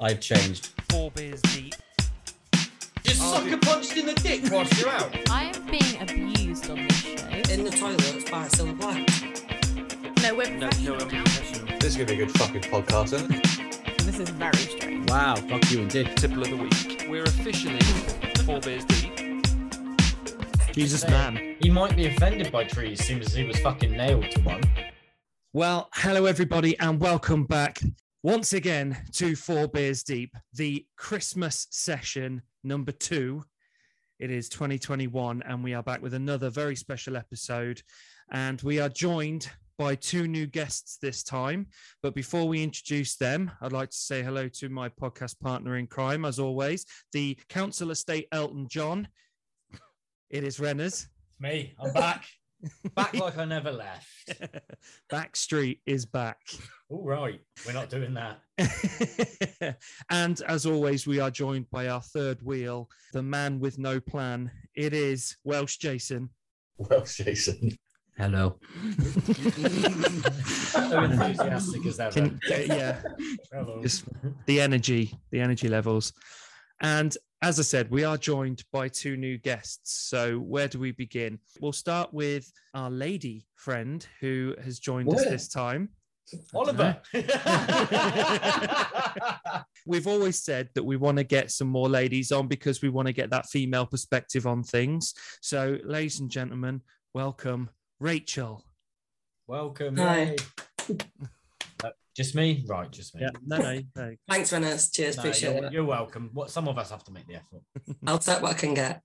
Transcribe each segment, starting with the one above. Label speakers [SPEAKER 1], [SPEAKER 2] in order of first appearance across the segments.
[SPEAKER 1] I've changed.
[SPEAKER 2] Four beers deep.
[SPEAKER 1] Just
[SPEAKER 3] Oh.
[SPEAKER 1] sucker punched in the dick whilst you're out.
[SPEAKER 4] I am being abused on this show.
[SPEAKER 5] In the toilets by Silver Black.
[SPEAKER 4] No, we're
[SPEAKER 2] No, no, I'm professional.
[SPEAKER 6] This is gonna be a good fucking podcast, isn't it?
[SPEAKER 4] This is very strange.
[SPEAKER 1] Wow, fuck you indeed.
[SPEAKER 2] Tipple of the week. We're officially four beers deep.
[SPEAKER 7] Jesus, man.
[SPEAKER 3] He might be offended by trees, seems as he was fucking nailed to one.
[SPEAKER 7] Well, hello, everybody, and welcome back once again to Four Beers Deep, the Christmas session number two. It is 2021, and we are back with another very special episode. And we are joined by two new guests this time. But before we introduce them, I'd like to say hello to my podcast partner in crime, as always, the Council Estate Elton John. It is Renners.
[SPEAKER 3] Me, I'm back. back like I never left.
[SPEAKER 7] Backstreet is back.
[SPEAKER 3] All right, we're not doing that.
[SPEAKER 7] and as always, we are joined by our third wheel, the man with no plan. It is Welsh Jason.
[SPEAKER 6] Well, Jason.
[SPEAKER 1] Hello.
[SPEAKER 3] So enthusiastic as ever.
[SPEAKER 7] Can- Uh, yeah,
[SPEAKER 3] Hello.
[SPEAKER 7] just the energy, the energy levels. And as I said, we are joined by two new guests. So where do we begin? We'll start with our lady friend who has joined us
[SPEAKER 3] Ooh.
[SPEAKER 7] this time.
[SPEAKER 3] Oliver.
[SPEAKER 7] We've always said that we want to get some more ladies on because we want to get that female perspective on things. So, ladies and gentlemen, welcome Rachel.
[SPEAKER 3] Welcome. yay.
[SPEAKER 5] Hi.
[SPEAKER 3] Uh, Just me? Right, just me.
[SPEAKER 7] no, no, no.
[SPEAKER 5] Thanks, Rennes. Cheers,
[SPEAKER 3] No,
[SPEAKER 5] appreciate
[SPEAKER 3] you're,
[SPEAKER 5] it.
[SPEAKER 3] you're welcome. What some of us have to make the effort.
[SPEAKER 5] I'll take what I can get.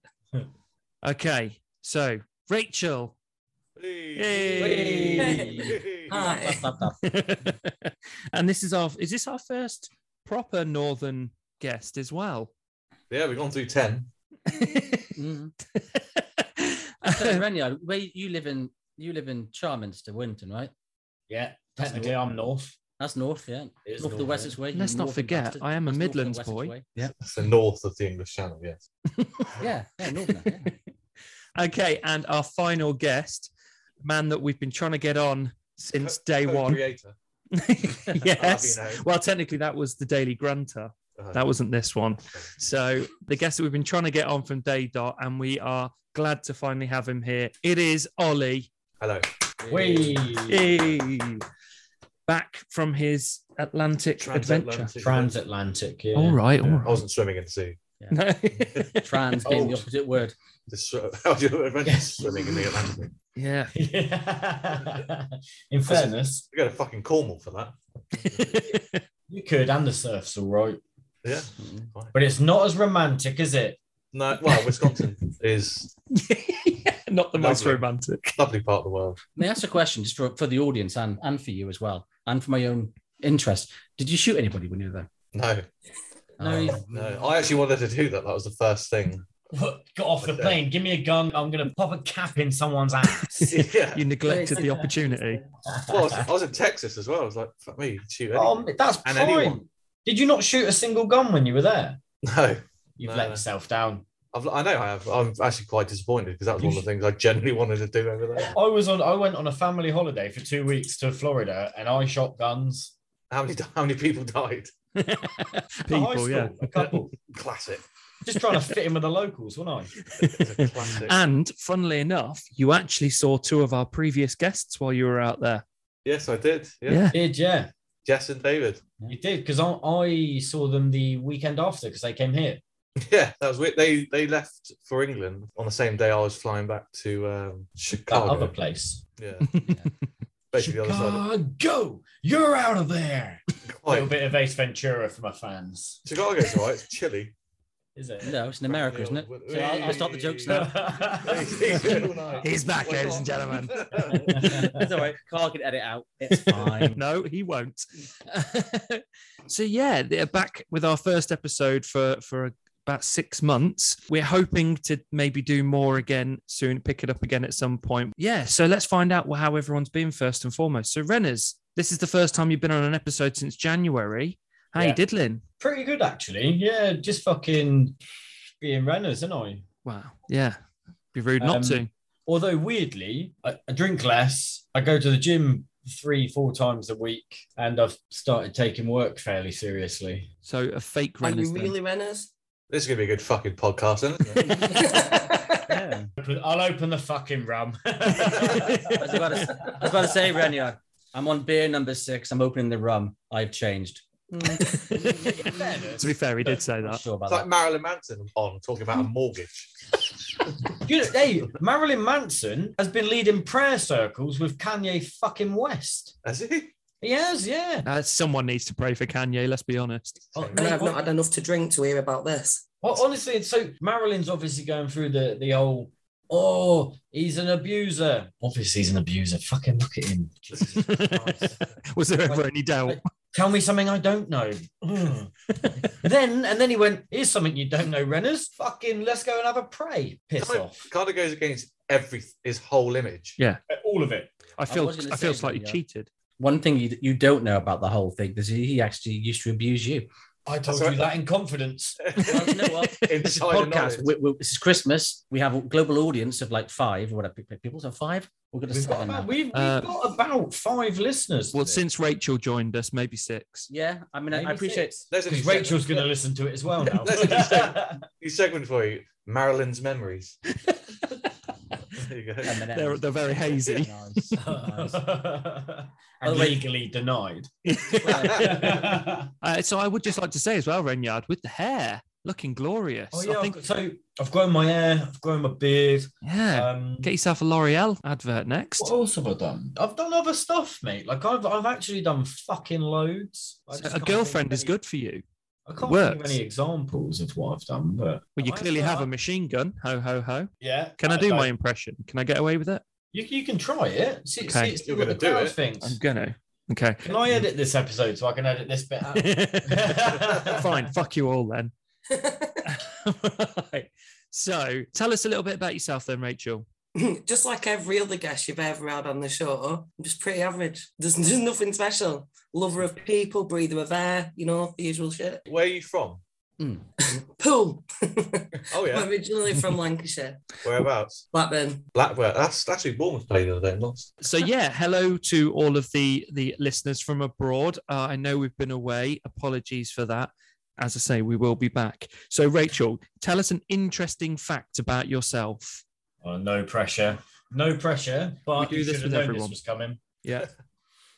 [SPEAKER 7] Okay, so Rachel.
[SPEAKER 5] Hey. Hi.
[SPEAKER 7] and this is our is this our first proper northern guest as well?
[SPEAKER 6] Yeah, we've gone through 10.
[SPEAKER 4] Mm-hmm.
[SPEAKER 1] Mm. So, Renya, where you live in you live in Charminster, Winton, right?
[SPEAKER 3] Yeah, technically I'm north.
[SPEAKER 1] That's north, yeah.
[SPEAKER 3] It is
[SPEAKER 1] north of the
[SPEAKER 3] north,
[SPEAKER 1] Wessex
[SPEAKER 3] yeah.
[SPEAKER 1] way.
[SPEAKER 7] Let's
[SPEAKER 1] you
[SPEAKER 7] not
[SPEAKER 1] northern
[SPEAKER 7] forget,
[SPEAKER 1] bastard.
[SPEAKER 7] I am a
[SPEAKER 1] That's north of
[SPEAKER 7] Midlands
[SPEAKER 1] Wessex
[SPEAKER 7] boy.
[SPEAKER 1] way.
[SPEAKER 6] It's the north of the English Channel, yes.
[SPEAKER 1] Yeah, yeah, northern. yeah.
[SPEAKER 7] okay, and our final guest, man that we've been trying to get on since day one.
[SPEAKER 6] Creator.
[SPEAKER 7] yes. Well, technically, that was the Daily Grunter. That wasn't this one. So, the guest that we've been trying to get on from day dot, and we are glad to finally have him here. It is Ollie.
[SPEAKER 6] Hello.
[SPEAKER 3] We
[SPEAKER 7] Hey. Back from his Atlantic adventure.
[SPEAKER 6] Transatlantic.
[SPEAKER 3] transatlantic. Yeah.
[SPEAKER 7] All right. All
[SPEAKER 6] Yeah, I
[SPEAKER 7] right.
[SPEAKER 6] wasn't swimming in the sea.
[SPEAKER 1] Trans being the
[SPEAKER 6] Old.
[SPEAKER 1] opposite word.
[SPEAKER 6] Just sw- how do you imagine swimming in the Atlantic?
[SPEAKER 7] yeah.
[SPEAKER 3] In fairness,
[SPEAKER 6] We go to fucking Cornwall for that.
[SPEAKER 3] you could, and the surf's all right,
[SPEAKER 6] Yeah.
[SPEAKER 1] Mm.
[SPEAKER 3] but it's not as romantic, is it?
[SPEAKER 6] No, well, Wisconsin is
[SPEAKER 7] Not the most
[SPEAKER 6] Lovely.
[SPEAKER 7] romantic.
[SPEAKER 6] a lovely part of the world.
[SPEAKER 1] May I ask a question just for, for the audience and, and for you as well, and for my own interest? Did you shoot anybody when you were there?
[SPEAKER 6] No,
[SPEAKER 1] No,
[SPEAKER 6] no, I actually wanted to do that. That was the first thing.
[SPEAKER 3] What? Get off the
[SPEAKER 6] Okay.
[SPEAKER 3] plane. Give me a gun. I'm gonna pop a cap in someone's ass.
[SPEAKER 6] yeah.
[SPEAKER 7] You neglected the opportunity.
[SPEAKER 6] Well, I was, I was in Texas as well. I was like, fuck me, shoot
[SPEAKER 7] Oh.
[SPEAKER 6] anything.
[SPEAKER 3] Um, that's
[SPEAKER 6] And
[SPEAKER 3] fine.
[SPEAKER 6] anyone.
[SPEAKER 3] Did you not shoot a single gun when you were there?
[SPEAKER 6] No,
[SPEAKER 3] You've
[SPEAKER 6] No,
[SPEAKER 3] let
[SPEAKER 6] no.
[SPEAKER 3] yourself down.
[SPEAKER 6] I've, I know I have. I'm actually quite disappointed because that was
[SPEAKER 3] You
[SPEAKER 6] one of the things I generally wanted to do over there.
[SPEAKER 3] I was on. I went on a family holiday for two weeks to Florida, and I shot guns.
[SPEAKER 6] How many how many people died?
[SPEAKER 3] At high
[SPEAKER 7] People,
[SPEAKER 3] school,
[SPEAKER 7] yeah.
[SPEAKER 3] a couple.
[SPEAKER 6] Classic.
[SPEAKER 3] Just trying to fit in with the locals, wasn't I?
[SPEAKER 6] It's a classic.
[SPEAKER 7] And funnily enough, you actually saw two of our previous guests while you were out there.
[SPEAKER 6] yes, I did. Yeah.
[SPEAKER 7] Yeah.
[SPEAKER 3] Did yeah,
[SPEAKER 6] Jess and David.
[SPEAKER 3] you did because I, I saw them the weekend after because they came here.
[SPEAKER 6] Yeah, that was weird. They they left for England on the same day I was flying back to um,
[SPEAKER 3] That
[SPEAKER 6] Chicago.
[SPEAKER 3] other place.
[SPEAKER 6] Yeah,
[SPEAKER 1] Yeah.
[SPEAKER 6] basically the other side.
[SPEAKER 3] Chicago, you're out of there. A
[SPEAKER 6] Of,
[SPEAKER 3] little
[SPEAKER 6] quite,
[SPEAKER 3] bit of Ace Ventura for my fans.
[SPEAKER 6] Chicago's all right. It's chilly.
[SPEAKER 3] Is it?
[SPEAKER 1] no, it's in America, isn't it? So I'll, I'll stop the jokes now.
[SPEAKER 7] He's back, ladies and gentlemen.
[SPEAKER 1] it's all right. Carl can edit out. It's fine.
[SPEAKER 7] no, he won't. so yeah, they're back with our first episode for for about six months. We're hoping to maybe do more again soon, pick it up again at some point. Yeah, so let's find out how everyone's been first and foremost. So Renners, this is the first time you've been on an episode since January. How you
[SPEAKER 3] Yeah.
[SPEAKER 7] diddling?
[SPEAKER 3] Pretty good actually. Yeah, just fucking being runners, isn't I?
[SPEAKER 7] Wow. Yeah. Be rude not
[SPEAKER 3] Um,
[SPEAKER 7] to.
[SPEAKER 3] Although weirdly, I, I drink less. I go to the gym three, four times a week, and I've started taking work fairly seriously.
[SPEAKER 7] So a fake
[SPEAKER 5] Are
[SPEAKER 7] Renner's
[SPEAKER 5] you
[SPEAKER 7] then.
[SPEAKER 5] really Renners?
[SPEAKER 6] This is gonna be a good fucking podcast, isn't it?
[SPEAKER 1] Yeah.
[SPEAKER 3] I'll open the fucking rum.
[SPEAKER 1] I was about to, I was about to say, Renya, I'm on beer number six. I'm opening the rum. I've changed.
[SPEAKER 8] to be fair, he did say
[SPEAKER 1] Not
[SPEAKER 8] that.
[SPEAKER 1] sure about
[SPEAKER 6] it's like
[SPEAKER 1] that.
[SPEAKER 6] Marilyn Manson on talking about a mortgage.
[SPEAKER 3] You know, hey, Marilyn Manson has been leading prayer circles with Kanye fucking West.
[SPEAKER 6] Has he?
[SPEAKER 3] He has, yeah.
[SPEAKER 8] Uh, someone needs to pray for Kanye. Let's be honest.
[SPEAKER 3] Oh,
[SPEAKER 5] And I've
[SPEAKER 3] mate,
[SPEAKER 5] not had enough to drink to hear about this.
[SPEAKER 3] Well, honestly, it's so Marilyn's obviously going through the the whole. Oh, he's an abuser. Obviously, he's an abuser. Fucking look at him. Jesus Christ.
[SPEAKER 8] Was there ever any doubt?
[SPEAKER 3] Tell me something I don't know. Mm. then and then he went. Here's something you don't know, Renners. Fucking let's go and have a pray. Piss
[SPEAKER 6] Kind
[SPEAKER 3] off.
[SPEAKER 6] of, kind of goes against every his whole image.
[SPEAKER 8] Yeah.
[SPEAKER 3] All of it.
[SPEAKER 8] I feel
[SPEAKER 1] was gonna
[SPEAKER 8] I feel
[SPEAKER 1] say,
[SPEAKER 8] slightly
[SPEAKER 1] yeah.
[SPEAKER 8] cheated.
[SPEAKER 1] One thing you, you don't know about the whole thing is he he actually used to abuse you.
[SPEAKER 3] I told
[SPEAKER 6] Sorry.
[SPEAKER 3] you that in confidence.
[SPEAKER 1] Well, you know what? This is a
[SPEAKER 6] Insider
[SPEAKER 1] podcast.
[SPEAKER 6] knowledge.
[SPEAKER 1] We, we, this is Christmas. We have a global audience of like five or whatever people. So five. We're going to
[SPEAKER 3] We've
[SPEAKER 1] start on
[SPEAKER 3] got about,
[SPEAKER 1] that.
[SPEAKER 3] we've, we've
[SPEAKER 8] Uh,
[SPEAKER 3] got about five listeners.
[SPEAKER 7] Well,
[SPEAKER 3] today.
[SPEAKER 7] since Rachel joined us, maybe six.
[SPEAKER 1] Yeah, I mean, I, I
[SPEAKER 3] Maybe
[SPEAKER 1] appreciate.
[SPEAKER 3] six.
[SPEAKER 6] There's a new
[SPEAKER 3] Because Rachel's going to
[SPEAKER 6] segment.
[SPEAKER 3] listen to it as well now.
[SPEAKER 6] That's what she New segment for you. Marilyn's memories. there you go.
[SPEAKER 1] M&Ms.
[SPEAKER 8] They're they're very hazy.
[SPEAKER 1] Nice,
[SPEAKER 7] Oh,
[SPEAKER 1] nice.
[SPEAKER 3] and
[SPEAKER 1] the way-
[SPEAKER 3] legally denied.
[SPEAKER 7] Uh, so I would just like to say as well, Renyard, with the hair looking glorious.
[SPEAKER 3] oh yeah,
[SPEAKER 7] I think,
[SPEAKER 3] I've- so. I've grown my hair. I've grown my beard.
[SPEAKER 7] yeah.
[SPEAKER 3] Um,
[SPEAKER 7] Get yourself a L'Oreal advert next.
[SPEAKER 3] what else have I done? I've done other stuff, mate. Like I've I've actually done fucking loads. I
[SPEAKER 7] So
[SPEAKER 3] just
[SPEAKER 7] a
[SPEAKER 3] can't think of
[SPEAKER 7] girlfriend is
[SPEAKER 3] any-
[SPEAKER 7] good for you.
[SPEAKER 3] I can't think
[SPEAKER 7] works.
[SPEAKER 3] of any examples of what I've done, but
[SPEAKER 7] Well, you
[SPEAKER 3] I
[SPEAKER 7] clearly have a
[SPEAKER 3] done-
[SPEAKER 7] machine gun. Ho, ho, ho.
[SPEAKER 3] Yeah.
[SPEAKER 7] Can I
[SPEAKER 3] Uh,
[SPEAKER 7] do
[SPEAKER 3] like,
[SPEAKER 7] my impression? Can I get away with it?
[SPEAKER 3] You, you can try it. See,
[SPEAKER 7] Okay.
[SPEAKER 3] see, see
[SPEAKER 6] You're
[SPEAKER 3] what the
[SPEAKER 6] gonna do
[SPEAKER 3] crowd
[SPEAKER 6] it.
[SPEAKER 3] thinks.
[SPEAKER 7] I'm going to. Okay.
[SPEAKER 3] Can I edit this episode so I can edit this bit out? Uh.
[SPEAKER 7] Fine. Fuck you all then. right. So tell us a little bit about yourself then, Rachel.
[SPEAKER 5] just like every other guest you've ever had on the show, I'm just pretty average. There's, there's nothing special. Lover of people, breather of air, you know, the usual shit.
[SPEAKER 6] Where are you from?
[SPEAKER 5] Pool.
[SPEAKER 6] Oh
[SPEAKER 5] I'm
[SPEAKER 6] yeah.
[SPEAKER 5] originally from Lancashire,
[SPEAKER 6] Whereabouts?
[SPEAKER 5] Blackburn.
[SPEAKER 6] Blackburn. That's that's who Bournemouth played the other day and lost.
[SPEAKER 7] So yeah, hello to all of the the listeners from abroad. Uh, I know we've been away. Apologies for that. As I say, we will be back. So Rachel, tell us an interesting fact about yourself.
[SPEAKER 3] Oh, no pressure. No pressure. But
[SPEAKER 7] We do
[SPEAKER 3] you
[SPEAKER 7] this
[SPEAKER 3] should have
[SPEAKER 7] with
[SPEAKER 3] known
[SPEAKER 7] everyone.
[SPEAKER 3] this was coming.
[SPEAKER 7] Yeah.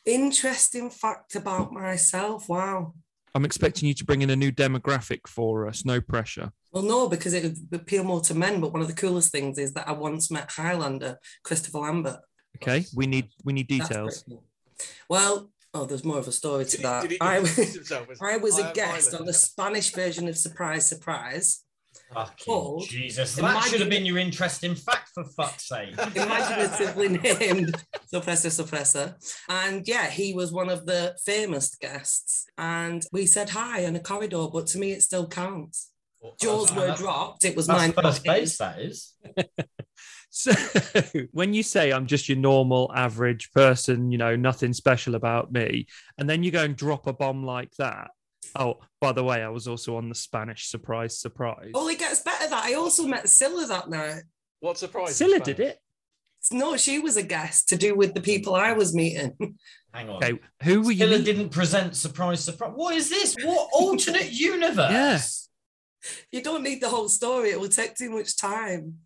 [SPEAKER 5] Interesting fact about myself. Wow.
[SPEAKER 7] I'm expecting you to bring in a new demographic for us. No pressure.
[SPEAKER 5] Well, no, because it would appeal more to men. But one of the coolest things is that I once met Highlander Christopher Lambert.
[SPEAKER 7] Okay. We need we need
[SPEAKER 5] That's
[SPEAKER 7] details.
[SPEAKER 5] pretty cool. Well, oh, there's more of a story
[SPEAKER 6] Did
[SPEAKER 5] to
[SPEAKER 6] he-
[SPEAKER 5] that.
[SPEAKER 6] did he
[SPEAKER 5] I,
[SPEAKER 6] introduce himself as,
[SPEAKER 5] I was
[SPEAKER 6] "I
[SPEAKER 5] a
[SPEAKER 6] am
[SPEAKER 5] guest
[SPEAKER 6] Ireland."
[SPEAKER 5] on the Spanish version of Surprise Surprise.
[SPEAKER 3] Fucking
[SPEAKER 5] Paul,
[SPEAKER 3] Jesus. That
[SPEAKER 5] imagine-
[SPEAKER 3] should have been your interesting fact for fuck's sake.
[SPEAKER 5] imaginatively named Suppressor Suppressor. And yeah, he was one of the famous guests. And we said hi in a corridor, but to me, it still counts.
[SPEAKER 6] Or-
[SPEAKER 5] Jaws were
[SPEAKER 3] that's-
[SPEAKER 5] dropped. It was
[SPEAKER 3] That's
[SPEAKER 5] mine.
[SPEAKER 3] first base, that is.
[SPEAKER 7] So when you say I'm just your normal average person, you know, nothing special about me, and then you go and drop a bomb like that. Oh, by the way, I was also on the Spanish surprise surprise.
[SPEAKER 5] Oh, it gets better that I also met Scylla that night.
[SPEAKER 6] What surprise?
[SPEAKER 7] Scylla did it.
[SPEAKER 5] No, she was a guest to do with the people I was meeting.
[SPEAKER 3] Hang on.
[SPEAKER 7] Okay, who were you?
[SPEAKER 3] Killer
[SPEAKER 7] meet-
[SPEAKER 3] didn't present surprise, surprise. What is this? What alternate universe?
[SPEAKER 7] Yes.
[SPEAKER 5] You don't need the whole story, it will take too much time.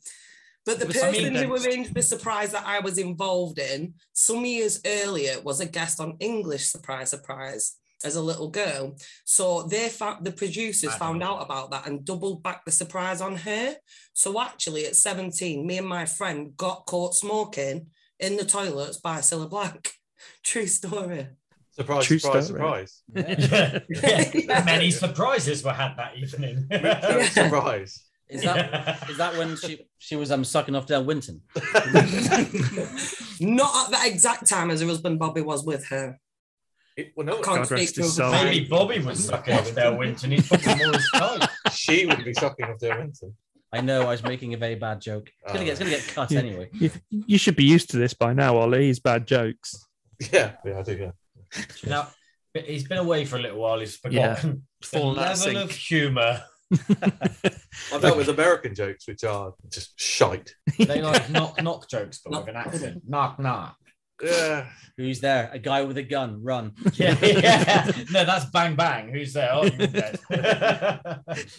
[SPEAKER 5] But the
[SPEAKER 7] It was something
[SPEAKER 5] person who
[SPEAKER 7] that-
[SPEAKER 5] arranged the surprise that I was involved in some years earlier was a guest on English Surprise Surprise as a little girl. So they found the producers
[SPEAKER 3] Madam.
[SPEAKER 5] found out about that and doubled back the surprise on her. So actually, at 17, me and my friend got caught smoking in the toilets by Cilla Black. True story.
[SPEAKER 6] Surprise,
[SPEAKER 7] True
[SPEAKER 6] surprise,
[SPEAKER 7] story.
[SPEAKER 6] surprise.
[SPEAKER 3] Yeah. Many surprises were had that evening.
[SPEAKER 6] Mutual surprise.
[SPEAKER 1] Is that is that when she she was um sucking off Del Winton?
[SPEAKER 5] Not at that exact time as her husband Bobby was with her.
[SPEAKER 6] It- well, no,
[SPEAKER 5] Can't
[SPEAKER 8] God rest
[SPEAKER 5] speak to
[SPEAKER 8] his
[SPEAKER 5] her.
[SPEAKER 8] soul.
[SPEAKER 3] Maybe Oh, Bobby was sucking off their Winton. He's probably more his type.
[SPEAKER 6] she would be sucking off their Winton.
[SPEAKER 1] I know I was making a very bad joke. It's gonna get it's gonna get cut
[SPEAKER 7] Yeah.
[SPEAKER 1] anyway.
[SPEAKER 7] You, you should be used to this by now, Ollie. He's bad jokes.
[SPEAKER 6] Yeah, yeah, I do. Yeah.
[SPEAKER 3] Now, but he's been away for a little while. He's
[SPEAKER 7] Yeah.
[SPEAKER 3] forgotten the
[SPEAKER 7] Fallen out of
[SPEAKER 3] level
[SPEAKER 7] sync.
[SPEAKER 3] of humour.
[SPEAKER 6] I've dealt with American jokes, which are just shite.
[SPEAKER 3] They like knock knock jokes, but
[SPEAKER 5] Knock.
[SPEAKER 3] with an accent. Knock knock.
[SPEAKER 6] Yeah.
[SPEAKER 1] Who's there? A guy with a gun. Run.
[SPEAKER 3] Yeah, yeah. No, that's bang bang. Who's there? Oh, you're dead.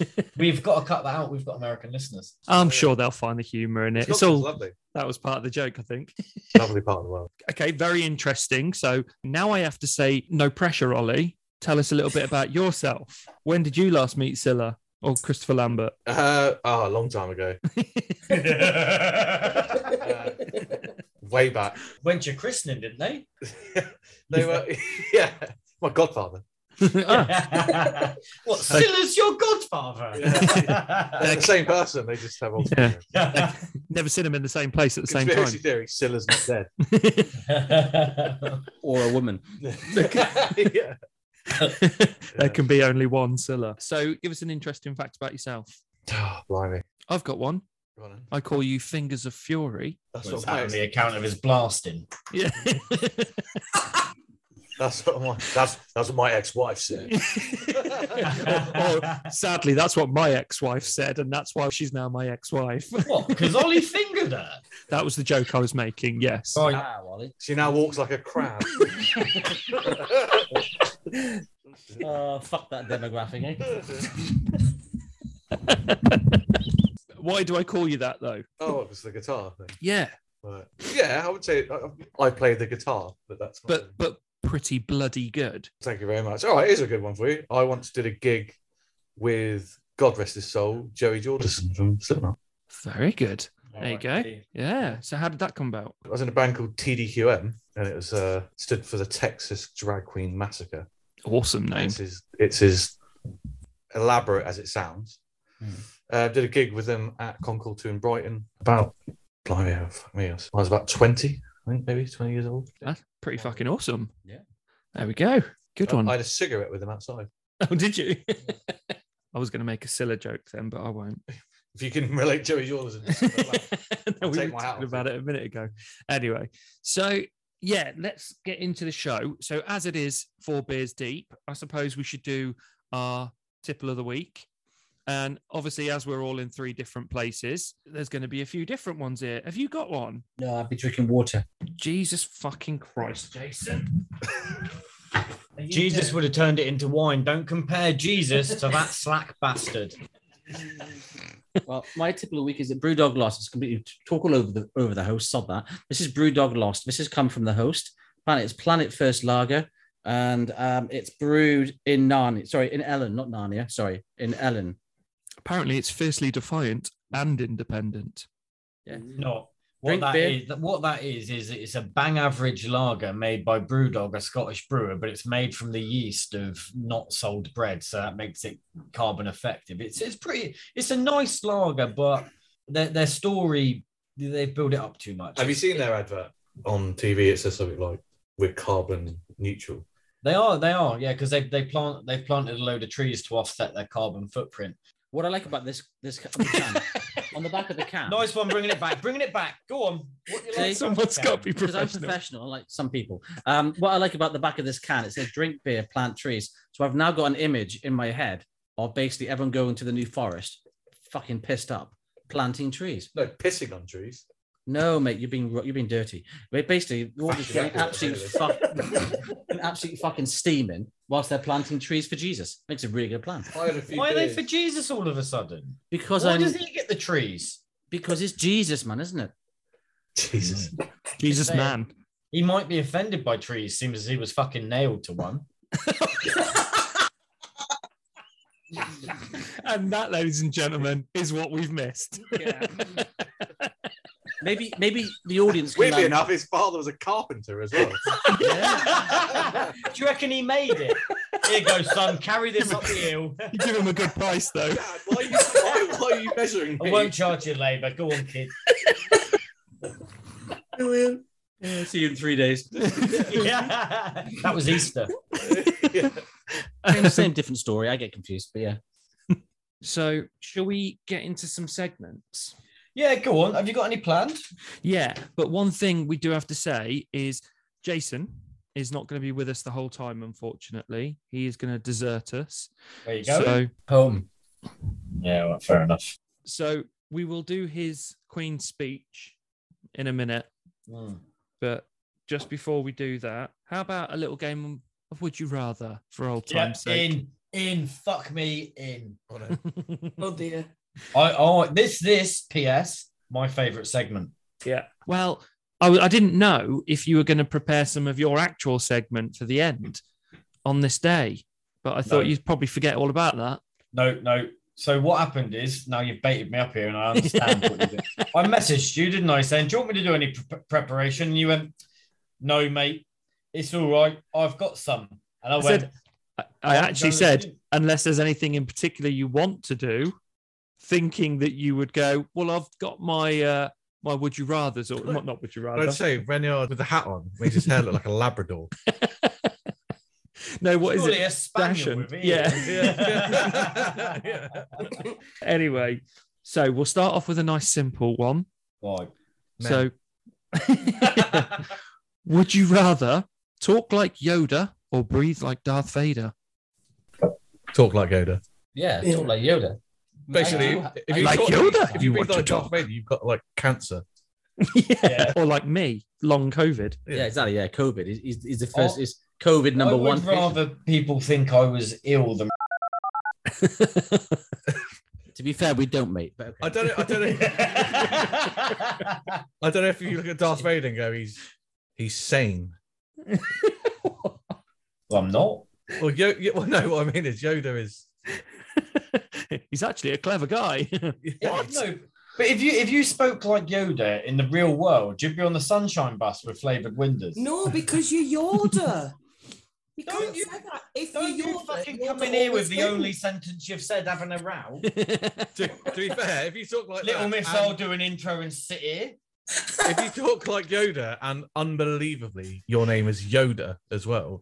[SPEAKER 3] We've got to cut that out. We've got American listeners.
[SPEAKER 7] I'm sure they'll find the humor in it. It's
[SPEAKER 6] Scotland's
[SPEAKER 7] all
[SPEAKER 6] lovely.
[SPEAKER 7] that was part of the joke, I think.
[SPEAKER 6] Lovely part of the world.
[SPEAKER 7] Okay, very interesting. So now I have to say, no pressure, Ollie. Tell us a little bit about yourself. When did you last meet Scylla or Christopher Lambert?
[SPEAKER 6] Uh, oh, a long time ago. Uh, way back.
[SPEAKER 3] Went to your christening, didn't they?
[SPEAKER 6] they were, yeah, my godfather.
[SPEAKER 7] Ah,
[SPEAKER 3] what? Scylla's your godfather.
[SPEAKER 6] They're the same person. They just have all
[SPEAKER 7] Yeah. never seen him in the same place at the same
[SPEAKER 6] Conspiracy
[SPEAKER 7] time.
[SPEAKER 6] theory, Scylla's not dead.
[SPEAKER 1] Or a woman.
[SPEAKER 6] yeah.
[SPEAKER 7] there can be only one Scylla. So give us an interesting fact about yourself.
[SPEAKER 6] Oh, blimey.
[SPEAKER 7] I've got one.
[SPEAKER 6] Go on then.
[SPEAKER 7] I call you Fingers of Fury.
[SPEAKER 6] That's
[SPEAKER 3] Was
[SPEAKER 6] what,
[SPEAKER 3] that
[SPEAKER 6] mine
[SPEAKER 3] on
[SPEAKER 6] is.
[SPEAKER 3] the account of his blasting?
[SPEAKER 7] Yeah.
[SPEAKER 6] that's what my that's that's what my ex-wife said.
[SPEAKER 7] or, sadly, that's what my ex-wife said, and that's why she's now my ex-wife.
[SPEAKER 3] What? Because Ollie fingered her.
[SPEAKER 7] That was the joke I was making. Yes.
[SPEAKER 3] Oh,
[SPEAKER 1] Ah, Wally.
[SPEAKER 6] She now walks like a crab.
[SPEAKER 1] Oh, fuck that demographic. Eh?
[SPEAKER 7] Why do I call you that though?
[SPEAKER 6] oh, it was the guitar thing.
[SPEAKER 7] Yeah,
[SPEAKER 6] But yeah, I would say uh, I, I play the guitar, but that's not
[SPEAKER 7] but but pretty bloody good.
[SPEAKER 6] Thank you very much. All right, here's a good one for you. I once did a gig with God rest his soul, Joey Jordison from Slipknot.
[SPEAKER 7] Very good. There you
[SPEAKER 3] Alright,
[SPEAKER 7] go.
[SPEAKER 3] see.
[SPEAKER 7] Yeah. So how did that come about?
[SPEAKER 6] I was in a band called TDQM, and it was uh, stood for the Texas Drag Queen Massacre.
[SPEAKER 7] Awesome name.
[SPEAKER 6] It's as it's as elaborate as it sounds.
[SPEAKER 1] Hmm.
[SPEAKER 6] Uh, did a gig with them at Concord Two in Brighton. About blimey, oh, fuck me, I was I was about twenty, I think, maybe twenty years old.
[SPEAKER 7] That's pretty fucking awesome.
[SPEAKER 1] Yeah.
[SPEAKER 7] There we go. Good one.
[SPEAKER 6] Oh, I had a cigarette with them outside.
[SPEAKER 7] oh, did you? I was going to make a Scylla joke then, but I won't.
[SPEAKER 6] If you can relate Joey Jordison,
[SPEAKER 7] No, we
[SPEAKER 6] take
[SPEAKER 7] were
[SPEAKER 6] my hat
[SPEAKER 7] talking
[SPEAKER 6] off.
[SPEAKER 7] about it a minute ago. Anyway, so yeah, let's get into the show. So as it is four beers deep, I suppose we should do our tipple of the week. And obviously, as we're all in three different places, there's going to be a few different ones here. Have you got one?
[SPEAKER 1] No, I'd be drinking water.
[SPEAKER 7] Jesus fucking Christ, Jason.
[SPEAKER 3] Jesus would have turned it into wine. Don't compare Jesus to that slack bastard.
[SPEAKER 1] Well, my tip of the week is that Brewdog Lost. It's completely talk all over the over the host. Sod that. This is Brewdog Lost. This has come from the host. Planet. It's Planet First Lager, and um, it's brewed in Narnia. Sorry, in Ellen, not Narnia. Sorry, in Ellen.
[SPEAKER 7] Apparently, it's fiercely defiant and independent.
[SPEAKER 1] Yeah.
[SPEAKER 3] No. What
[SPEAKER 1] Drink
[SPEAKER 3] that
[SPEAKER 1] beer.
[SPEAKER 3] is, what that is, is it's a bang average lager made by Brewdog, a Scottish brewer, but it's made from the yeast of not sold bread, so that makes it carbon effective. It's it's pretty, it's a nice lager, but their their story they've built it up too much.
[SPEAKER 6] Have you seen their advert on TV? It says something like "We're carbon neutral."
[SPEAKER 3] They are, they are, yeah, because they they plant they've planted a load of trees to offset their carbon footprint.
[SPEAKER 1] What I like about this this ca- on the, can, on the back of the can.
[SPEAKER 3] Nice one, bringing it back, bringing it back. Go on. What do you like?
[SPEAKER 1] See?
[SPEAKER 7] Someone's got to be
[SPEAKER 1] because I'm
[SPEAKER 7] professional.
[SPEAKER 1] professional, like some people. Um, what I like about the back of this can, it says drink beer, plant trees. So I've now got an image in my head of basically everyone going to the new forest, fucking pissed up, planting trees.
[SPEAKER 6] No, pissing on trees.
[SPEAKER 1] No, mate, you've been you've been dirty. But basically, they're all just
[SPEAKER 6] Fucking
[SPEAKER 1] getting
[SPEAKER 6] exactly
[SPEAKER 1] absolute fuck, and absolute fucking steaming whilst they're planting trees for Jesus. Makes a really good plan
[SPEAKER 6] I had a few
[SPEAKER 3] Why are they
[SPEAKER 6] beers.
[SPEAKER 3] for Jesus all of a sudden?
[SPEAKER 1] because
[SPEAKER 3] Why
[SPEAKER 1] I'm
[SPEAKER 3] does he get the trees?
[SPEAKER 1] because it's Jesus, man, isn't it?
[SPEAKER 6] Jesus.
[SPEAKER 7] Jesus,
[SPEAKER 3] Say it.
[SPEAKER 7] man.
[SPEAKER 3] He might be offended by trees, seems as he was fucking nailed to one.
[SPEAKER 7] And that, ladies and gentlemen, is what we've missed.
[SPEAKER 1] Maybe maybe the audience. Can
[SPEAKER 6] Weirdly
[SPEAKER 1] now-
[SPEAKER 6] enough, his father was a carpenter as well.
[SPEAKER 3] Do you reckon he made it? Here goes, son, carry this up the hill.
[SPEAKER 7] You give him a good price, though.
[SPEAKER 6] Dad, why are you, why, why are you measuring
[SPEAKER 3] I
[SPEAKER 6] me?
[SPEAKER 3] won't charge you labour. Go on, kid.
[SPEAKER 1] Yeah, see you in three days.
[SPEAKER 3] Yeah. That was Easter.
[SPEAKER 6] Yeah.
[SPEAKER 1] same, same different story. I get confused, but yeah.
[SPEAKER 7] So, shall we get into some segments?
[SPEAKER 3] Yeah, go on. Have you got any planned?
[SPEAKER 7] Yeah, but one thing we do have to say is Jason is not going to be with us the whole time, unfortunately. He is going to desert us.
[SPEAKER 3] There you go.
[SPEAKER 7] So,
[SPEAKER 3] Home. Yeah, well, fair enough.
[SPEAKER 7] so we will do his Queen's speech in a minute,
[SPEAKER 3] Mm.
[SPEAKER 7] but just before we do that, how about a little game of Would You Rather for old
[SPEAKER 3] Yeah,
[SPEAKER 7] time's sake?
[SPEAKER 3] in, in, fuck me, in.
[SPEAKER 5] Oh dear.
[SPEAKER 3] I, oh, this, this, PS, my favorite segment.
[SPEAKER 7] yeah. Well, I, w- I didn't know if you were going to prepare some of your actual segment for the end on this day, but I thought
[SPEAKER 3] No.
[SPEAKER 7] you'd probably forget all about that.
[SPEAKER 3] No, no. So what happened is now you've baited me up here, and I understand. what you did. I messaged you, didn't I, saying, "Do you want me to do any pre- preparation?" And you went, "No, mate. It's all right. I've got some." And I,
[SPEAKER 7] I
[SPEAKER 3] went,
[SPEAKER 7] said- I, I
[SPEAKER 3] "I'm
[SPEAKER 7] actually
[SPEAKER 3] gonna
[SPEAKER 7] said,
[SPEAKER 3] do-"
[SPEAKER 7] unless there's anything in particular you want to do, thinking that you would go, well, I've got my uh, my would you rather's or not, not would you rather.
[SPEAKER 6] I'd say Renyard with the hat on makes his hair look like a Labrador.
[SPEAKER 7] no, what is
[SPEAKER 3] "Surely
[SPEAKER 7] it?
[SPEAKER 3] a spaniel
[SPEAKER 7] Dachshund?
[SPEAKER 3] with ears."
[SPEAKER 6] Yeah. Yeah.
[SPEAKER 7] Anyway, so we'll start off with a nice simple one.
[SPEAKER 3] Right.
[SPEAKER 6] Men.
[SPEAKER 7] So, would you rather talk like Yoda or breathe like Darth Vader?
[SPEAKER 6] Talk like Yoda.
[SPEAKER 1] Yeah, talk like Yoda.
[SPEAKER 6] Basically,
[SPEAKER 1] I-
[SPEAKER 6] if
[SPEAKER 1] I
[SPEAKER 6] you
[SPEAKER 7] like
[SPEAKER 6] talk,
[SPEAKER 7] Yoda.
[SPEAKER 6] if
[SPEAKER 7] You
[SPEAKER 6] you
[SPEAKER 7] want
[SPEAKER 6] breathe
[SPEAKER 7] to
[SPEAKER 6] like Darth
[SPEAKER 7] talk.
[SPEAKER 6] Vader, you've got like cancer.
[SPEAKER 3] Yeah.
[SPEAKER 7] Or like me, long COVID.
[SPEAKER 1] Yeah, exactly. Yeah, COVID is, is, is the
[SPEAKER 3] Oh,
[SPEAKER 1] first. is COVID
[SPEAKER 3] I
[SPEAKER 1] number
[SPEAKER 3] would
[SPEAKER 1] one?
[SPEAKER 3] rather people think I was ill than.
[SPEAKER 1] To be fair, we don't, mate. But okay.
[SPEAKER 6] I don't. Know, I don't. Know, I don't know if you look at Darth Vader and go, he's he's sane.
[SPEAKER 3] Well, I'm not.
[SPEAKER 6] Well, Yo- Yo- well, no. What I mean is Yoda is.
[SPEAKER 7] He's actually a clever guy.
[SPEAKER 3] What? No. But if you if you spoke like Yoda in the real world, you'd be on the sunshine bus with flavoured windows.
[SPEAKER 5] No, because you're Yoda. You
[SPEAKER 3] Don't
[SPEAKER 5] can't
[SPEAKER 3] you-
[SPEAKER 5] say that. If
[SPEAKER 3] Don't
[SPEAKER 5] you're
[SPEAKER 3] you
[SPEAKER 5] Yoda,
[SPEAKER 3] fucking
[SPEAKER 5] Yoda
[SPEAKER 3] come in here with
[SPEAKER 5] always
[SPEAKER 3] the
[SPEAKER 5] wins.
[SPEAKER 3] only sentence you've said having a row.
[SPEAKER 6] To, to be fair, if you talk like
[SPEAKER 3] Little
[SPEAKER 6] that
[SPEAKER 3] Miss,
[SPEAKER 6] and-
[SPEAKER 3] I'll do an intro and sit here.
[SPEAKER 6] if you talk like Yoda and unbelievably your name is Yoda as well,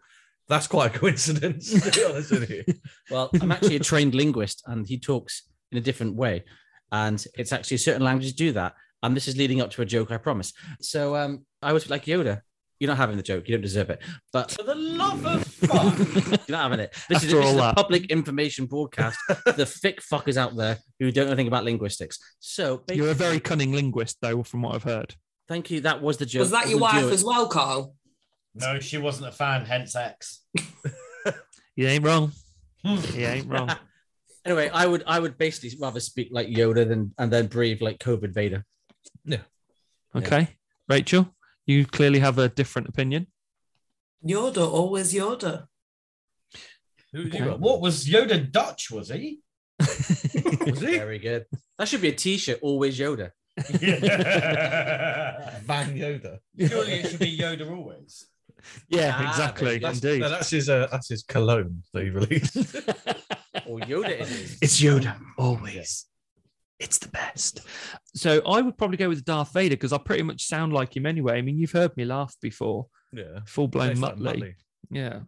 [SPEAKER 6] that's quite a coincidence, to be honest with you.
[SPEAKER 1] Well, I'm actually a trained linguist, and he talks in a different way, and it's actually certain languages do that. And this is leading up to a joke, I promise. So um, I was like Yoda. You're not having the joke. You don't deserve it. But
[SPEAKER 3] For the love of
[SPEAKER 1] you're
[SPEAKER 3] fuck.
[SPEAKER 1] not having it. This is,
[SPEAKER 7] After
[SPEAKER 1] this
[SPEAKER 7] all
[SPEAKER 1] is a
[SPEAKER 7] that.
[SPEAKER 1] public information broadcast. for the thick fuckers out there who don't know anything about linguistics. So
[SPEAKER 7] You're
[SPEAKER 1] basically-
[SPEAKER 7] a very cunning linguist, though, from what I've heard.
[SPEAKER 1] Thank you. That was the joke.
[SPEAKER 5] Was that your
[SPEAKER 1] We'll do
[SPEAKER 5] wife
[SPEAKER 1] it.
[SPEAKER 5] as well, Carl?
[SPEAKER 3] No, she wasn't a fan, hence X.
[SPEAKER 7] You ain't wrong.
[SPEAKER 3] Hmm.
[SPEAKER 7] You ain't wrong.
[SPEAKER 1] Anyway, I would I would basically rather speak like Yoda than and then breathe like COVID Vader.
[SPEAKER 7] Okay. Rachel, you clearly have a different opinion.
[SPEAKER 5] Yoda, always Yoda.
[SPEAKER 6] Who
[SPEAKER 7] you got?
[SPEAKER 3] What was Yoda Dutch, was he?
[SPEAKER 6] Was he?
[SPEAKER 1] Very good. That should be a T-shirt. Always Yoda.
[SPEAKER 6] Van Yoda.
[SPEAKER 3] Surely it should be Yoda always.
[SPEAKER 7] Yeah,
[SPEAKER 1] Ah,
[SPEAKER 7] exactly.
[SPEAKER 1] very
[SPEAKER 6] That's,
[SPEAKER 7] Indeed.
[SPEAKER 6] no, that's his. Uh, that's his cologne that he released.
[SPEAKER 1] Or Yoda is.
[SPEAKER 7] It's Yoda, always. It's the best. So I would probably go with Darth Vader because I pretty much sound like him anyway. I mean, you've heard me laugh before,
[SPEAKER 6] Yeah.
[SPEAKER 7] full blown
[SPEAKER 6] Tastes like
[SPEAKER 7] Muttley. Yeah.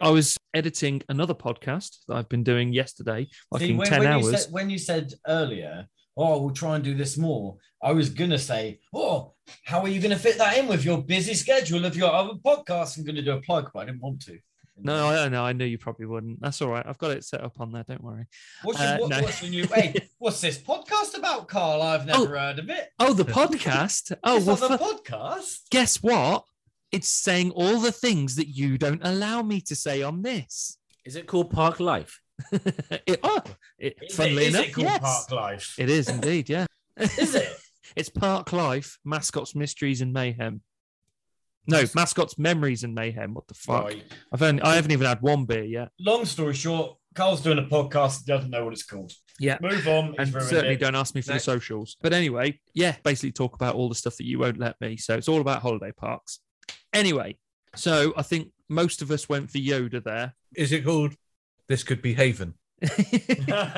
[SPEAKER 7] I was editing another podcast that I've been doing yesterday, like
[SPEAKER 3] See,
[SPEAKER 7] in
[SPEAKER 3] when,
[SPEAKER 7] 10
[SPEAKER 3] when You
[SPEAKER 7] hours.
[SPEAKER 3] said, when you said earlier, oh, we'll try and do this more, I was going to say, oh, how are you going to fit that in with your busy schedule of your other podcast? I'm going to do a plug, but I didn't want to.
[SPEAKER 7] No, I know. I knew you probably wouldn't. That's all right. I've got it set up on there. Don't worry.
[SPEAKER 3] what's,
[SPEAKER 7] uh,
[SPEAKER 3] your, what,
[SPEAKER 7] no.
[SPEAKER 3] what's your new? Hey, what's this podcast about, Carl? I've never heard of it.
[SPEAKER 7] Oh, the podcast. Oh,
[SPEAKER 3] It's
[SPEAKER 7] well,
[SPEAKER 3] not a
[SPEAKER 7] fu-
[SPEAKER 3] podcast.
[SPEAKER 7] guess what? It's saying all the things that you don't allow me to say on this.
[SPEAKER 1] Is it called Park Life?
[SPEAKER 7] it, oh, it,
[SPEAKER 3] Is
[SPEAKER 7] funnily
[SPEAKER 3] it, is
[SPEAKER 7] enough,
[SPEAKER 3] it called
[SPEAKER 7] yes.
[SPEAKER 3] Park Life?
[SPEAKER 7] It is indeed, yeah.
[SPEAKER 3] Is it?
[SPEAKER 7] It's Park Life, Mascots, Mysteries, and Mayhem. No, Mascots, Memories, and Mayhem. What the fuck?
[SPEAKER 3] Right.
[SPEAKER 7] I've only, I haven't even had one beer yet.
[SPEAKER 3] Long story short, Carl's doing a podcast. Doesn't know what it's called.
[SPEAKER 7] Yeah.
[SPEAKER 3] Move on. he's
[SPEAKER 7] And
[SPEAKER 3] ruined
[SPEAKER 7] certainly
[SPEAKER 3] it.
[SPEAKER 7] don't ask me for the
[SPEAKER 6] Next.
[SPEAKER 7] socials. But anyway, yeah, basically talk about all the stuff that you won't let me. So it's all about holiday parks. Anyway, so I think most of us went for Yoda there.
[SPEAKER 6] Is it called? This could be Haven.
[SPEAKER 7] but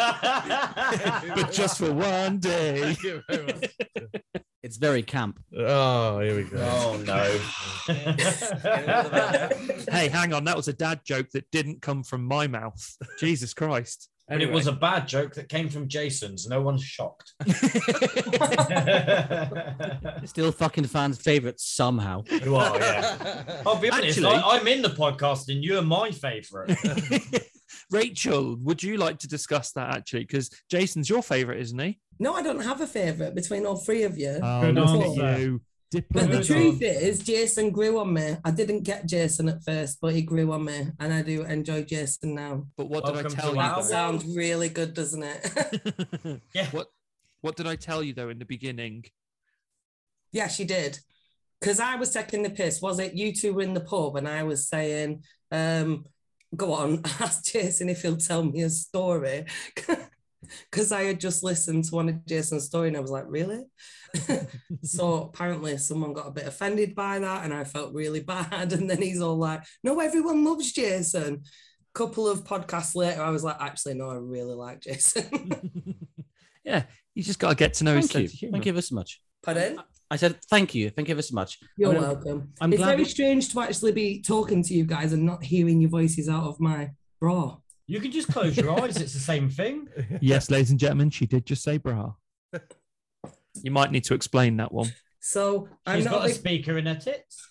[SPEAKER 7] just for one day.
[SPEAKER 6] Thank you very much.
[SPEAKER 1] It's very camp.
[SPEAKER 6] oh, here we go.
[SPEAKER 3] Oh no.
[SPEAKER 7] Hey, hang on. That was a dad joke that didn't come from my mouth. Jesus Christ.
[SPEAKER 3] But it
[SPEAKER 7] Anyway.
[SPEAKER 3] was a bad joke that came from Jason's. No one's shocked.
[SPEAKER 1] Still fucking fans' favorite somehow.
[SPEAKER 3] you are, yeah. Oh, I'll be honest,
[SPEAKER 7] Actually-
[SPEAKER 3] I, I'm in the podcast and you're my favourite.
[SPEAKER 7] Rachel, would you like to discuss that actually? Because Jason's your favorite, isn't he?
[SPEAKER 8] Uh,
[SPEAKER 5] No, I don't have a favourite between all three of you.
[SPEAKER 7] Oh,
[SPEAKER 3] Good
[SPEAKER 7] look at
[SPEAKER 3] answer.
[SPEAKER 7] you.
[SPEAKER 5] But the
[SPEAKER 7] Diplomat.
[SPEAKER 5] truth is, Jason grew on me. I didn't get Jason at first, but he grew on me, and I do enjoy Jason now.
[SPEAKER 7] But what
[SPEAKER 3] Welcome
[SPEAKER 7] did
[SPEAKER 3] to
[SPEAKER 7] I tell you?
[SPEAKER 3] our
[SPEAKER 5] That
[SPEAKER 7] though?
[SPEAKER 5] sounds really good, doesn't it?
[SPEAKER 3] Yeah.
[SPEAKER 7] What What did I tell you though in the beginning?
[SPEAKER 5] yeah, she did. Because I was taking the piss. Was it you two were in the pub, and I was saying, um, "Go on, ask Jason if he'll tell me a story." Because I had just listened to one of Jason's story, and I was like, "Really?" so apparently, someone got a bit offended by that, and I felt really bad. And then he's all like, "No, everyone loves Jason." Couple of podcasts later, I was like, "Actually, no, I really like Jason."
[SPEAKER 7] yeah, you just got to get to know his
[SPEAKER 1] Thank you.
[SPEAKER 7] sense of humour.
[SPEAKER 1] Thank you ever so much.
[SPEAKER 5] Pardon?
[SPEAKER 1] I said thank you. Thank you ever so much.
[SPEAKER 5] You're
[SPEAKER 1] I'm gonna-
[SPEAKER 5] welcome.
[SPEAKER 1] I'm
[SPEAKER 5] it's
[SPEAKER 1] glad
[SPEAKER 5] very
[SPEAKER 1] we-
[SPEAKER 5] strange to actually be talking to you guys and not hearing your voices out of my bra.
[SPEAKER 3] You can just close your eyes. It's the same thing.
[SPEAKER 7] Yes, ladies and gentlemen, she did just say bra. You might need to explain that one.
[SPEAKER 5] So I'm
[SPEAKER 3] She's
[SPEAKER 5] not,
[SPEAKER 3] got
[SPEAKER 5] a
[SPEAKER 3] a
[SPEAKER 5] big,
[SPEAKER 3] speaker in her tits.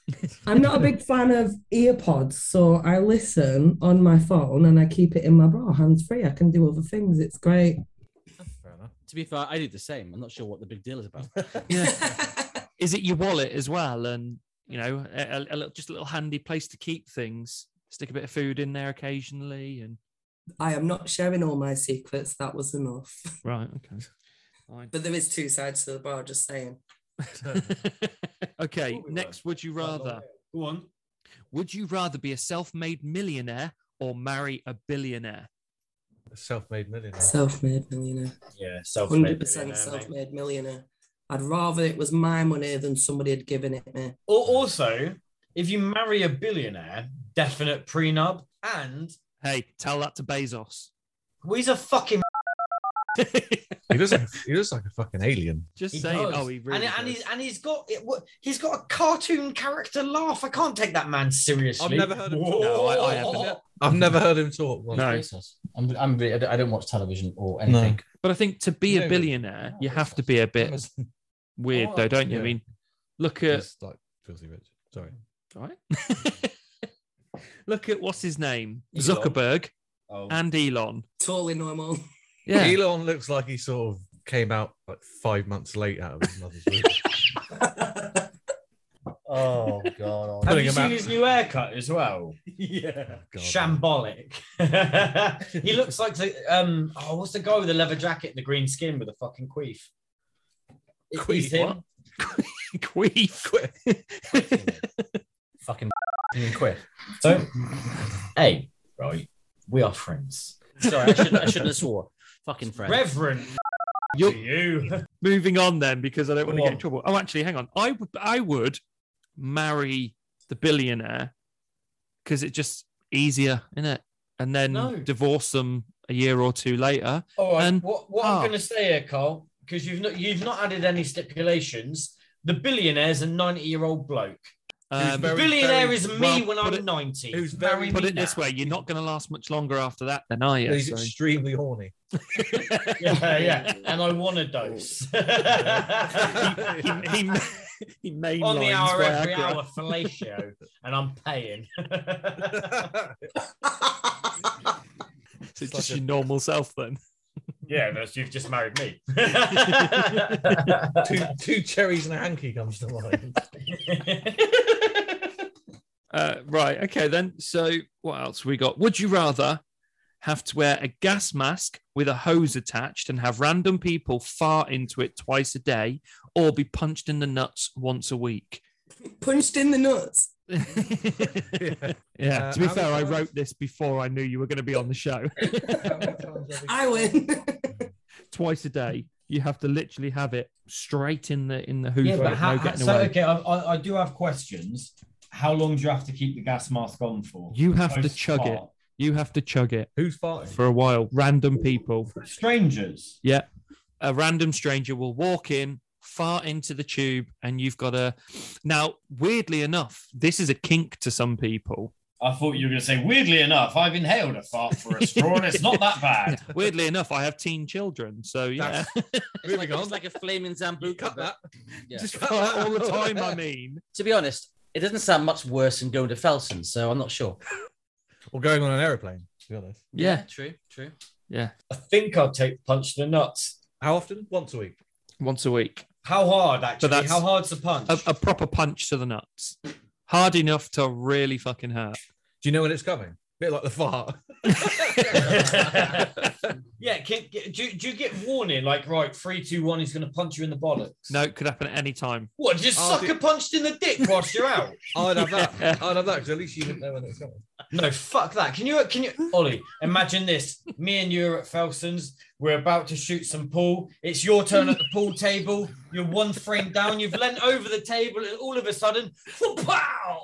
[SPEAKER 5] I'm not a big fan of earpods, so I listen on my phone and I keep it in my bra, hands free. I can do other things. It's great.
[SPEAKER 6] Fair enough.
[SPEAKER 1] To be fair, I do the same. I'm not sure what the big deal is about.
[SPEAKER 7] Is it your wallet as well? And you know, a, a- a little, just a little handy place to keep things. Stick a bit of food in there occasionally, and
[SPEAKER 5] I am not sharing all my secrets. That was enough.
[SPEAKER 7] right, okay. Fine.
[SPEAKER 5] But there is two sides to the bra, just saying.
[SPEAKER 7] okay,
[SPEAKER 3] Ooh,
[SPEAKER 7] next, would you rather?
[SPEAKER 3] Go on.
[SPEAKER 7] Would you rather be a self-made millionaire or marry a billionaire?
[SPEAKER 6] Self-made millionaire.
[SPEAKER 5] Self-made millionaire.
[SPEAKER 3] Yeah, self
[SPEAKER 5] Hundred percent self-made millionaire. I'd rather it was my money than somebody had given it me.
[SPEAKER 3] Or also, if you marry a billionaire, definite prenup, and
[SPEAKER 7] Hey, tell that to Bezos.
[SPEAKER 3] well, he's a fucking.
[SPEAKER 6] He looks like he looks like a fucking alien.
[SPEAKER 7] Just
[SPEAKER 3] He
[SPEAKER 7] saying.
[SPEAKER 3] does.
[SPEAKER 7] Oh, he
[SPEAKER 3] and,
[SPEAKER 7] really.
[SPEAKER 3] and
[SPEAKER 7] does.
[SPEAKER 3] he's and he's got it, what- he's got a cartoon character laugh. I can't take that man seriously.
[SPEAKER 6] I've never heard of him.
[SPEAKER 3] Whoa.
[SPEAKER 6] No,
[SPEAKER 7] I- I haven't.
[SPEAKER 6] I've never heard him talk. Once.
[SPEAKER 7] No.
[SPEAKER 1] Jesus. I'm, I'm really, I don't- I don't watch television or anything.
[SPEAKER 7] But I think to be
[SPEAKER 6] No,
[SPEAKER 7] a
[SPEAKER 6] but-
[SPEAKER 7] billionaire, you
[SPEAKER 6] no,
[SPEAKER 7] have to be a bit weird,
[SPEAKER 6] Oh,
[SPEAKER 7] though, don't you? I
[SPEAKER 6] yeah.
[SPEAKER 7] mean, look at
[SPEAKER 6] He's like filthy rich. Sorry.
[SPEAKER 7] right. look at what's his name,
[SPEAKER 3] Elon.
[SPEAKER 7] Zuckerberg
[SPEAKER 3] Oh.
[SPEAKER 7] and Elon.
[SPEAKER 5] Totally normal.
[SPEAKER 7] Yeah,
[SPEAKER 6] Elon looks like he sort of came out like five months late out of his mother's womb.
[SPEAKER 3] Oh god! Have
[SPEAKER 6] Putting
[SPEAKER 3] you
[SPEAKER 6] him
[SPEAKER 3] seen
[SPEAKER 6] out.
[SPEAKER 3] his new haircut as well?
[SPEAKER 6] yeah.
[SPEAKER 3] Shambolic. he looks like the um. Oh, what's the guy with the leather jacket and the green skin with the fucking queef?
[SPEAKER 6] Queef,
[SPEAKER 3] He's him.
[SPEAKER 6] what?
[SPEAKER 7] queef.
[SPEAKER 1] Fucking quit.
[SPEAKER 3] So, hey, right, we are friends,
[SPEAKER 1] Sorry, I shouldn't, I shouldn't have swore. Fucking friend.
[SPEAKER 3] Reverend.
[SPEAKER 7] You're-
[SPEAKER 3] to you.
[SPEAKER 7] Moving on then, because I don't want to
[SPEAKER 3] Go
[SPEAKER 7] get in
[SPEAKER 3] on.
[SPEAKER 7] trouble. Oh, actually, hang on. I would, I would marry the billionaire because it's just easier, isn't it? And then
[SPEAKER 3] No.
[SPEAKER 7] divorce them a year or two later.
[SPEAKER 3] All right.
[SPEAKER 7] And-
[SPEAKER 3] what what
[SPEAKER 7] oh.
[SPEAKER 3] I'm going to say here, Carl, because you've not you've not added any stipulations. The billionaire's a ninety-year-old bloke.
[SPEAKER 6] Who's
[SPEAKER 7] Um,
[SPEAKER 6] very-
[SPEAKER 3] billionaire
[SPEAKER 6] very-
[SPEAKER 3] is me
[SPEAKER 7] well,
[SPEAKER 3] when
[SPEAKER 7] put
[SPEAKER 3] I'm
[SPEAKER 7] it-
[SPEAKER 3] ninety.
[SPEAKER 6] who's
[SPEAKER 3] Marry
[SPEAKER 6] very-
[SPEAKER 3] me
[SPEAKER 7] put it this
[SPEAKER 3] now.
[SPEAKER 7] way, you're not going to last much longer after that, then are you?
[SPEAKER 6] He's
[SPEAKER 7] So-
[SPEAKER 6] extremely horny.
[SPEAKER 3] Yeah, yeah. And I want a dose.
[SPEAKER 7] he, he, he mainlines
[SPEAKER 3] On the hour every
[SPEAKER 7] Viagra.
[SPEAKER 3] hour fellatio, and I'm paying.
[SPEAKER 7] So
[SPEAKER 6] It's
[SPEAKER 7] just
[SPEAKER 6] like a-
[SPEAKER 7] your normal self then.
[SPEAKER 3] yeah, that's, you've just married me.
[SPEAKER 6] two, two cherries and a hanky comes to mind.
[SPEAKER 7] Uh, right. Okay then. So what else we got? Would you rather have to wear a gas mask with a hose attached and have random people fart into it twice a day, or be punched in the nuts once a week?
[SPEAKER 5] Punched in the nuts.
[SPEAKER 7] yeah.
[SPEAKER 6] Uh,
[SPEAKER 7] to be
[SPEAKER 6] how
[SPEAKER 7] fair, I
[SPEAKER 6] many times-
[SPEAKER 7] wrote this before I knew you were going to be on the show.
[SPEAKER 5] I win.
[SPEAKER 7] twice a day. You have to literally have it straight in the in the hoover.
[SPEAKER 3] yeah, but
[SPEAKER 7] no
[SPEAKER 3] how,
[SPEAKER 7] getting
[SPEAKER 3] so
[SPEAKER 7] away.
[SPEAKER 3] okay, I, I, I do have questions. How long do you have to keep the gas mask on for?
[SPEAKER 7] You have to
[SPEAKER 3] Post
[SPEAKER 7] chug it.
[SPEAKER 3] fart?
[SPEAKER 7] You have to chug it
[SPEAKER 6] Who's farting?
[SPEAKER 7] for a while. Random people.
[SPEAKER 3] Strangers.
[SPEAKER 7] a random stranger will walk in, fart into the tube, and you've got a. Now, weirdly enough, this is a kink to some people.
[SPEAKER 3] I thought you were going to say, weirdly enough, I've inhaled a fart for a straw and it's not that bad.
[SPEAKER 7] Weirdly enough, I have teen children, so yeah,
[SPEAKER 1] It's like, it's like a flaming Zambuca.
[SPEAKER 6] Cut
[SPEAKER 1] but-
[SPEAKER 6] that.
[SPEAKER 1] yeah.
[SPEAKER 7] just fart all the time. I mean,
[SPEAKER 1] To be honest, it doesn't sound much worse than going to Felsen, so I'm not sure.
[SPEAKER 6] Or going on an aeroplane, to be honest.
[SPEAKER 7] yeah,
[SPEAKER 1] true, true.
[SPEAKER 7] yeah,
[SPEAKER 3] I think I'll take punch the nuts.
[SPEAKER 6] How often? Once a week.
[SPEAKER 7] once a week.
[SPEAKER 3] How hard, actually?
[SPEAKER 7] that's-
[SPEAKER 3] How hard's the punch?
[SPEAKER 7] A, a proper punch to the nuts. Hard enough to really fucking hurt.
[SPEAKER 6] Do you know when it's coming? Bit like the fart.
[SPEAKER 3] yeah, can, do, do you get warning? Like, right, three, two, one, he's going to punch you in the bollocks.
[SPEAKER 7] No, it could happen at any time.
[SPEAKER 3] What, just
[SPEAKER 6] Oh,
[SPEAKER 3] sucker punched in the dick whilst you're out?
[SPEAKER 6] I'd have
[SPEAKER 7] Yeah.
[SPEAKER 6] that. I'd have that because at least you didn't know when it's coming.
[SPEAKER 3] No, fuck that. Can you, can you, Ollie, imagine this. Me and you are at Felson's. We're about to shoot some pool. It's your turn at the pool table. You're one frame down. You've leant over the table, and all of a sudden, pow!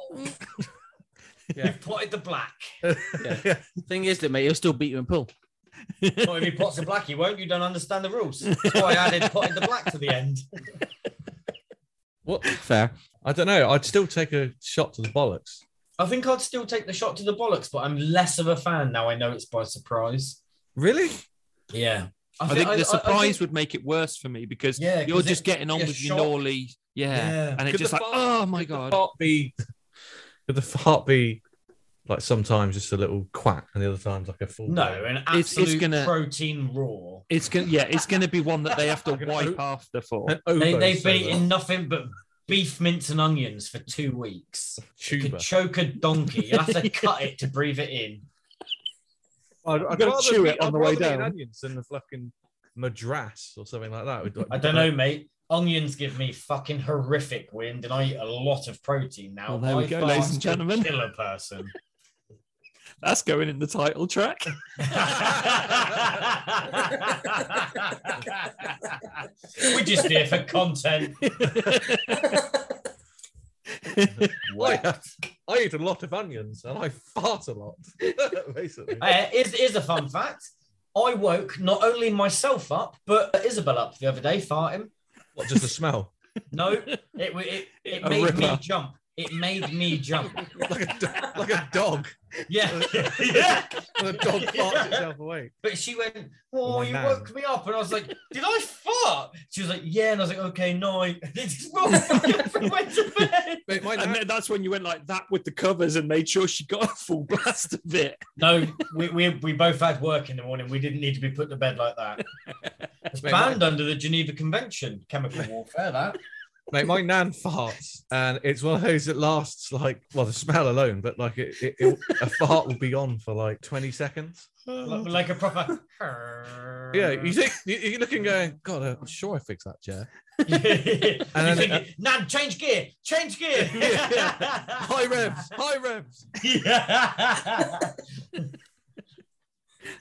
[SPEAKER 3] You've potted the black.
[SPEAKER 1] Thing is that mate, he'll still beat you in pool.
[SPEAKER 3] Not if he pots the black, he won't. You don't understand the rules. That's why I added potted the black to the end.
[SPEAKER 1] What? Fair.
[SPEAKER 6] I don't know. I'd still take a shot to the bollocks.
[SPEAKER 3] I think I'd still take the shot to the bollocks, but I'm less of a fan now. I know it's by surprise.
[SPEAKER 6] Really?
[SPEAKER 3] Yeah.
[SPEAKER 7] I think the surprise
[SPEAKER 3] think-
[SPEAKER 7] would make it worse for me because
[SPEAKER 3] Yeah,
[SPEAKER 7] you're
[SPEAKER 3] 'cause
[SPEAKER 7] just
[SPEAKER 3] it-
[SPEAKER 7] getting on
[SPEAKER 3] you're
[SPEAKER 7] with your
[SPEAKER 3] shocked.
[SPEAKER 7] Norley. Yeah.
[SPEAKER 3] Yeah.
[SPEAKER 7] And it's
[SPEAKER 6] Could
[SPEAKER 7] just
[SPEAKER 6] the
[SPEAKER 7] like,
[SPEAKER 6] fart-
[SPEAKER 7] oh my
[SPEAKER 6] could
[SPEAKER 7] God.
[SPEAKER 6] The fart be, could the fart be like sometimes just a little quack and the other times like a full?
[SPEAKER 3] no, an absolute
[SPEAKER 7] It's- it's gonna-
[SPEAKER 3] protein raw.
[SPEAKER 7] It's gonna yeah, it's gonna be one that they have to wipe after for.
[SPEAKER 6] An
[SPEAKER 3] eh? They,
[SPEAKER 6] oboe
[SPEAKER 3] they've
[SPEAKER 6] sober.
[SPEAKER 3] been eating nothing but beef, mince, and onions for two weeks. You could
[SPEAKER 6] tuba.
[SPEAKER 3] choke a donkey. You'll have to cut it to breathe it in.
[SPEAKER 6] I'd,
[SPEAKER 7] I'd rather chew it
[SPEAKER 6] eat-
[SPEAKER 7] on
[SPEAKER 6] I'd
[SPEAKER 7] the way
[SPEAKER 6] rather eat
[SPEAKER 7] down.
[SPEAKER 6] Onions than the fucking madras or something like that. We'd like-
[SPEAKER 3] I don't know, mate. Onions give me fucking horrific wind, and I eat a lot of protein now.
[SPEAKER 7] Well, there we
[SPEAKER 3] I
[SPEAKER 7] go, ladies and
[SPEAKER 3] fast
[SPEAKER 7] gentlemen.
[SPEAKER 3] Kill a person.
[SPEAKER 7] That's going in the title track.
[SPEAKER 3] We're just here for content.
[SPEAKER 6] I, I eat a lot of onions and I fart a lot. Basically,
[SPEAKER 3] Uh, is is a fun fact. I woke not only myself up, but Isabel up the other day farting.
[SPEAKER 6] what just the smell?
[SPEAKER 3] No, it w- it, it
[SPEAKER 7] A
[SPEAKER 3] made me
[SPEAKER 7] ripper.
[SPEAKER 3] jump. It made me jump.
[SPEAKER 6] Like a, do- like a dog.
[SPEAKER 3] Yeah, yeah.
[SPEAKER 6] When a dog farts
[SPEAKER 3] Yeah.
[SPEAKER 6] itself away.
[SPEAKER 3] But she went, "Oh,
[SPEAKER 6] my
[SPEAKER 3] you
[SPEAKER 6] man."
[SPEAKER 3] woke me up," and I was like, "Did I fart?" She was like, "Yeah," and I was like, "Okay, no." I just woke up and went to bed.
[SPEAKER 6] Mate, my
[SPEAKER 7] And
[SPEAKER 6] nan,
[SPEAKER 7] then that's when you went like that with the covers and made sure she got a full blast of it.
[SPEAKER 3] No, we, we, we both had work in the morning. We didn't need to be put to bed like that. It's
[SPEAKER 6] Mate,
[SPEAKER 3] banned under the Geneva Convention, chemical warfare. That
[SPEAKER 6] mate, my nan farts, and it's one of those that lasts like well, the smell alone, but like it, it, it a fart will be on for like twenty seconds.
[SPEAKER 3] like, like a proper.
[SPEAKER 6] Yeah, you think you- you're looking, going, God, I'm sure I fixed that chair.
[SPEAKER 3] and
[SPEAKER 6] then- uh,
[SPEAKER 3] Nan, change gear, change gear.
[SPEAKER 6] High revs, high revs.
[SPEAKER 3] Yeah.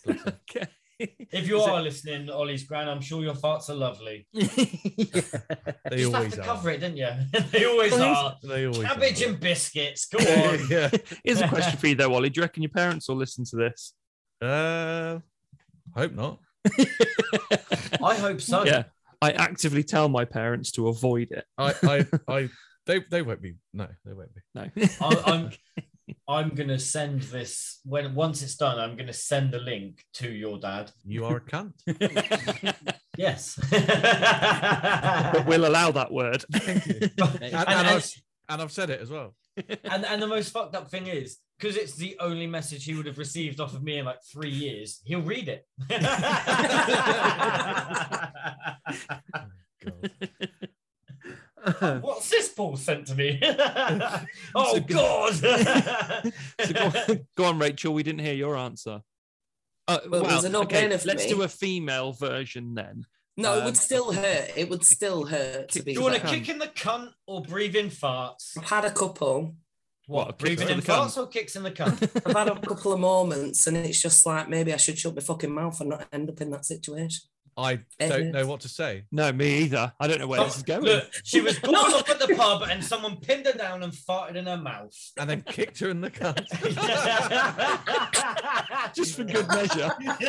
[SPEAKER 7] Okay.
[SPEAKER 3] If you are listening, Ollie's grand, I'm sure your farts are lovely.
[SPEAKER 6] They
[SPEAKER 3] Just have
[SPEAKER 6] always
[SPEAKER 3] to
[SPEAKER 6] are.
[SPEAKER 3] cover it, didn't you? they always
[SPEAKER 7] Please.
[SPEAKER 3] are.
[SPEAKER 6] They always
[SPEAKER 3] Cabbage
[SPEAKER 6] are.
[SPEAKER 3] and biscuits. Go on.
[SPEAKER 6] yeah.
[SPEAKER 7] Here's a question for you though, Ollie. Do you reckon your parents will listen to this?
[SPEAKER 6] Uh, hope not.
[SPEAKER 3] I hope so.
[SPEAKER 7] Oh, Yeah. I actively tell my parents to avoid it.
[SPEAKER 6] I, I, I, they, they won't be. No, they won't be.
[SPEAKER 7] No.
[SPEAKER 3] I, I'm I'm gonna send this when once it's done. I'm gonna send the link to your dad.
[SPEAKER 6] You are a cunt.
[SPEAKER 3] Yes.
[SPEAKER 7] but we'll allow that word.
[SPEAKER 6] Thank you.
[SPEAKER 3] and,
[SPEAKER 6] And, and
[SPEAKER 3] and,
[SPEAKER 6] I've, and I've said it as well.
[SPEAKER 3] and, and the most fucked up thing is because it's the only message he would have received off of me in like three years. He'll read it.
[SPEAKER 6] Oh, God.
[SPEAKER 3] What's this Paul sent to me? oh God.
[SPEAKER 7] So go, on, go on, Rachel. We didn't hear your answer. Uh,
[SPEAKER 5] Well, it was a no-brainer for
[SPEAKER 7] let's
[SPEAKER 5] me.
[SPEAKER 7] do a female version then.
[SPEAKER 5] No, it
[SPEAKER 7] Um,
[SPEAKER 5] would still hurt. It would still hurt to
[SPEAKER 7] Do
[SPEAKER 5] be.
[SPEAKER 3] Do you want to
[SPEAKER 5] fair.
[SPEAKER 3] kick in the cunt or breathe in farts?
[SPEAKER 5] I've had a couple.
[SPEAKER 3] What?
[SPEAKER 7] What, kicks
[SPEAKER 3] breathing
[SPEAKER 7] in
[SPEAKER 3] in
[SPEAKER 7] the cunt?
[SPEAKER 3] farts or kicks in the cunt?
[SPEAKER 5] I've had a couple of moments, and it's just like maybe I should shut my fucking mouth and not end up in that situation.
[SPEAKER 6] I don't know what to say.
[SPEAKER 7] No, me either. I don't know
[SPEAKER 6] Oh,
[SPEAKER 7] where this is going.
[SPEAKER 3] Look, she was caught up at the pub and someone pinned her down and farted in her mouth.
[SPEAKER 6] And then kicked her in the cunt.
[SPEAKER 7] Just for good measure.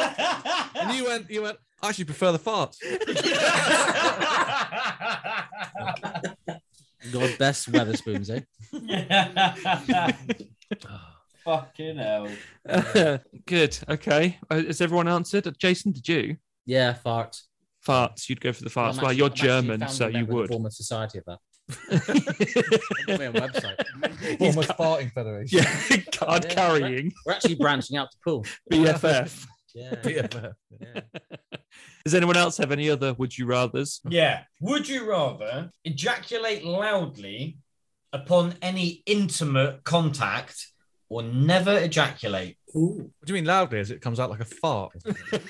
[SPEAKER 6] and you went, you went. I actually prefer the farts.
[SPEAKER 1] God best Weatherspoons, eh?
[SPEAKER 3] Fucking hell.
[SPEAKER 7] good. Okay. Uh, Has everyone answered? Jason, did you?
[SPEAKER 1] Yeah, fart.
[SPEAKER 7] Farts. You'd go for the
[SPEAKER 1] I'm
[SPEAKER 7] farts. well,
[SPEAKER 1] actually-
[SPEAKER 7] you're
[SPEAKER 1] I'm actually
[SPEAKER 7] German,
[SPEAKER 1] founding
[SPEAKER 7] so
[SPEAKER 1] a
[SPEAKER 7] you
[SPEAKER 1] member of the
[SPEAKER 7] would.
[SPEAKER 1] Former society of that. My own website.
[SPEAKER 6] Almost farting federation.
[SPEAKER 7] Yeah, card
[SPEAKER 1] Yeah.
[SPEAKER 7] carrying
[SPEAKER 1] We're actually branching out to pool.
[SPEAKER 7] BFF.
[SPEAKER 1] Yeah.
[SPEAKER 6] Yeah.
[SPEAKER 1] yeah.
[SPEAKER 7] Does anyone else have any other would you rather's?
[SPEAKER 3] Yeah. Would you rather ejaculate loudly upon any intimate contact or never ejaculate?
[SPEAKER 5] Ooh.
[SPEAKER 6] What do you mean loudly? As it comes out like a fart.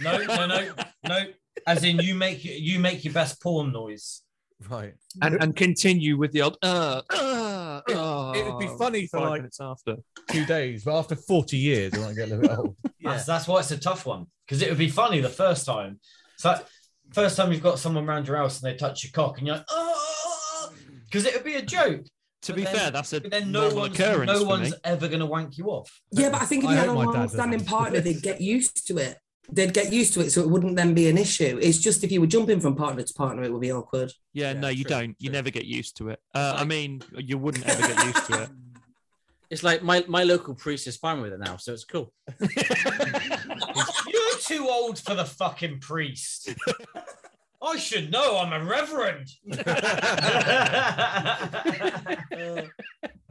[SPEAKER 3] No, no, no, no. As in, you make you make your best porn noise.
[SPEAKER 6] right.
[SPEAKER 7] And, and continue with the old uh, uh, uh,
[SPEAKER 6] it would be funny for
[SPEAKER 7] five
[SPEAKER 6] like-
[SPEAKER 7] minutes after.
[SPEAKER 6] Two days, but after 40 years, I might get a little bit old.
[SPEAKER 3] That's, that's why it's a tough one because it would be funny the first time. So first time you've got someone round your house and they touch your cock and you're like, oh, because it would be a joke.
[SPEAKER 7] To
[SPEAKER 3] But
[SPEAKER 7] be
[SPEAKER 3] then-
[SPEAKER 7] fair, that's a
[SPEAKER 3] But then no
[SPEAKER 7] normal
[SPEAKER 3] one's
[SPEAKER 7] occurrence.
[SPEAKER 3] no
[SPEAKER 7] for
[SPEAKER 3] one's
[SPEAKER 7] me.
[SPEAKER 3] ever going to wank you off.
[SPEAKER 5] Yeah, but I think if
[SPEAKER 6] I
[SPEAKER 5] you had a
[SPEAKER 6] hope my dad
[SPEAKER 5] long
[SPEAKER 6] doesn't.
[SPEAKER 5] standing partner, they'd get used to it. They'd get used to it, so it wouldn't then be an issue. It's just if you were jumping from partner to partner, it would be awkward.
[SPEAKER 7] Yeah,
[SPEAKER 6] Yeah,
[SPEAKER 7] no, you
[SPEAKER 6] true,
[SPEAKER 7] don't. You
[SPEAKER 6] true.
[SPEAKER 7] never get used to it. Uh, I mean, you wouldn't ever get used to it.
[SPEAKER 1] It's like my, my local priest is fine with it now, so it's cool.
[SPEAKER 3] You're too old for the fucking priest. I should know. I'm a reverend.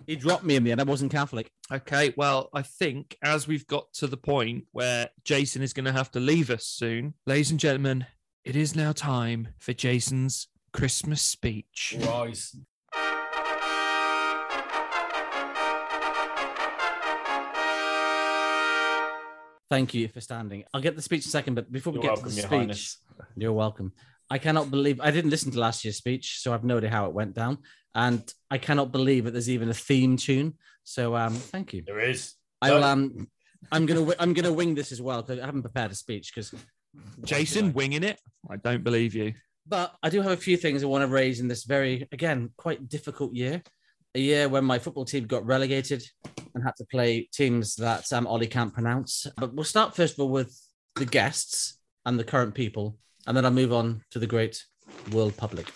[SPEAKER 1] He dropped me in the end. I wasn't Catholic.
[SPEAKER 7] Okay, well, I think as we've got to the point where Jason is going to have to leave us soon, ladies and gentlemen, it is now time for Jason's Christmas speech.
[SPEAKER 3] Rise.
[SPEAKER 1] Thank you for standing. I'll get the speech in a second, but before we
[SPEAKER 3] You're
[SPEAKER 1] get
[SPEAKER 3] welcome,
[SPEAKER 1] to the
[SPEAKER 3] Your
[SPEAKER 1] speech,
[SPEAKER 3] Highness.
[SPEAKER 1] you're welcome. I cannot believe I didn't listen to last year's speech, so I've no idea how it went down. And I cannot believe that there's even a theme tune. So um, thank you.
[SPEAKER 3] There is.
[SPEAKER 1] I will. Um, I'm gonna. wi- I'm gonna wing this as well because I haven't prepared a speech. Because
[SPEAKER 7] Jason winging it? I don't believe you.
[SPEAKER 1] But I do have a few things I want to raise in this very, again, quite difficult year. A year when my football team got relegated and had to play teams that um, Ollie can't pronounce. But we'll start first of all with the guests and the current people, and then I'll move on to the great world public.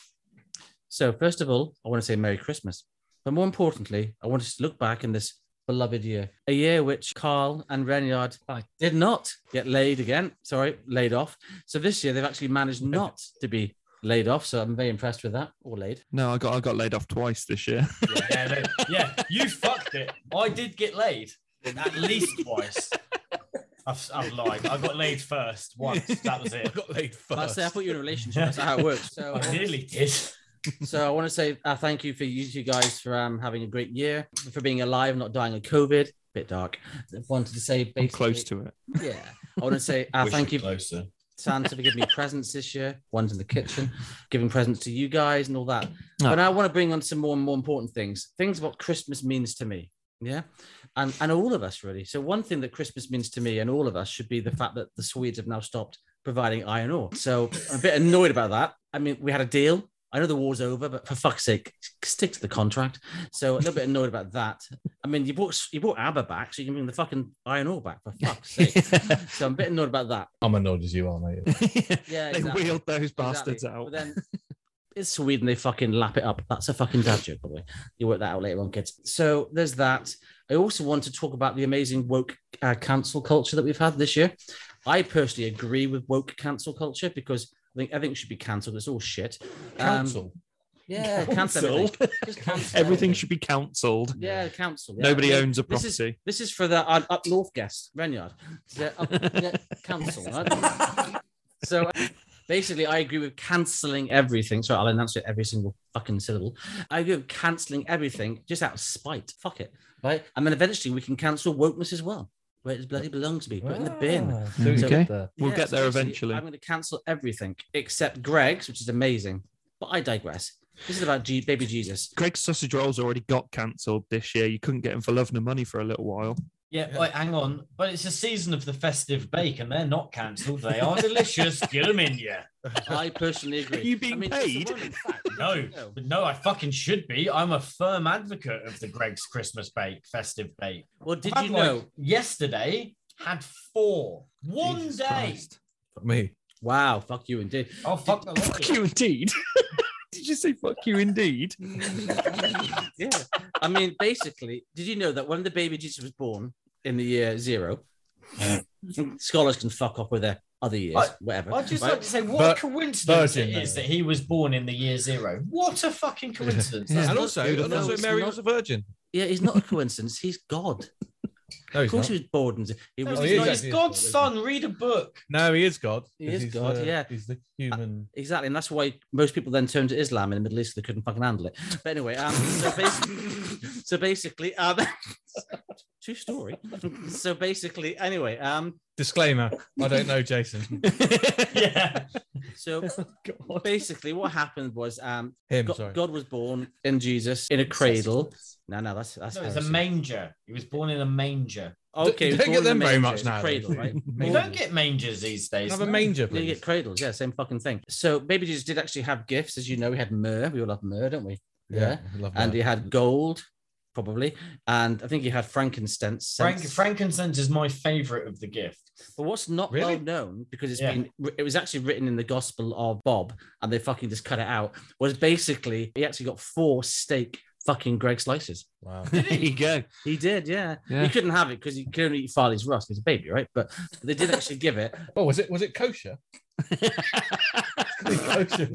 [SPEAKER 1] So, first of all, I want to say Merry Christmas. But more importantly, I want us to look back in this beloved year, a year which Carl and Renyard did not get laid again. Sorry, laid off. So this year they've actually managed not to be laid off. So I'm very impressed with that. Or laid.
[SPEAKER 7] No, I got I got laid off twice this year.
[SPEAKER 3] Yeah, no, yeah, you fucked it. I did get laid at least twice. I've, I've lied. I got laid first once. That was
[SPEAKER 6] I
[SPEAKER 3] it.
[SPEAKER 6] got laid
[SPEAKER 1] I
[SPEAKER 6] first.
[SPEAKER 1] say I thought you were in a relationship. That's not how it works. So,
[SPEAKER 3] I nearly did.
[SPEAKER 1] so I want to say uh, thank you for you two guys for um, having a great year, for being alive, not dying of COVID. Bit dark. I wanted to say basically,
[SPEAKER 7] I'm close to it.
[SPEAKER 1] Yeah. I want to say uh,
[SPEAKER 3] Wish
[SPEAKER 1] thank
[SPEAKER 3] you
[SPEAKER 1] you,
[SPEAKER 3] Closer.
[SPEAKER 1] Santa, for giving me presents this year. One's in the kitchen, giving presents to you guys and all that.
[SPEAKER 7] Oh.
[SPEAKER 1] But I want to bring on some more and more important things. Things what Christmas means to me. Yeah. And and all of us really. So one thing that Christmas means to me and all of us should be the fact that the Swedes have now stopped providing iron ore. So I'm a bit annoyed about that. I mean, we had a deal. I know the war's over, but for fuck's sake, stick to the contract. So a little bit annoyed about that. I mean, you bought you bought ABBA back, so you can bring the fucking iron ore back for fuck's sake. so I'm a bit annoyed about that.
[SPEAKER 6] I'm annoyed as you are, mate.
[SPEAKER 1] Yeah,
[SPEAKER 7] they
[SPEAKER 1] exactly.
[SPEAKER 7] wheeled those bastards
[SPEAKER 1] Exactly.
[SPEAKER 7] out.
[SPEAKER 1] But then it's Sweden, they fucking lap it up. That's a fucking dad joke, by the way. You work that out later on, kids. So there's that. I also want to talk about the amazing woke uh, cancel culture that we've had this year. I personally agree with woke cancel culture because I think everything should be cancelled. It's all shit. Um,
[SPEAKER 6] Council.
[SPEAKER 1] yeah, cancel
[SPEAKER 7] Council.
[SPEAKER 1] everything. Just cancel
[SPEAKER 7] Everything should be counselled.
[SPEAKER 1] Yeah, council. yeah.
[SPEAKER 7] Nobody owns a
[SPEAKER 1] This is-
[SPEAKER 7] property.
[SPEAKER 1] This is for the uh, up north guest, Renyard. The up, the council, right? So uh, basically, I agree with cancelling everything. Sorry, I'll announce it every single fucking syllable. I agree with cancelling everything just out of spite. Fuck it, right? And then eventually we can cancel wokeness as well, where it bloody belongs to be, put it in the bin.
[SPEAKER 6] Ah, see what you
[SPEAKER 7] Okay.
[SPEAKER 6] did there.
[SPEAKER 7] We'll get there
[SPEAKER 1] basically,
[SPEAKER 7] eventually.
[SPEAKER 1] I'm going to cancel everything except Greg's, which is amazing. But I digress. This is about G- baby Jesus.
[SPEAKER 7] Greg's sausage rolls already got cancelled this year. You couldn't get him for love nor money for a little while.
[SPEAKER 3] Yeah, wait, hang on. But it's a season of the festive bake, and they're not cancelled. They are delicious. Get them in you.
[SPEAKER 1] I personally agree.
[SPEAKER 7] Are you being
[SPEAKER 1] I it's a
[SPEAKER 7] paid?
[SPEAKER 1] running fact.
[SPEAKER 3] No, but no, I fucking should be. I'm a firm advocate of the Greg's Christmas bake, festive bake.
[SPEAKER 1] Well, did
[SPEAKER 3] I've
[SPEAKER 1] you
[SPEAKER 3] had, like,
[SPEAKER 1] know?
[SPEAKER 3] yesterday had four. One
[SPEAKER 6] Jesus
[SPEAKER 3] day.
[SPEAKER 6] Christ. Fuck Me.
[SPEAKER 1] Wow, fuck you indeed.
[SPEAKER 3] Oh fuck! I
[SPEAKER 7] Fuck you indeed. Did you say fuck you indeed?
[SPEAKER 1] Yeah. I mean, basically, did you know that when the baby Jesus was born in the year zero, scholars can fuck off with their other years,
[SPEAKER 3] I-
[SPEAKER 1] whatever.
[SPEAKER 3] I'd just
[SPEAKER 1] right?
[SPEAKER 3] like to say, what
[SPEAKER 6] Vir-
[SPEAKER 3] a coincidence
[SPEAKER 6] virgin,
[SPEAKER 3] it is
[SPEAKER 6] though.
[SPEAKER 3] that he was born in the year zero. What a fucking coincidence.
[SPEAKER 7] Yeah.
[SPEAKER 6] And
[SPEAKER 1] not
[SPEAKER 6] also,
[SPEAKER 1] beautiful.
[SPEAKER 6] and also
[SPEAKER 1] It's
[SPEAKER 6] Mary
[SPEAKER 1] not-
[SPEAKER 6] was a virgin.
[SPEAKER 1] Yeah, he's not a coincidence. He's God.
[SPEAKER 6] No,
[SPEAKER 1] Of
[SPEAKER 6] he's
[SPEAKER 1] course,
[SPEAKER 6] not.
[SPEAKER 1] he was bored. And he was
[SPEAKER 6] Oh,
[SPEAKER 3] No,
[SPEAKER 6] he
[SPEAKER 3] he's
[SPEAKER 6] is
[SPEAKER 3] not.
[SPEAKER 6] actually
[SPEAKER 3] He's
[SPEAKER 6] a god,
[SPEAKER 3] God's
[SPEAKER 6] isn't
[SPEAKER 3] son. Read a book.
[SPEAKER 6] No, he is God.
[SPEAKER 1] He
[SPEAKER 6] 'cause
[SPEAKER 1] is
[SPEAKER 6] he's
[SPEAKER 1] God,
[SPEAKER 6] the-
[SPEAKER 1] yeah. Uh,
[SPEAKER 6] He's the human.
[SPEAKER 1] Exactly, and that's why most people then turned to Islam in the Middle East. They couldn't fucking handle it. But anyway, um, so basically, so basically, um, true story. So basically, anyway, um,
[SPEAKER 6] Disclaimer: I don't know Jason.
[SPEAKER 3] yeah.
[SPEAKER 1] so basically, what happened was, um,
[SPEAKER 6] Him,
[SPEAKER 1] God,
[SPEAKER 6] sorry.
[SPEAKER 1] God was born in Jesus in a cradle. No, no, that's that's
[SPEAKER 3] No, it's a
[SPEAKER 1] heresy.
[SPEAKER 3] manger. He was born in a manger.
[SPEAKER 1] Okay,
[SPEAKER 6] Don't
[SPEAKER 1] he was
[SPEAKER 6] get
[SPEAKER 1] born in
[SPEAKER 6] them
[SPEAKER 1] a
[SPEAKER 6] very
[SPEAKER 1] manger.
[SPEAKER 6] much
[SPEAKER 1] It's a
[SPEAKER 6] now,
[SPEAKER 1] Cradle,
[SPEAKER 6] though.
[SPEAKER 1] right?
[SPEAKER 6] We
[SPEAKER 3] You
[SPEAKER 6] Manger.
[SPEAKER 3] don't get mangers these days.
[SPEAKER 6] Have a
[SPEAKER 3] no.
[SPEAKER 6] manger,
[SPEAKER 1] You
[SPEAKER 6] please.
[SPEAKER 1] get cradles, yeah, same fucking thing. So baby Jesus did actually have gifts, as you know. We had myrrh. We all love myrrh, don't we?
[SPEAKER 6] I love
[SPEAKER 1] and
[SPEAKER 6] that.
[SPEAKER 1] he had gold, probably, and I think he had frankincense.
[SPEAKER 3] Frank,
[SPEAKER 1] scents.
[SPEAKER 3] frankincense is my favorite of the gift.
[SPEAKER 1] but what's not
[SPEAKER 6] Really?
[SPEAKER 1] well known because it's
[SPEAKER 3] Yeah.
[SPEAKER 1] been it was actually written in the Gospel of Bob, and they fucking just cut it out. Was basically he actually got four steak fucking Greg slices.
[SPEAKER 6] wow.
[SPEAKER 8] there you go.
[SPEAKER 1] He did, yeah.
[SPEAKER 8] Yeah.
[SPEAKER 1] He couldn't have it because he could only eat Farley's Rusk. He's a baby, right? But they did actually give it.
[SPEAKER 6] Oh, was it was it kosher? kosher.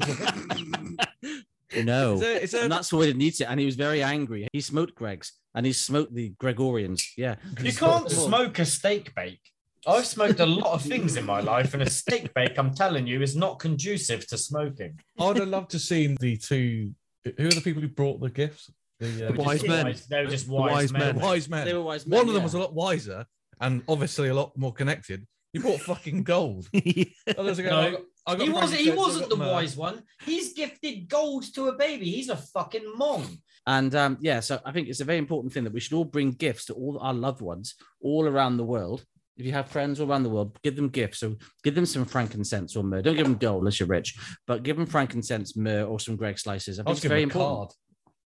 [SPEAKER 1] No.
[SPEAKER 6] Is there- is there-
[SPEAKER 1] and that's why he didn't eat it. And he was very angry. He smoked Greg's and he smoked the Gregorians. Yeah.
[SPEAKER 3] You can't smoke a steak bake. I've smoked a lot of things in my life, and a steak bake, I'm telling you, is not conducive to smoking.
[SPEAKER 6] I'd have loved to seen the two. Who are the people who brought the gifts? The, uh,
[SPEAKER 3] They were
[SPEAKER 8] Wise
[SPEAKER 3] just
[SPEAKER 8] men.
[SPEAKER 3] Wise, they were just
[SPEAKER 8] The
[SPEAKER 3] wise,
[SPEAKER 8] wise
[SPEAKER 3] men.
[SPEAKER 8] men.
[SPEAKER 6] wise men.
[SPEAKER 1] They were wise men.
[SPEAKER 6] One of them
[SPEAKER 1] yeah.
[SPEAKER 6] was a lot wiser and obviously a lot more connected. He bought fucking gold. Others are going,
[SPEAKER 3] No.
[SPEAKER 6] "I got- I got
[SPEAKER 3] He wasn't. He
[SPEAKER 6] frankincense, I
[SPEAKER 3] wasn't the
[SPEAKER 6] got myrrh."
[SPEAKER 3] wise one. He's gifted gold to a baby. He's a fucking mong.
[SPEAKER 1] And um, yeah, so I think it's a very important thing that we should all bring gifts to all our loved ones all around the world. If you have friends all around the world, give them gifts. So give them some frankincense or myrrh. Don't give them gold unless you're rich, but give them frankincense, myrrh, or some Greg slices. I
[SPEAKER 6] I
[SPEAKER 1] think
[SPEAKER 6] was
[SPEAKER 1] it's very
[SPEAKER 6] giving him a
[SPEAKER 1] important.
[SPEAKER 6] card.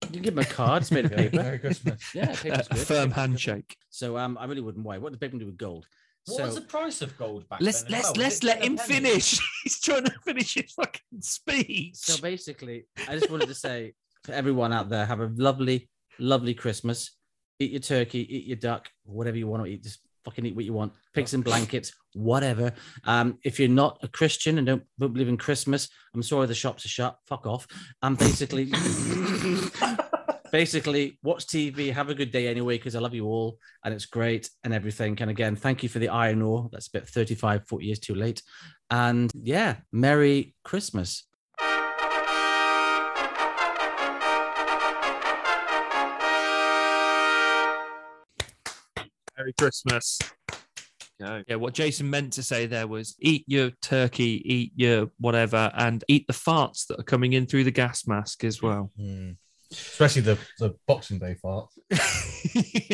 [SPEAKER 1] You can give them a card. It's made of
[SPEAKER 6] Yeah,
[SPEAKER 1] paper.
[SPEAKER 6] Merry Christmas.
[SPEAKER 1] yeah,
[SPEAKER 8] A
[SPEAKER 1] paper's
[SPEAKER 8] a
[SPEAKER 1] good.
[SPEAKER 8] firm handshake.
[SPEAKER 1] So um, I really wouldn't worry. What did paper do with gold?
[SPEAKER 3] What
[SPEAKER 1] so
[SPEAKER 3] was the price of gold back
[SPEAKER 8] Let's
[SPEAKER 3] then?
[SPEAKER 8] let's
[SPEAKER 3] as well? Was
[SPEAKER 8] let's
[SPEAKER 3] it
[SPEAKER 8] let
[SPEAKER 3] ten
[SPEAKER 8] him
[SPEAKER 3] Oh, a penny?
[SPEAKER 8] finish. He's trying to finish his fucking speech.
[SPEAKER 1] So basically, I just wanted to say to everyone out there, have a lovely, lovely Christmas. Eat your turkey, eat your duck, whatever you want to eat. Just fucking eat what you want. Pigs and blankets, whatever. Um, if you're not a Christian and don't, don't believe in Christmas, I'm sorry the shops are shut. Fuck off. And basically, basically, watch TV, have a good day anyway, because I love you all and it's great and everything. And again, thank you for the iron ore. That's about 35, 40 years too late. And yeah, Merry Christmas.
[SPEAKER 8] Merry Christmas. Yeah, what Jason meant to say there was eat your turkey, eat your whatever, and eat the farts that are coming in through the gas mask as well.
[SPEAKER 6] Hmm. Especially the, the Boxing Day fart.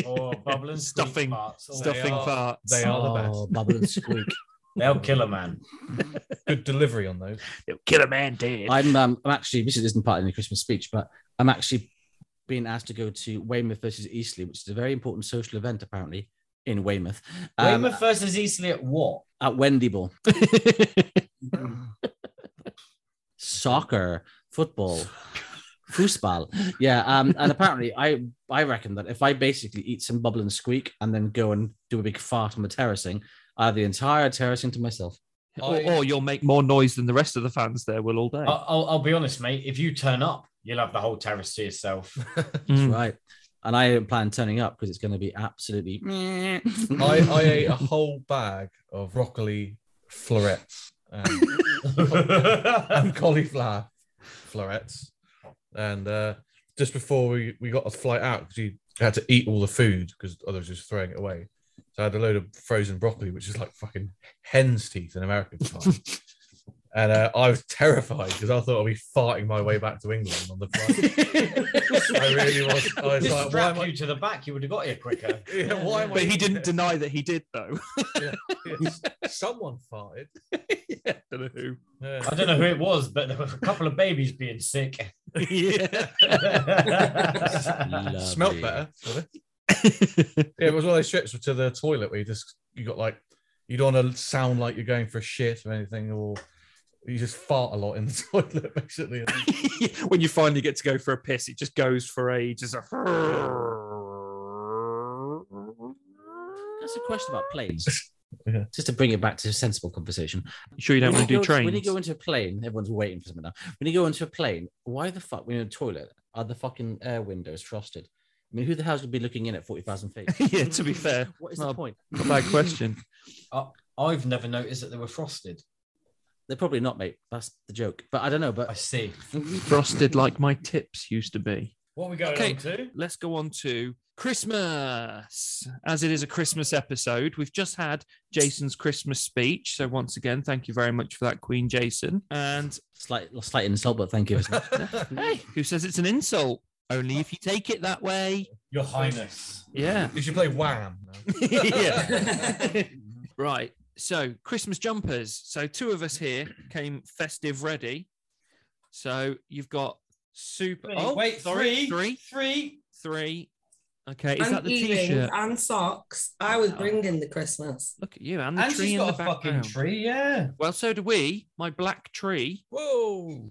[SPEAKER 3] Oh, bubbling squeak
[SPEAKER 8] Stuffing-
[SPEAKER 3] farts. Oh,
[SPEAKER 8] Stuffing
[SPEAKER 3] they are-
[SPEAKER 8] farts.
[SPEAKER 6] They are the best.
[SPEAKER 1] Oh, Bubble and squeak.
[SPEAKER 3] They'll kill a man.
[SPEAKER 6] Good delivery on those.
[SPEAKER 8] It'll kill a man dead.
[SPEAKER 1] I'm um, I'm actually this isn't part of the Christmas speech, but I'm actually being asked to go to Weymouth versus Eastleigh, which is a very important social event apparently in Weymouth. Um,
[SPEAKER 3] Weymouth versus Eastleigh at what?
[SPEAKER 1] at Wendy Ball. Soccer, football, foosball. Yeah, um, and apparently I I reckon that if I basically eat some bubble and squeak and then go and do a big fart on the terracing, I have the entire terracing to myself.
[SPEAKER 8] or, or you'll make more noise than the rest of the fans there will all day.
[SPEAKER 3] I- I'll, I'll be honest, mate. If you turn up, you'll have the whole terrace to yourself.
[SPEAKER 1] That's
[SPEAKER 7] Hmm.
[SPEAKER 8] Mm.
[SPEAKER 1] right. And I don't plan turning up because it's going to be absolutely.
[SPEAKER 6] I, I ate a whole bag of broccoli florets and, and cauliflower florets. And uh, just before we, we got a flight out, because you had to eat all the food because others just throwing it away. So I had a load of frozen broccoli, which is like fucking hen's teeth in American time. and uh, I was terrified because I thought I'd be farting my way back to England on the flight. I really was. I was
[SPEAKER 3] Just
[SPEAKER 6] like, why
[SPEAKER 3] strap
[SPEAKER 6] am I?
[SPEAKER 3] you to the back. You would have got here quicker.
[SPEAKER 6] yeah, why am I
[SPEAKER 8] But he
[SPEAKER 6] eating
[SPEAKER 8] didn't
[SPEAKER 6] this?
[SPEAKER 8] deny that he did, though.
[SPEAKER 6] Yes. Someone farted.
[SPEAKER 8] yeah, don't know who.
[SPEAKER 6] Yeah.
[SPEAKER 3] I don't know who it was, but there were a couple of babies being sick.
[SPEAKER 8] yeah.
[SPEAKER 3] That's
[SPEAKER 6] Smelt better. sorry. yeah, it was one of those trips to the toilet where you just you got like you don't want to sound like you're going for a shit or anything, or you just fart a lot in the toilet basically.
[SPEAKER 8] when you finally get to go for a piss, it just goes for ages.
[SPEAKER 1] That's a question about planes.
[SPEAKER 6] Yeah.
[SPEAKER 1] Just to bring it back to a sensible conversation.
[SPEAKER 8] You sure you don't
[SPEAKER 1] When
[SPEAKER 8] want to
[SPEAKER 1] you
[SPEAKER 8] do
[SPEAKER 1] go- When you
[SPEAKER 8] trains?
[SPEAKER 1] go into a plane, everyone's waiting for something now. When you go into a plane, why the fuck, when you're in a toilet, are the fucking air windows frosted? mean, who the hell's going to be looking in at 40,000 feet?
[SPEAKER 7] yeah, to be fair,
[SPEAKER 1] What is
[SPEAKER 7] Not
[SPEAKER 1] the
[SPEAKER 7] a
[SPEAKER 1] point?
[SPEAKER 7] not a bad question.
[SPEAKER 3] I've never noticed that they were frosted.
[SPEAKER 1] They're probably not, mate. That's the joke. But I don't know. But
[SPEAKER 3] I see.
[SPEAKER 7] Frosted like my tips used to be.
[SPEAKER 6] What are we going
[SPEAKER 7] Okay.
[SPEAKER 6] on to?
[SPEAKER 7] Let's go on to Christmas. As it is a Christmas episode, we've just had Jason's Christmas speech. So, once again, thank you very much for that, Queen Jason. And
[SPEAKER 1] slight, slight insult, but thank you.
[SPEAKER 7] hey, who says it's an insult? Only if you take it that way.
[SPEAKER 3] Your Highness.
[SPEAKER 7] Yeah.
[SPEAKER 6] You should play Wham.
[SPEAKER 7] yeah. Right. So Christmas jumpers. So two of us here came festive ready. So you've got super.
[SPEAKER 3] Wait,
[SPEAKER 7] Oh,
[SPEAKER 3] wait,
[SPEAKER 7] sorry,
[SPEAKER 3] three.
[SPEAKER 7] three,
[SPEAKER 3] Three.
[SPEAKER 7] three. Okay, is
[SPEAKER 5] and
[SPEAKER 7] that the
[SPEAKER 5] earrings
[SPEAKER 7] t-shirt?
[SPEAKER 5] and socks. I was
[SPEAKER 7] Wow.
[SPEAKER 5] bringing the Christmas.
[SPEAKER 7] Look at you and the
[SPEAKER 3] And
[SPEAKER 7] tree
[SPEAKER 3] she's
[SPEAKER 7] in
[SPEAKER 3] got
[SPEAKER 7] the
[SPEAKER 3] a fucking
[SPEAKER 7] background.
[SPEAKER 3] tree, yeah.
[SPEAKER 7] Well, so do we. My black tree.
[SPEAKER 6] Whoa.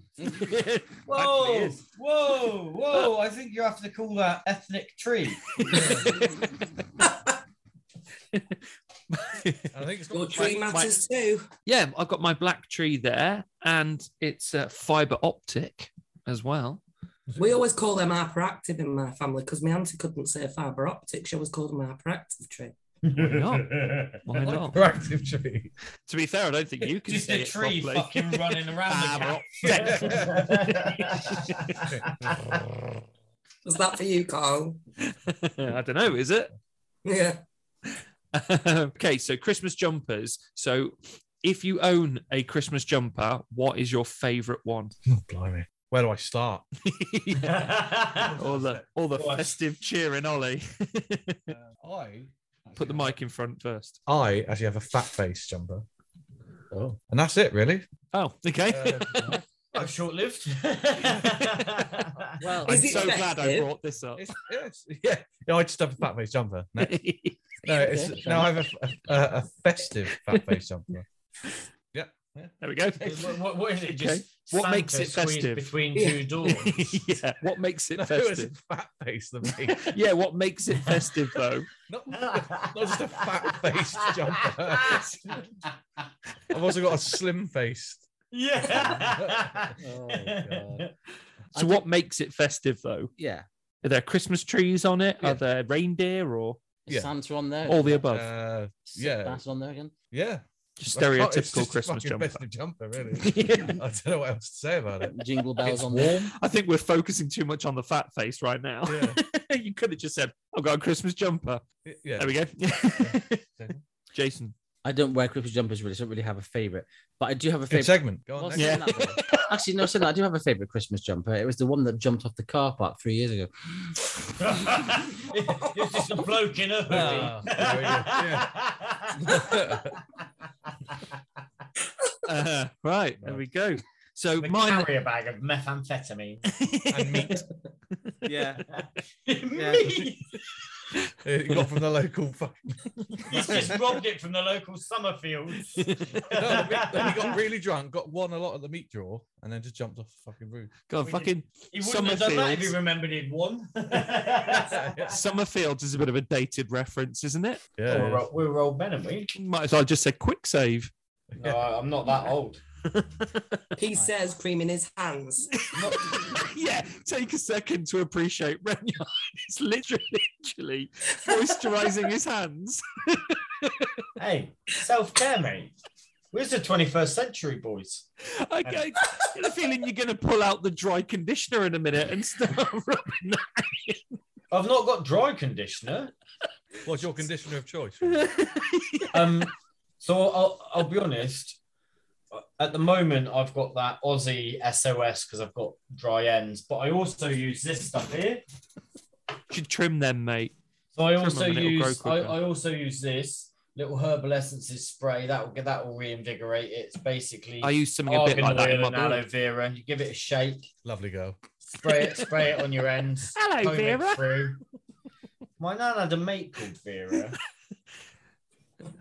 [SPEAKER 7] Oh, Actually
[SPEAKER 3] Whoa,
[SPEAKER 7] is.
[SPEAKER 3] whoa, whoa. I think you have to call that ethnic tree.
[SPEAKER 6] I think it's
[SPEAKER 5] Your
[SPEAKER 6] got
[SPEAKER 5] tree
[SPEAKER 7] my-
[SPEAKER 5] matters too.
[SPEAKER 7] yeah, I've got my black tree there, and it's uh, fiber optic as well.
[SPEAKER 5] We always call them hyperactive in my family because my auntie couldn't say fibre optic. She always called them hyperactive tree.
[SPEAKER 7] not? Why not?
[SPEAKER 6] Proactive tree.
[SPEAKER 7] To be fair, I don't think you can
[SPEAKER 3] Just
[SPEAKER 7] see
[SPEAKER 3] a
[SPEAKER 7] it
[SPEAKER 3] tree
[SPEAKER 7] properly. Ah,
[SPEAKER 3] fucking running around. the camp.
[SPEAKER 5] Was that for you, Carl?
[SPEAKER 7] I don't know. Is it?
[SPEAKER 5] Yeah.
[SPEAKER 7] okay, so Christmas jumpers. So if you own a Christmas jumper, what is your favorite one?
[SPEAKER 6] Blimey. Where do I start?
[SPEAKER 7] All the all the
[SPEAKER 3] Go on.
[SPEAKER 7] festive cheering, Ollie.
[SPEAKER 6] I
[SPEAKER 7] Put the mic in front first.
[SPEAKER 6] I actually have a fat face jumper. Oh. And that's it, really.
[SPEAKER 7] Oh, okay.
[SPEAKER 6] Uh,
[SPEAKER 3] I've short lived.
[SPEAKER 1] well,
[SPEAKER 7] I'm
[SPEAKER 5] Is it
[SPEAKER 7] so glad I
[SPEAKER 5] festive?
[SPEAKER 7] brought this up.
[SPEAKER 6] it's, it's, yeah. No, I just have a fat face jumper. No, no, it's, no I have a, a, a festive fat face jumper.
[SPEAKER 7] there we go.
[SPEAKER 3] What- what- what is it? Just
[SPEAKER 7] What
[SPEAKER 3] Santa
[SPEAKER 7] makes it
[SPEAKER 3] squeezed
[SPEAKER 7] festive?
[SPEAKER 3] between
[SPEAKER 5] Yeah.
[SPEAKER 3] two doors?
[SPEAKER 7] yeah. What makes it
[SPEAKER 6] No, it's a
[SPEAKER 7] festive?
[SPEAKER 6] fat face than me.
[SPEAKER 7] Yeah, what makes it festive though?
[SPEAKER 6] Not, not just a fat face jumper. I've also got a slim faced.
[SPEAKER 3] yeah.
[SPEAKER 1] Oh, God. I
[SPEAKER 7] So what makes it festive though?
[SPEAKER 1] yeah.
[SPEAKER 7] Are there Christmas trees on it?
[SPEAKER 6] Yeah.
[SPEAKER 7] Are there reindeer or
[SPEAKER 1] Is
[SPEAKER 6] Yeah.
[SPEAKER 1] Santa on there.
[SPEAKER 7] all the above?
[SPEAKER 6] Uh,
[SPEAKER 1] Is
[SPEAKER 6] yeah.
[SPEAKER 1] Santa on there again.
[SPEAKER 6] yeah.
[SPEAKER 7] Just
[SPEAKER 6] It's
[SPEAKER 7] stereotypical
[SPEAKER 6] just a
[SPEAKER 7] Christmas
[SPEAKER 6] fucking
[SPEAKER 7] jumper.
[SPEAKER 6] festive jumper, really.
[SPEAKER 7] Yeah.
[SPEAKER 6] I don't know what else to say about it.
[SPEAKER 1] Jingle bells
[SPEAKER 6] It's
[SPEAKER 1] on there.
[SPEAKER 7] I think we're focusing too much on the fat face right now.
[SPEAKER 6] Yeah.
[SPEAKER 7] you could have just said, I've got a Christmas jumper.
[SPEAKER 6] Yeah.
[SPEAKER 7] There we go. Jason.
[SPEAKER 1] I don't wear Christmas jumpers really, so I don't really have a favorite. But I do have a
[SPEAKER 6] Good
[SPEAKER 1] favorite.
[SPEAKER 6] segment. Go on.
[SPEAKER 1] Well,
[SPEAKER 6] next.
[SPEAKER 1] saying that, though, Actually, no, saying that, I do have a favorite Christmas jumper. It was the one that jumped off the car park three years ago.
[SPEAKER 3] it's just a bloke in a hoodie.
[SPEAKER 6] Ah, there we go.
[SPEAKER 7] Ah. Uh, right. There we go. So
[SPEAKER 3] The
[SPEAKER 7] mine.
[SPEAKER 3] carrier bag of methamphetamine.
[SPEAKER 6] and meat.
[SPEAKER 1] Yeah.
[SPEAKER 3] Me!
[SPEAKER 6] It Uh, got from the local fucking.
[SPEAKER 3] He's just robbed it from the local summer fields.
[SPEAKER 6] No, the meat- then he got really drunk, got won a lot of the meat draw, and then just jumped off the fucking roof.
[SPEAKER 7] God,
[SPEAKER 3] We
[SPEAKER 7] fucking
[SPEAKER 3] He wouldn't have done that if he remembered he'd won.
[SPEAKER 7] Summerfields is a bit of a dated reference, isn't it?
[SPEAKER 6] Yeah.
[SPEAKER 3] we're, old, we're old men, aren't we?
[SPEAKER 7] Might as well just say quick save.
[SPEAKER 3] No, I- I'm not that old.
[SPEAKER 5] He says cream in his hands.
[SPEAKER 7] yeah, take a second to appreciate Renyard is literally, literally moisturizing his hands.
[SPEAKER 3] Hey, self care, mate. We're the 21st century, boys.
[SPEAKER 7] I get I get a feeling you're going to pull out the dry conditioner in a minute and start rubbing
[SPEAKER 3] I've not got dry conditioner.
[SPEAKER 6] What's your conditioner of choice?
[SPEAKER 3] Um, so I'll, I'll be honest. At the moment, I've got that Aussie SOS because I've got dry ends, but I also use this stuff here.
[SPEAKER 7] should trim them, mate.
[SPEAKER 3] So I
[SPEAKER 7] Trim
[SPEAKER 3] also
[SPEAKER 7] them and it'll grow
[SPEAKER 3] use I,
[SPEAKER 7] quicker.
[SPEAKER 3] I also use this little herbal essences spray that will get that will reinvigorate it. It's basically
[SPEAKER 7] I use something a bit
[SPEAKER 3] argan
[SPEAKER 7] like that in
[SPEAKER 3] oil and
[SPEAKER 7] my
[SPEAKER 3] aloe vera. You give it a shake,
[SPEAKER 6] Lovely girl.
[SPEAKER 3] spray it, spray it on your ends.
[SPEAKER 7] Hello,
[SPEAKER 3] comb it
[SPEAKER 7] Vera.
[SPEAKER 3] through. My nan had a mate called Vera.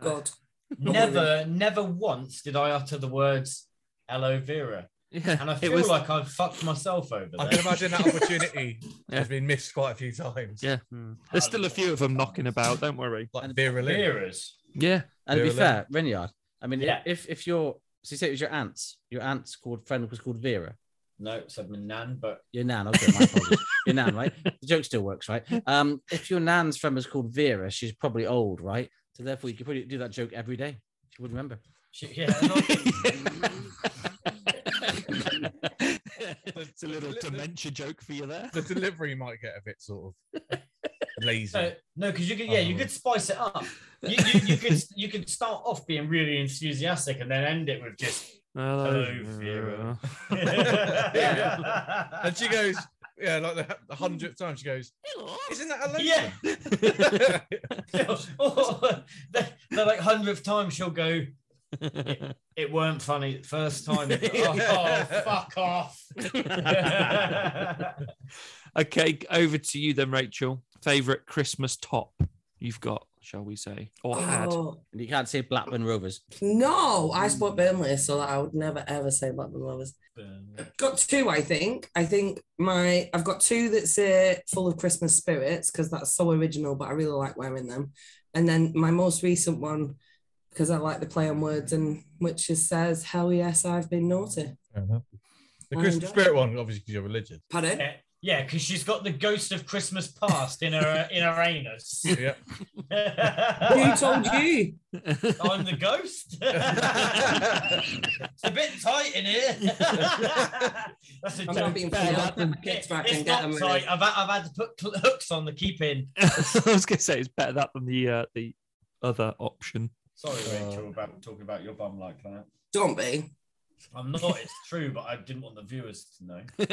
[SPEAKER 5] God.
[SPEAKER 3] never, never once did I utter the words aloe vera.
[SPEAKER 7] Yeah,
[SPEAKER 3] And I
[SPEAKER 7] it
[SPEAKER 3] feel
[SPEAKER 7] was.
[SPEAKER 3] like I've fucked myself over
[SPEAKER 6] I
[SPEAKER 3] there.
[SPEAKER 6] can imagine that opportunity
[SPEAKER 7] Yeah.
[SPEAKER 6] has been missed quite a few times.
[SPEAKER 7] yeah, Hmm. there's still a few of them knocking about. Don't worry.
[SPEAKER 6] Like Vera Lynn.
[SPEAKER 3] Vera's.
[SPEAKER 7] Yeah,
[SPEAKER 1] And to be
[SPEAKER 6] Vera
[SPEAKER 1] fair, Renyard, I mean,
[SPEAKER 3] Yeah.
[SPEAKER 1] if if your so you say it was your aunt's, your aunt's called friend was called Vera.
[SPEAKER 3] No, said my nan, but
[SPEAKER 1] Your nan, okay, my apologies. your nan, right? The joke still works, right? Um, if your nan's friend was called Vera, she's probably old, right? So therefore, you could probably do that joke every day. She would remember.
[SPEAKER 3] she, yeah, and
[SPEAKER 8] it's a little dementia joke for you there.
[SPEAKER 6] The delivery might get a bit sort of lazy.
[SPEAKER 3] I- no, because you could, yeah,
[SPEAKER 5] Oh.
[SPEAKER 3] you could spice it up. You, you, you could you could start off being really enthusiastic and then end it with just.
[SPEAKER 8] Hello,
[SPEAKER 3] Hello,
[SPEAKER 8] Vera.
[SPEAKER 6] Yeah. And she goes, yeah, like the, the hundredth time, she goes, isn't that a lady?
[SPEAKER 3] Yeah. Or the, the like hundredth time she'll go. It, it weren't funny the first time. Oh, oh, fuck off!
[SPEAKER 7] Okay, over to you then, Rachel. Favorite Christmas top you've got, shall we say, or had?
[SPEAKER 5] Oh,
[SPEAKER 1] And you can't say Blackburn Rovers.
[SPEAKER 5] no,
[SPEAKER 7] Mm.
[SPEAKER 5] I support Burnley, so that I would never ever say Blackburn Rovers. Got two, I think. I think my I've got two that say full of Christmas spirits because that's so original, but I really like wearing them. And then my most recent one because I like the play on words and which is says hell yes I've been naughty.
[SPEAKER 6] Fair enough. The
[SPEAKER 5] I
[SPEAKER 6] Christmas
[SPEAKER 5] enjoy
[SPEAKER 6] spirit one, obviously, because you're religious.
[SPEAKER 5] Pardon?
[SPEAKER 3] Yeah, yeah, because she's got the ghost of Christmas past in her in her anus.
[SPEAKER 6] Yeah.
[SPEAKER 5] Who told you?
[SPEAKER 3] I'm the ghost. it's a bit tight in here. That's a
[SPEAKER 5] I'm
[SPEAKER 3] joke.
[SPEAKER 5] not being
[SPEAKER 3] It's
[SPEAKER 5] funny.
[SPEAKER 3] not-
[SPEAKER 5] I'll put my kids back and
[SPEAKER 3] it's not
[SPEAKER 5] get them.
[SPEAKER 3] tight.
[SPEAKER 5] ready.
[SPEAKER 3] I've, had- I've had to put cl- hooks on the keep in.
[SPEAKER 7] I was gonna say it's better that than the uh, the other option.
[SPEAKER 3] Sorry, Rachel, about talking about your bum like that.
[SPEAKER 5] Don't be.
[SPEAKER 3] I'm not. It's true, but I didn't want the viewers to know.
[SPEAKER 1] We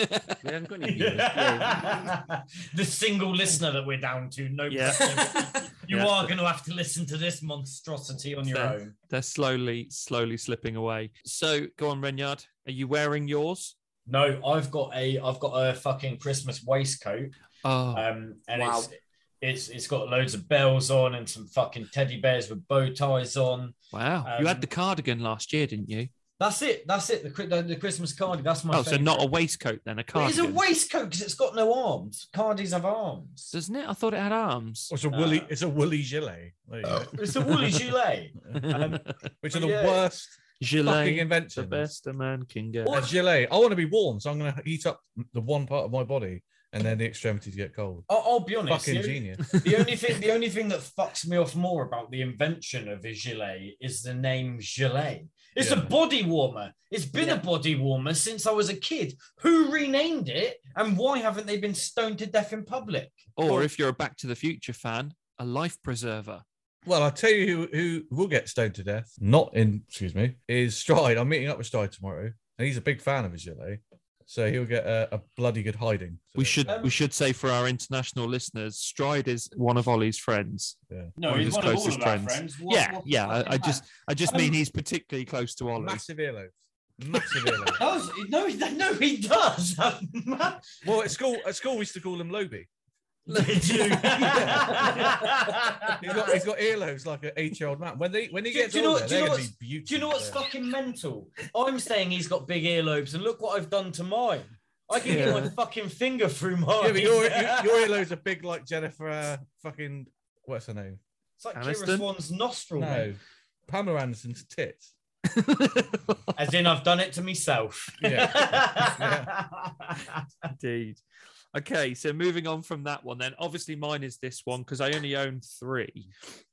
[SPEAKER 1] haven't got any viewers. Yeah.
[SPEAKER 3] the single listener that we're down to. No,
[SPEAKER 7] Yeah.
[SPEAKER 3] problem. you
[SPEAKER 7] Yeah.
[SPEAKER 3] are going to have to listen to this monstrosity on your
[SPEAKER 7] Fair.
[SPEAKER 3] own.
[SPEAKER 7] They're slowly, slowly slipping away. So go on, Renyard. Are you wearing yours?
[SPEAKER 3] No, I've got a I've got a fucking Christmas waistcoat.
[SPEAKER 7] Oh,
[SPEAKER 3] Um and
[SPEAKER 5] Wow.
[SPEAKER 3] it's it's it's got loads of bells on and some fucking teddy bears with bow ties on.
[SPEAKER 7] wow! you had
[SPEAKER 3] um,
[SPEAKER 7] the cardigan last year, didn't you?
[SPEAKER 3] That's it. That's it. The Chri- the, the Christmas cardi. That's my
[SPEAKER 7] Oh, so not a
[SPEAKER 3] favourite.
[SPEAKER 7] waistcoat then, a
[SPEAKER 3] But It's
[SPEAKER 7] cardigan,
[SPEAKER 3] a waistcoat because it's got no arms. Cardis have arms.
[SPEAKER 7] doesn't it? I thought it had arms.
[SPEAKER 6] Or it's a woolly,
[SPEAKER 3] Uh,
[SPEAKER 6] it's a woolly gilet. There you go.
[SPEAKER 3] It's a woolly gilet. Um,
[SPEAKER 6] Which are the
[SPEAKER 3] yeah.
[SPEAKER 6] worst fucking
[SPEAKER 7] Gilet, the
[SPEAKER 6] invention.
[SPEAKER 7] best a man can get.
[SPEAKER 6] A gilet. I want to be warm, so I'm going to heat up the one part of my body, and then the extremities get cold.
[SPEAKER 3] I'll, I'll be honest.
[SPEAKER 6] Fucking
[SPEAKER 3] the,
[SPEAKER 6] genius.
[SPEAKER 3] the only thing the only thing that fucks me off more about the invention of a gilet is the name gilet. It's a
[SPEAKER 6] Yeah.
[SPEAKER 3] body warmer. It's been a body warmer since I was a kid. Who renamed it and why haven't they been stoned to death in public?
[SPEAKER 7] Or if you're a Back to the Future fan, a life preserver.
[SPEAKER 6] Well, I'll tell you who, who will get stoned to death, not in, excuse me, is Stride. I'm meeting up with Stride tomorrow, and he's a big fan of his gilet. So he'll get a, a bloody good hiding. So
[SPEAKER 7] We
[SPEAKER 6] there
[SPEAKER 7] should
[SPEAKER 6] you
[SPEAKER 7] we should say for our international listeners, Stride is one of Ollie's friends.
[SPEAKER 3] No,
[SPEAKER 7] One of he's his one of all closest of our friends. yeah, yeah. I, I just I just
[SPEAKER 3] Um,
[SPEAKER 7] mean he's particularly close to
[SPEAKER 6] go.
[SPEAKER 7] Ollie.
[SPEAKER 6] Massive earlobes. Massive earlobes.
[SPEAKER 3] No, no, he- no, he does.
[SPEAKER 6] Well, at school, at school we used to call him Lobie.
[SPEAKER 3] Did you?
[SPEAKER 6] He's got, he's got earlobes like an eight-year-old man. When they when he
[SPEAKER 3] Do-
[SPEAKER 6] gets
[SPEAKER 3] do you know
[SPEAKER 6] older,
[SPEAKER 3] what- do you know
[SPEAKER 6] they're going to
[SPEAKER 3] what's-
[SPEAKER 6] be beautiful.
[SPEAKER 3] Do you know what's fucking mental? I'm saying he's got big earlobes, and look what I've done to mine. I can get my
[SPEAKER 7] Yeah.
[SPEAKER 3] fucking finger through mine.
[SPEAKER 6] Yeah, but your, your, your earlobes are big like Jennifer. Uh, fucking what's her name?
[SPEAKER 3] it's like Kira
[SPEAKER 7] Aniston?
[SPEAKER 3] Swan's nostril,
[SPEAKER 6] No,
[SPEAKER 3] mate.
[SPEAKER 6] Pamela Anderson's tits.
[SPEAKER 3] As in, I've done it to myself.
[SPEAKER 6] Yeah.
[SPEAKER 7] Indeed. Okay, so moving on from that one, then obviously mine is this one because I only own three.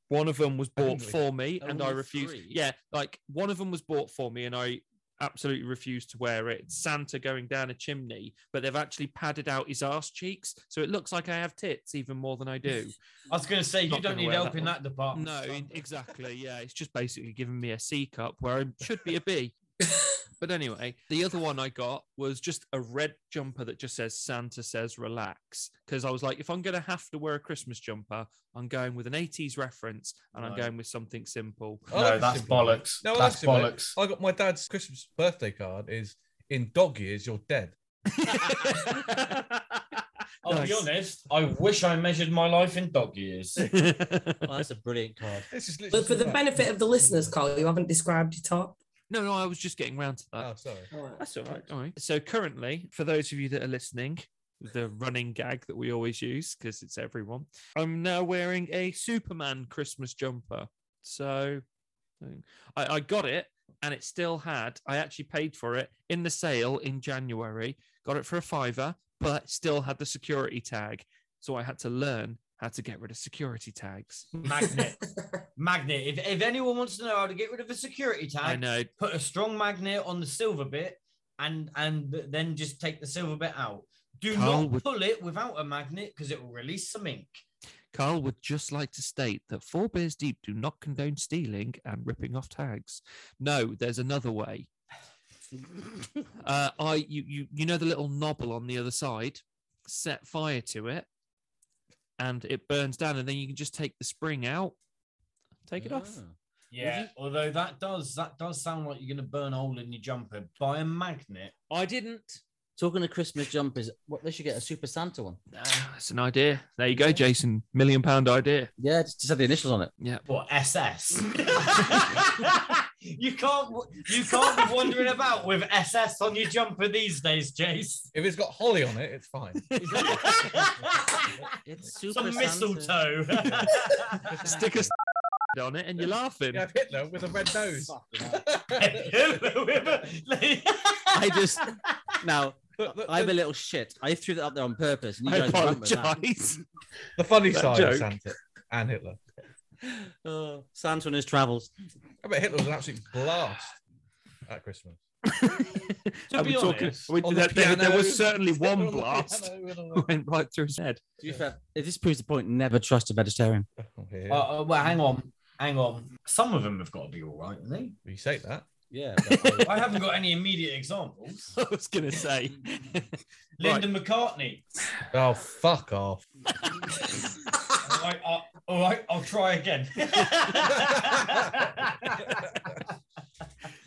[SPEAKER 7] One of them was bought
[SPEAKER 6] Only?
[SPEAKER 7] for me, and I
[SPEAKER 1] Only
[SPEAKER 7] refused.
[SPEAKER 1] three?
[SPEAKER 7] Yeah, like one of them was bought for me, and I absolutely refused to wear it. It's Santa going down a chimney, but they've actually padded out his arse cheeks, so it looks like I have tits even more than I do.
[SPEAKER 3] I was going to say, you
[SPEAKER 7] Not
[SPEAKER 3] don't
[SPEAKER 7] gonna
[SPEAKER 3] need
[SPEAKER 7] wear
[SPEAKER 3] help
[SPEAKER 7] that
[SPEAKER 3] in
[SPEAKER 7] one.
[SPEAKER 3] that department.
[SPEAKER 7] no,
[SPEAKER 3] son.
[SPEAKER 7] in- exactly. Yeah, it's just basically giving me a C cup where I should be a B. but anyway, the other one I got was just a red jumper that just says Santa says relax. Because I was like, if I'm going to have to wear a Christmas jumper, I'm going with an 80s reference and I'm
[SPEAKER 3] Right. Oh,
[SPEAKER 7] going with something simple.
[SPEAKER 6] I like
[SPEAKER 3] No,
[SPEAKER 6] the
[SPEAKER 3] that's
[SPEAKER 6] simple one.
[SPEAKER 3] bollocks.
[SPEAKER 6] No, I
[SPEAKER 3] that's
[SPEAKER 6] like the
[SPEAKER 3] bollocks.
[SPEAKER 6] I got my dad's Christmas birthday card is in dog years you're dead.
[SPEAKER 3] I'll be
[SPEAKER 7] Nice.
[SPEAKER 3] honest. I wish I measured my life in dog years.
[SPEAKER 1] Well, that's a brilliant card.
[SPEAKER 6] This is literally Oh,
[SPEAKER 5] But for the
[SPEAKER 6] that.
[SPEAKER 5] benefit of the listeners, Carl, you haven't described your top.
[SPEAKER 7] no, no, I was just getting round to that.
[SPEAKER 6] Oh, sorry.
[SPEAKER 7] That's all right. All right. So currently, for those of you that are listening, the running gag that we always use because it's everyone. I'm now wearing a Superman Christmas jumper. So I, I got it and it still had. I actually paid for it in the sale in January. Got it for a fiver, but still had the security tag. So I had to learn how to get rid of security tags.
[SPEAKER 3] Magnet. magnet. If, if anyone wants to know how to get rid of a security
[SPEAKER 7] I
[SPEAKER 3] tag,
[SPEAKER 7] know.
[SPEAKER 3] put a strong magnet on the silver bit and and then just take the silver bit out. Do
[SPEAKER 7] Carl
[SPEAKER 3] not
[SPEAKER 7] would-
[SPEAKER 3] pull it without a magnet because it will release some ink.
[SPEAKER 7] Carl would just like to state that Four Bears Deep do not condone stealing and ripping off tags. No, there's another way. uh, I you, you you know the little knobble on the other side, set fire to it, and it burns down, and then you can just take the spring out, take it off.
[SPEAKER 1] Ah.
[SPEAKER 3] Yeah, although that does that does sound like you're gonna burn a hole in your jumper by a magnet.
[SPEAKER 1] Ah. I didn't. Talking of Christmas jumpers, what they should get a Super Santa one.
[SPEAKER 7] Ah, That's an idea. There you go, Jason. Million pound idea.
[SPEAKER 1] Yeah, just, just have the initials on it.
[SPEAKER 7] Yeah.
[SPEAKER 3] What SS? you can't you can't be wandering about with SS on your jumper these days, Jace.
[SPEAKER 6] If it's got holly on it, it's fine.
[SPEAKER 1] It's Super
[SPEAKER 3] Some
[SPEAKER 1] Santa.
[SPEAKER 3] mistletoe.
[SPEAKER 1] Ah.
[SPEAKER 7] Stick a s- on it, and you're laughing.
[SPEAKER 6] You have Hitler with a red nose.
[SPEAKER 1] I just now I'm a little shit. I threw that up there on purpose, and you
[SPEAKER 7] I
[SPEAKER 1] guys went with that.
[SPEAKER 7] apologize.
[SPEAKER 6] the funny
[SPEAKER 7] That
[SPEAKER 6] side of
[SPEAKER 7] joke.
[SPEAKER 6] Santa and Hitler.
[SPEAKER 1] Uh, Santa and his travels.
[SPEAKER 6] I bet Hitler was an absolute blast at Christmas.
[SPEAKER 3] To
[SPEAKER 7] Are we
[SPEAKER 3] be
[SPEAKER 7] talking?
[SPEAKER 3] honest,
[SPEAKER 7] are we-
[SPEAKER 6] On the
[SPEAKER 7] there, there- there
[SPEAKER 6] piano.
[SPEAKER 7] was certainly
[SPEAKER 6] Hitler on
[SPEAKER 7] one
[SPEAKER 6] the
[SPEAKER 7] blast
[SPEAKER 6] piano and all
[SPEAKER 7] that
[SPEAKER 6] that.
[SPEAKER 7] went right through his head.
[SPEAKER 1] To be fair, if this proves the point, never trust a vegetarian.
[SPEAKER 6] Oh, yeah.
[SPEAKER 3] Uh, uh, well, hang on, hang on. Some of them have got to be all right, haven't they?
[SPEAKER 6] you say that.
[SPEAKER 1] Yeah.
[SPEAKER 3] I haven't got any immediate examples.
[SPEAKER 7] I was gonna say.
[SPEAKER 3] Linda McCartney.
[SPEAKER 6] Oh, fuck off.
[SPEAKER 3] All right, uh, all right, I'll try again.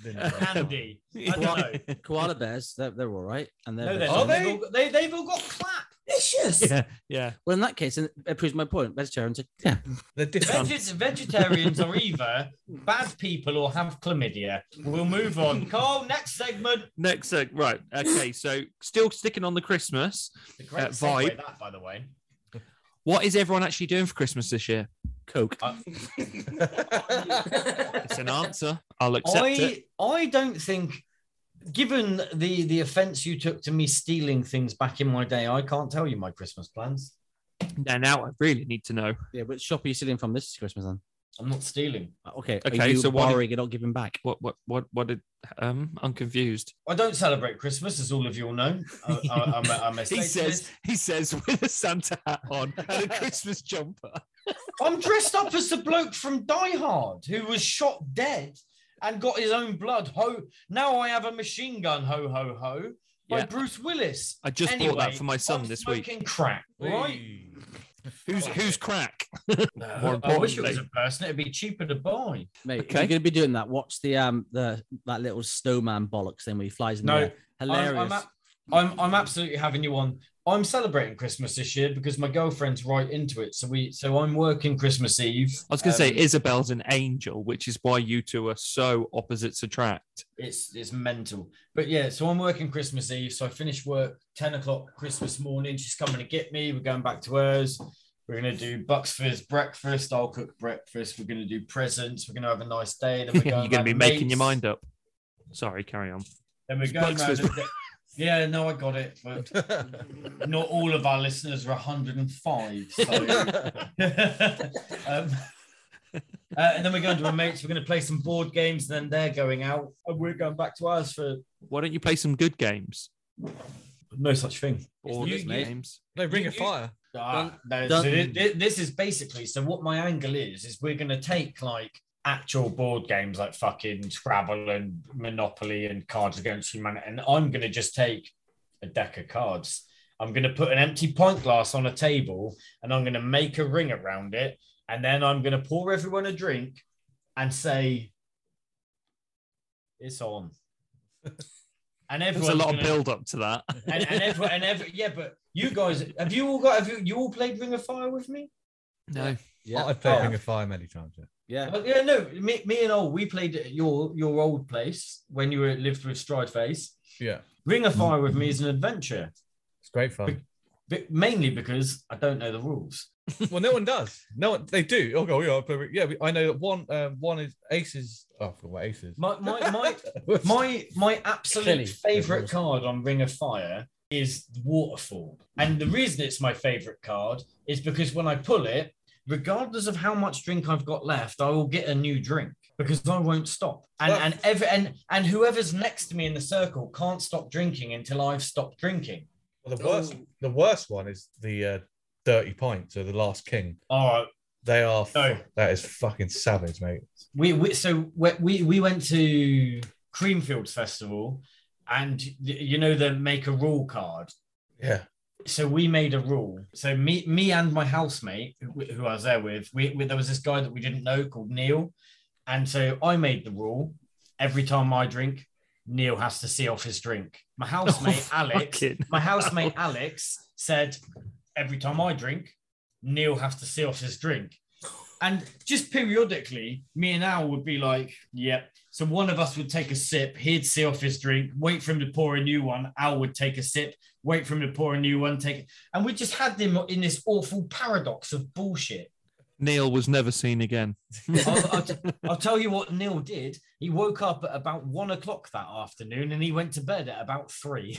[SPEAKER 3] Andy, I don't know.
[SPEAKER 7] uh,
[SPEAKER 1] Koala bears, they're, they're all right, and they're
[SPEAKER 3] No, they're
[SPEAKER 6] Are
[SPEAKER 3] not.
[SPEAKER 1] vegetarian.
[SPEAKER 6] they?
[SPEAKER 3] They've all, they, they've all got clap.
[SPEAKER 5] Delicious.
[SPEAKER 7] yeah, yeah.
[SPEAKER 1] Well, in that case, and it proves my point. Vegetarians, are, yeah,
[SPEAKER 6] They're different.
[SPEAKER 3] Veget- vegetarians are either bad people or have chlamydia. We'll move on. Carl, next segment.
[SPEAKER 7] Next, uh, right? Okay, so still sticking on the Christmas.
[SPEAKER 3] The great
[SPEAKER 7] Uh,
[SPEAKER 3] segue,
[SPEAKER 7] vibe.
[SPEAKER 3] that, by the way.
[SPEAKER 7] What is everyone actually doing for Christmas this year? Coke. It's an answer. I'll accept it.
[SPEAKER 3] I I don't think, given the the offence you took to me stealing things back in my day, I can't tell you my Christmas plans.
[SPEAKER 7] Now, now I really need to know.
[SPEAKER 1] yeah. Which shop are you stealing from this Christmas then?
[SPEAKER 3] I'm not stealing.
[SPEAKER 1] Okay. Are
[SPEAKER 7] Okay,
[SPEAKER 1] you
[SPEAKER 7] so what did-
[SPEAKER 1] borrowing and not giving back?
[SPEAKER 7] What? What? What? What did? Um, I'm confused.
[SPEAKER 3] I don't celebrate Christmas, as all of you all know. I, I, I'm a, I'm a
[SPEAKER 7] He says.
[SPEAKER 3] Satanist.
[SPEAKER 7] He says with a Santa hat on and a Christmas jumper.
[SPEAKER 3] I'm dressed up as the bloke from Die Hard who was shot dead and got his own blood. Ho! Now I have a machine gun. Ho ho ho! By
[SPEAKER 7] Yeah.
[SPEAKER 3] Bruce Willis.
[SPEAKER 7] I just
[SPEAKER 3] anyway,
[SPEAKER 7] bought that for my son
[SPEAKER 3] I'm
[SPEAKER 7] this week.
[SPEAKER 3] Smoking crack, right?
[SPEAKER 6] Hey.
[SPEAKER 7] Who's who's crack? More
[SPEAKER 3] I wish it was
[SPEAKER 7] importantly.
[SPEAKER 3] a person. It'd be cheaper to buy.
[SPEAKER 1] Mate, if
[SPEAKER 7] Okay.
[SPEAKER 1] you're gonna be doing that. Watch the um the that little snowman bollocks thing where he flies in
[SPEAKER 3] No,
[SPEAKER 1] the air. Hilarious.
[SPEAKER 3] I'm, I'm, ab- I'm, I'm absolutely having you on. I'm celebrating Christmas this year because my girlfriend's right into it. So we, so I'm working Christmas Eve.
[SPEAKER 7] I was going to say
[SPEAKER 3] Um,
[SPEAKER 7] Isabel's an angel, which is why you two are so opposites attract.
[SPEAKER 3] it's it's mental. But yeah, so I'm working Christmas Eve. So I finish work 10 o'clock Christmas morning. She's coming to get me. We're going back to hers. We're gonna do Bucksford's breakfast. I'll cook breakfast. We're gonna do presents. We're gonna have a nice day. Then we're
[SPEAKER 7] You're
[SPEAKER 3] going
[SPEAKER 7] going to
[SPEAKER 3] round
[SPEAKER 7] be
[SPEAKER 3] to
[SPEAKER 7] making your
[SPEAKER 3] mates.
[SPEAKER 7] mind up. Sorry, carry on.
[SPEAKER 3] Then we're going round.
[SPEAKER 7] Bucksford's-
[SPEAKER 3] and- Yeah, no, I got it. But not all of our listeners are 105. So. um, uh, and then we're going to our mates. We're going to play some board games. Then they're going out, and we're going back to ours for
[SPEAKER 7] Why don't you play some good games?
[SPEAKER 3] no such thing.
[SPEAKER 7] Or
[SPEAKER 6] you- you-
[SPEAKER 7] games?
[SPEAKER 6] no, Ring of
[SPEAKER 3] You-
[SPEAKER 6] Fire.
[SPEAKER 3] Ah, no,
[SPEAKER 1] dun-
[SPEAKER 3] so thi- thi- this is basically so. What my angle is is we're going to take like actual board games like fucking Scrabble and Monopoly and Cards Against Humanity, and I'm going to just take a deck of cards. I'm going to put an empty pint glass on a table, and I'm going to make a ring around it, and then I'm going to pour everyone a drink, and say, "It's on." And
[SPEAKER 7] There's
[SPEAKER 3] everyone's
[SPEAKER 7] a lot of
[SPEAKER 3] gonna-
[SPEAKER 7] build up to that.
[SPEAKER 3] and, and every, and every, yeah, but you guys, have you all got, have you, you all played Ring of Fire with me?
[SPEAKER 7] No.
[SPEAKER 1] yeah.
[SPEAKER 6] I've played
[SPEAKER 3] Oh.
[SPEAKER 6] Ring of Fire many times. Yeah.
[SPEAKER 1] yeah.
[SPEAKER 3] Uh, yeah, no, me, me and old, we played at your, your old place when you were, lived with Strideface.
[SPEAKER 6] yeah.
[SPEAKER 3] Ring of Fire with me is an adventure,
[SPEAKER 6] It's great fun.
[SPEAKER 3] but mainly because I don't know the rules.
[SPEAKER 6] well, no one does. No one. They do. Oh, go, yeah, I play re- yeah. we- I know that one. Um, one is aces. Oh, I forgot what aces.
[SPEAKER 3] My my my my, my
[SPEAKER 1] Clearly.
[SPEAKER 3] absolute favorite card on Ring of Fire is Waterfall, and the reason it's my favorite card is because when I pull it, regardless of how much drink I've got left, I will get a new drink because I won't stop. And
[SPEAKER 6] Well-
[SPEAKER 3] and every and and whoever's next to me in the circle can't stop drinking until I've stopped drinking.
[SPEAKER 6] Well, the worst.
[SPEAKER 5] Oh.
[SPEAKER 6] The worst one is the uh, dirty pint. So the last king.
[SPEAKER 3] All right,
[SPEAKER 6] They are.
[SPEAKER 3] No.
[SPEAKER 6] That is fucking savage, mate.
[SPEAKER 3] we, we so we, we we went to Creamfields Festival, and y- you know the make a rule card.
[SPEAKER 6] Yeah.
[SPEAKER 3] so we made a rule. So me, me and my housemate, who, who I was there with, we, we- there was this guy that we didn't know called Neil, and so I made the rule: every time I drink, Neil has to see off his drink. My housemate Alex,
[SPEAKER 7] Fucking-
[SPEAKER 3] my housemate Alex said, every time I drink, Neil has to see off his drink. And just periodically, me and Al would be like, yep. So one of us would take a sip, he'd see off his drink, wait for him to pour a new one. Al would take a sip, wait for him to pour a new one, take it. And we just had them in this awful paradox of bullshit.
[SPEAKER 7] Neil was never seen again.
[SPEAKER 3] I'll, I'll t- I'll tell you what Neil did. He woke up at about one o'clock that afternoon and he went to bed at about three.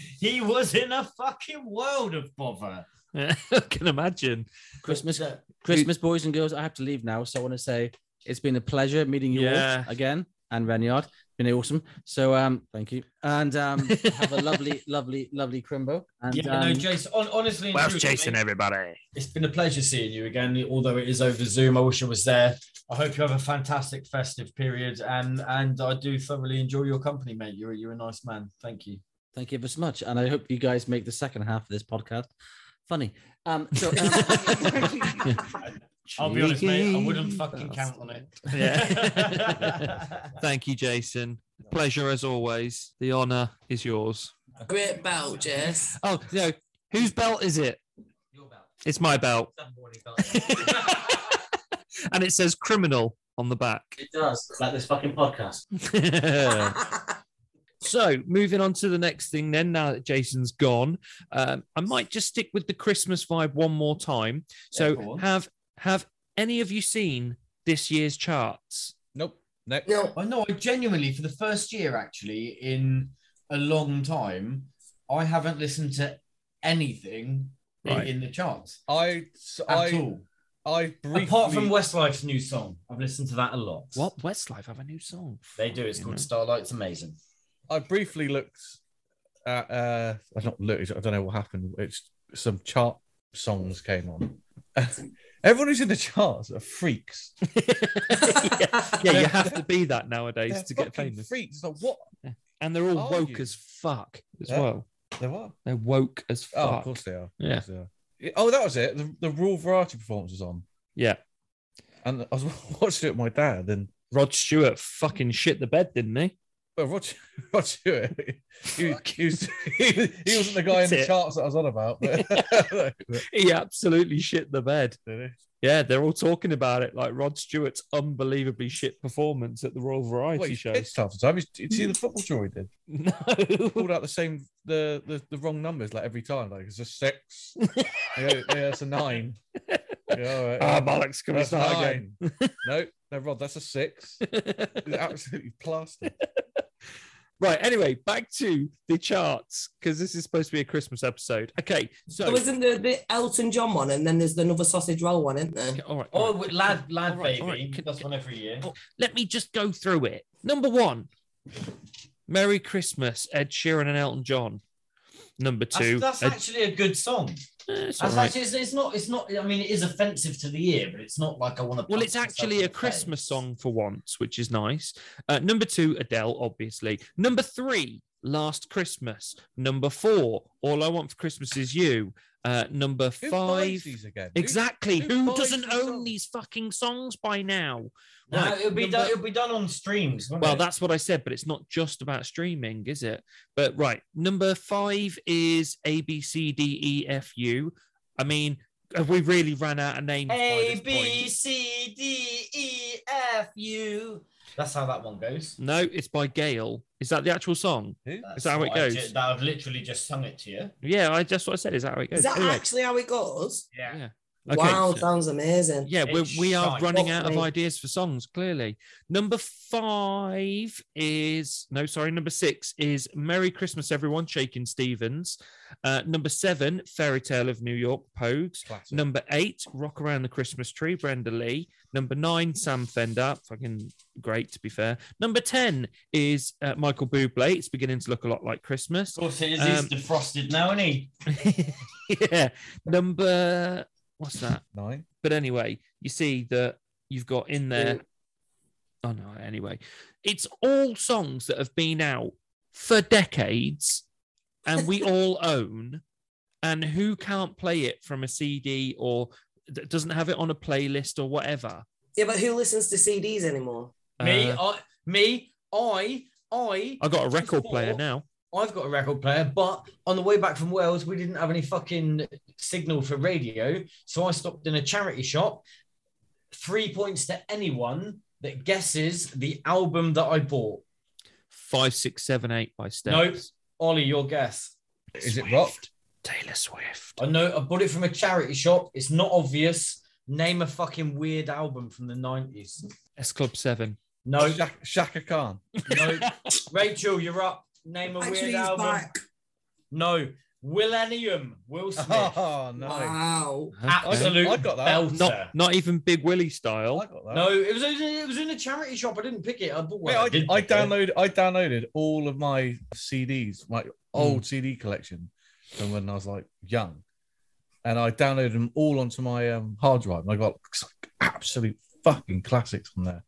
[SPEAKER 3] He was in a fucking world of bother.
[SPEAKER 7] I can imagine.
[SPEAKER 1] Christmas,
[SPEAKER 3] So-
[SPEAKER 1] Christmas, boys and girls. I have to leave now, so I want to say it's been a pleasure meeting you
[SPEAKER 7] Yeah.
[SPEAKER 1] all again and Renyard. Been awesome. So um, thank you, and um, have a lovely, lovely, lovely crimbo. And
[SPEAKER 3] yeah,
[SPEAKER 1] um,
[SPEAKER 3] no, Jason. On, honestly, and truly, mate,
[SPEAKER 7] everybody.
[SPEAKER 1] eh?
[SPEAKER 3] it's been a pleasure seeing you again. Although it is over Zoom, I wish I was there. I hope you have a fantastic festive period, and and I do thoroughly enjoy your company, mate. You're you're a nice man. Thank you.
[SPEAKER 1] thank you ever so much, and I hope you guys make the second half of this podcast funny. Um, so, um,
[SPEAKER 3] I'll be honest, mate. I
[SPEAKER 1] Cheeky
[SPEAKER 3] wouldn't fucking count
[SPEAKER 1] bastard.
[SPEAKER 3] on it.
[SPEAKER 7] Yeah. Thank you, Jason. Pleasure as always. The honour is yours.
[SPEAKER 5] Great belt, Jess.
[SPEAKER 7] Oh no, whose belt is it? It's my belt. and it says criminal on the back.
[SPEAKER 1] It does like this fucking podcast.
[SPEAKER 7] so moving on to the next thing then now that jason's gone um, i might just stick with the christmas vibe one more time
[SPEAKER 3] go
[SPEAKER 7] so
[SPEAKER 3] on.
[SPEAKER 7] have have any of you seen this year's charts
[SPEAKER 6] Nope. Next.
[SPEAKER 5] no,
[SPEAKER 3] I know. I genuinely, for the first year, actually, in a long time, I haven't listened to anything in-
[SPEAKER 7] Right.
[SPEAKER 3] in the charts
[SPEAKER 6] I.
[SPEAKER 3] at
[SPEAKER 6] I.
[SPEAKER 3] all.
[SPEAKER 6] I briefly.
[SPEAKER 3] Apart from Westlife's new song, I've listened to that a lot.
[SPEAKER 7] what westlife have a new song
[SPEAKER 3] they do? It's
[SPEAKER 7] You
[SPEAKER 3] called
[SPEAKER 7] know.
[SPEAKER 3] Starlight's Amazing.
[SPEAKER 6] I briefly looked at uh I've not looked, I don't know what happened. It's some chart songs came on. Everyone who's in the charts are freaks.
[SPEAKER 7] yeah you have to be that nowadays
[SPEAKER 6] They're
[SPEAKER 7] to get
[SPEAKER 6] fucking
[SPEAKER 7] famous
[SPEAKER 6] Freaks. Like, what?
[SPEAKER 7] and they're all
[SPEAKER 6] Are
[SPEAKER 7] woke
[SPEAKER 6] you?
[SPEAKER 7] as fuck as
[SPEAKER 6] Yeah.
[SPEAKER 7] well
[SPEAKER 6] They what?
[SPEAKER 7] they're woke as fuck
[SPEAKER 6] Oh, of course they are. Of
[SPEAKER 7] Yeah.
[SPEAKER 6] course they are. Yeah, Oh, that was it. The, the Raw Variety performance was on.
[SPEAKER 7] yeah
[SPEAKER 6] And I was watching it with my dad and
[SPEAKER 7] rod stewart fucking shit the bed didn't he
[SPEAKER 6] well, Roger, Roger he, was- he, was, he, he wasn't the guy in the
[SPEAKER 7] Shit.
[SPEAKER 6] charts that I was on about. But,
[SPEAKER 7] he absolutely shit the bed Yeah, they're all talking about it, like Rod Stewart's unbelievably shit performance at the Royal Variety
[SPEAKER 6] Wait,
[SPEAKER 7] Show.
[SPEAKER 6] it's tough sometimes. Did you see the football story did?
[SPEAKER 7] No,
[SPEAKER 6] pulled out the same the, the the wrong numbers like every time. Like it's a six. yeah, yeah, it's a nine. Yeah, all right.
[SPEAKER 7] ah, bollocks, can we
[SPEAKER 6] that's
[SPEAKER 7] start again?
[SPEAKER 6] nine. no, no, Rod, that's a six. It's absolutely plastered.
[SPEAKER 7] right. Anyway, back to the charts because this is supposed to be a Christmas episode. Okay, so,
[SPEAKER 5] so isn't there the Elton John one, and then there's another sausage roll one, isn't there?
[SPEAKER 7] Okay, all right. all
[SPEAKER 3] Oh,
[SPEAKER 7] right.
[SPEAKER 3] with lad, lad,
[SPEAKER 7] All right,
[SPEAKER 3] baby.
[SPEAKER 7] all right. Can-
[SPEAKER 3] That's one every year.
[SPEAKER 7] Oh, Let me just go through it. Number one, "Merry Christmas," Ed Sheeran and Elton John. Number two,
[SPEAKER 3] That's, that's
[SPEAKER 7] Ed-
[SPEAKER 3] actually a good song.
[SPEAKER 7] Eh, it's all
[SPEAKER 3] That's
[SPEAKER 7] right.
[SPEAKER 3] actually, it's, it's not. It's not. I mean, it is offensive to the ear, but it's not like I want to.
[SPEAKER 7] Well, it's actually a Christmas song for once, which is nice. Uh, number two, Adele, obviously. Number three, Last Christmas. Number four, All I Want for Christmas Is You. Uh, number
[SPEAKER 6] Who buys
[SPEAKER 7] five.
[SPEAKER 6] these again? Who-
[SPEAKER 7] Exactly.
[SPEAKER 6] who
[SPEAKER 7] Who
[SPEAKER 6] buys
[SPEAKER 7] doesn't
[SPEAKER 6] these
[SPEAKER 7] own
[SPEAKER 6] songs?
[SPEAKER 7] these fucking songs by now?
[SPEAKER 3] No,
[SPEAKER 7] Right,
[SPEAKER 3] it'll be
[SPEAKER 7] number-
[SPEAKER 3] done. It'll be done on streams. won't
[SPEAKER 7] Well,
[SPEAKER 3] it?
[SPEAKER 7] that's what I said, but it's not just about streaming, is it? But right, number five is A B C D E F U. I mean, have we really ran out of names? by
[SPEAKER 3] A
[SPEAKER 7] this
[SPEAKER 3] B
[SPEAKER 7] point?
[SPEAKER 3] C D E F U. That's how that one goes.
[SPEAKER 7] No, it's by Gail. Is that the actual song?
[SPEAKER 3] That's
[SPEAKER 7] that how it
[SPEAKER 3] what I
[SPEAKER 7] goes?
[SPEAKER 3] ju- that I've literally just sung it to you.
[SPEAKER 7] Yeah, I just what I said. Is that how it goes?
[SPEAKER 5] Is that
[SPEAKER 7] Anyway,
[SPEAKER 5] actually how it goes?
[SPEAKER 3] Yeah.
[SPEAKER 7] okay,
[SPEAKER 5] wow,
[SPEAKER 7] so-
[SPEAKER 5] sounds amazing.
[SPEAKER 7] yeah, we're,
[SPEAKER 3] It's
[SPEAKER 7] we are
[SPEAKER 3] shite.
[SPEAKER 7] running
[SPEAKER 5] Not
[SPEAKER 7] out of
[SPEAKER 5] me.
[SPEAKER 7] ideas for songs. Clearly, number five is no, sorry, number six is "Merry Christmas, Everyone" Shaking Stevens. Uh, number seven, "Fairy Tale of New York" Pogues.
[SPEAKER 6] Classic.
[SPEAKER 7] Number eight, Rock Around the Christmas Tree, Brenda Lee. Number nine, Sam Fender. Fucking great, to be fair. Number 10 is uh, Michael Bublé. It's beginning to look a lot like Christmas.
[SPEAKER 3] Of course, it is.
[SPEAKER 7] Um,
[SPEAKER 3] he's defrosted now, isn't he?
[SPEAKER 7] yeah. Number, what's that?
[SPEAKER 6] Nine.
[SPEAKER 7] But anyway, you see that you've got in there. Oh, no. Anyway, it's all songs that have been out for decades and we all own. And who can't play it from a CD or that doesn't have it on a playlist or whatever?
[SPEAKER 5] Yeah, but who listens to CDs anymore?
[SPEAKER 3] me,
[SPEAKER 7] Uh,
[SPEAKER 3] I, me, I, I.
[SPEAKER 7] I got a record player now.
[SPEAKER 3] I've got a record player, but on the way back from Wales, we didn't have any fucking signal for radio. So I stopped in a charity shop. Three points to anyone that guesses the album that I bought.
[SPEAKER 7] Five, six, seven, eight by Steps.
[SPEAKER 3] Nope. Ollie, your guess.
[SPEAKER 6] Is it rock?
[SPEAKER 7] Taylor Swift.
[SPEAKER 3] I know I bought it from a charity shop. It's not obvious. Name a fucking weird album from the 90s.
[SPEAKER 7] S Club Seven.
[SPEAKER 3] No,
[SPEAKER 6] Shak- Shaka Khan.
[SPEAKER 3] no. Rachel, you're up. Name a
[SPEAKER 5] Actually,
[SPEAKER 3] weird
[SPEAKER 5] he's
[SPEAKER 3] album.
[SPEAKER 5] back.
[SPEAKER 3] No. Willennium. Will Smith.
[SPEAKER 6] Oh, no.
[SPEAKER 5] Wow.
[SPEAKER 3] Absolute
[SPEAKER 6] I got that.
[SPEAKER 3] belter.
[SPEAKER 7] Not, not even Big Willie
[SPEAKER 6] I
[SPEAKER 7] style.
[SPEAKER 6] got that.
[SPEAKER 3] No, it was it was in a charity shop. I didn't pick it. I bought
[SPEAKER 6] Wait,
[SPEAKER 3] well,
[SPEAKER 6] I,
[SPEAKER 3] did
[SPEAKER 6] I
[SPEAKER 3] pick it.
[SPEAKER 6] downloaded I downloaded all of my CDs, my
[SPEAKER 7] Hmm.
[SPEAKER 6] old CD collection from when I was like young, and I downloaded them all onto my um, hard drive. And I got absolute fucking classics on there,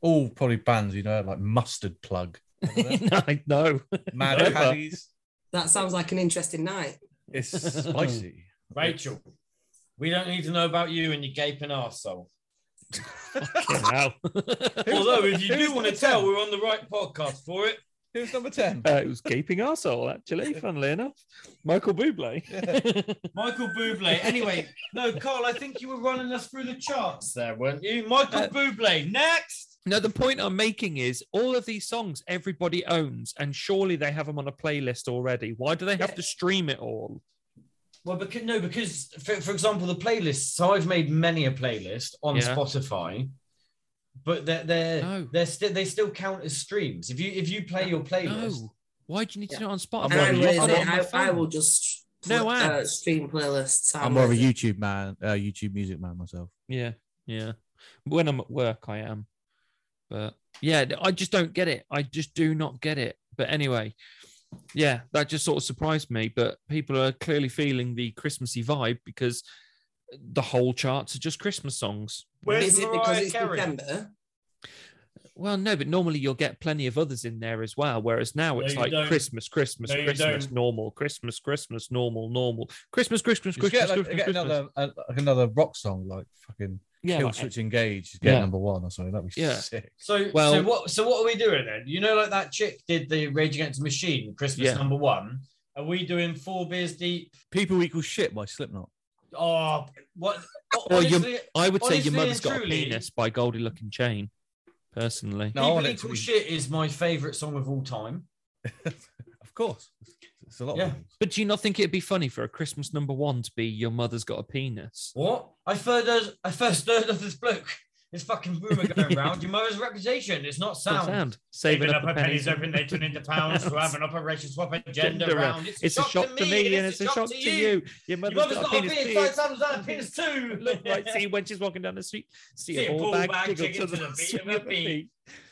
[SPEAKER 6] all probably bands you know like Mustard Plug,
[SPEAKER 7] no, no.
[SPEAKER 6] Mad
[SPEAKER 7] Never.
[SPEAKER 6] Caddies.
[SPEAKER 5] That sounds like an interesting night.
[SPEAKER 6] It's spicy.
[SPEAKER 3] Rachel. We don't need to know about you and your gaping arsehole.
[SPEAKER 7] Wow.
[SPEAKER 3] Although, if you
[SPEAKER 6] Who's
[SPEAKER 3] do want to
[SPEAKER 6] number
[SPEAKER 3] tell,
[SPEAKER 6] 10?
[SPEAKER 3] we're on the right podcast for it.
[SPEAKER 6] Who's number ten?
[SPEAKER 7] Uh, it was gaping arsehole, actually, funnily enough. Michael Bublé.
[SPEAKER 3] Michael Bublé. Anyway, no, Carl, I think you were running us through the charts there, weren't you? Michael
[SPEAKER 7] Uh,
[SPEAKER 3] Bublé. Next.
[SPEAKER 7] No, the point I'm making is all of these songs everybody owns, and surely they have them on a playlist already. Why do they have
[SPEAKER 3] Yeah.
[SPEAKER 7] to stream it all?
[SPEAKER 3] Well, because no, because for, for example, the playlists. So I've made many a playlist on
[SPEAKER 7] Yeah.
[SPEAKER 3] Spotify, but they're they're
[SPEAKER 7] No.
[SPEAKER 3] they're still they still count as streams. If you if you play your playlist,
[SPEAKER 7] No. Why do you need to
[SPEAKER 5] Yeah.
[SPEAKER 7] do it on
[SPEAKER 6] I'm
[SPEAKER 7] Spotify?
[SPEAKER 5] And I'm
[SPEAKER 6] already-
[SPEAKER 5] with
[SPEAKER 6] I'm
[SPEAKER 5] it.
[SPEAKER 6] on
[SPEAKER 5] I, I will just
[SPEAKER 7] No
[SPEAKER 5] uh,
[SPEAKER 7] ads.
[SPEAKER 5] stream playlists.
[SPEAKER 6] I'm more of a
[SPEAKER 5] with it.
[SPEAKER 6] YouTube man, uh, YouTube music man myself.
[SPEAKER 7] Yeah, yeah. When I'm at work, I am. But yeah, I just don't get it. I just do not get it. But anyway, yeah, that just sort of surprised me. But people are clearly feeling the Christmassy vibe because the whole charts are just Christmas songs.
[SPEAKER 5] Is it because it's December?
[SPEAKER 7] Well, no, but normally you'll get plenty of others in there as well. Whereas now
[SPEAKER 3] No,
[SPEAKER 7] it's
[SPEAKER 3] you
[SPEAKER 7] like
[SPEAKER 3] don't.
[SPEAKER 7] Christmas, Christmas,
[SPEAKER 3] No, you
[SPEAKER 7] Christmas,
[SPEAKER 3] don't.
[SPEAKER 7] normal, Christmas, Christmas, normal, normal, Christmas, Christmas,
[SPEAKER 6] You
[SPEAKER 7] Christmas,
[SPEAKER 6] get, like,
[SPEAKER 7] Christmas,
[SPEAKER 6] get
[SPEAKER 7] Christmas.
[SPEAKER 6] another uh, like another rock song like fucking
[SPEAKER 7] yeah,
[SPEAKER 6] Kill
[SPEAKER 7] like-
[SPEAKER 6] Switch Engage, get
[SPEAKER 7] Yeah.
[SPEAKER 6] number one or something. That'd be
[SPEAKER 7] Yeah.
[SPEAKER 6] sick.
[SPEAKER 3] So,
[SPEAKER 7] Well-
[SPEAKER 3] so what? So what are we doing then? You know, like that chick did the Rage Against the Machine Christmas
[SPEAKER 7] Yeah.
[SPEAKER 3] number one. Are we doing four beers deep?
[SPEAKER 6] People equal shit by Slipknot.
[SPEAKER 3] Oh, what?
[SPEAKER 7] Well, you-
[SPEAKER 3] honestly,
[SPEAKER 7] I would say
[SPEAKER 3] Honestly
[SPEAKER 7] your mother's
[SPEAKER 3] and
[SPEAKER 7] got
[SPEAKER 3] truly-
[SPEAKER 7] a penis by Goldie Looking Chain. Personally,
[SPEAKER 6] No, I
[SPEAKER 3] People
[SPEAKER 6] want it to
[SPEAKER 3] Equal
[SPEAKER 6] be-
[SPEAKER 3] Shit is my favorite song of all time.
[SPEAKER 6] Of course, it's a lot.
[SPEAKER 3] Yeah.
[SPEAKER 6] Of things.
[SPEAKER 7] But do you not think it'd be funny for a Christmas number one to be Your Mother's Got a Penis?
[SPEAKER 3] What? I first heard, I first heard of this bloke. This fucking rumor going around. Your mother's reputation. It's not
[SPEAKER 7] Sound.
[SPEAKER 3] sound.
[SPEAKER 7] Sound. Saving, up, a pennies,
[SPEAKER 3] everything they turn into pounds to have an operation swap agenda
[SPEAKER 7] Gender
[SPEAKER 3] round.
[SPEAKER 7] It's, a shock to me and it's a shock to you. Your
[SPEAKER 3] Your
[SPEAKER 7] mother's,
[SPEAKER 3] mother's
[SPEAKER 7] got,
[SPEAKER 3] got a penis. so
[SPEAKER 7] penis.
[SPEAKER 3] Sometimes that a penis too.
[SPEAKER 7] Look right, see when she's walking down the street, see,
[SPEAKER 3] See
[SPEAKER 7] a ball bag, jiggle
[SPEAKER 3] jiggle
[SPEAKER 7] to the, swing of her feet.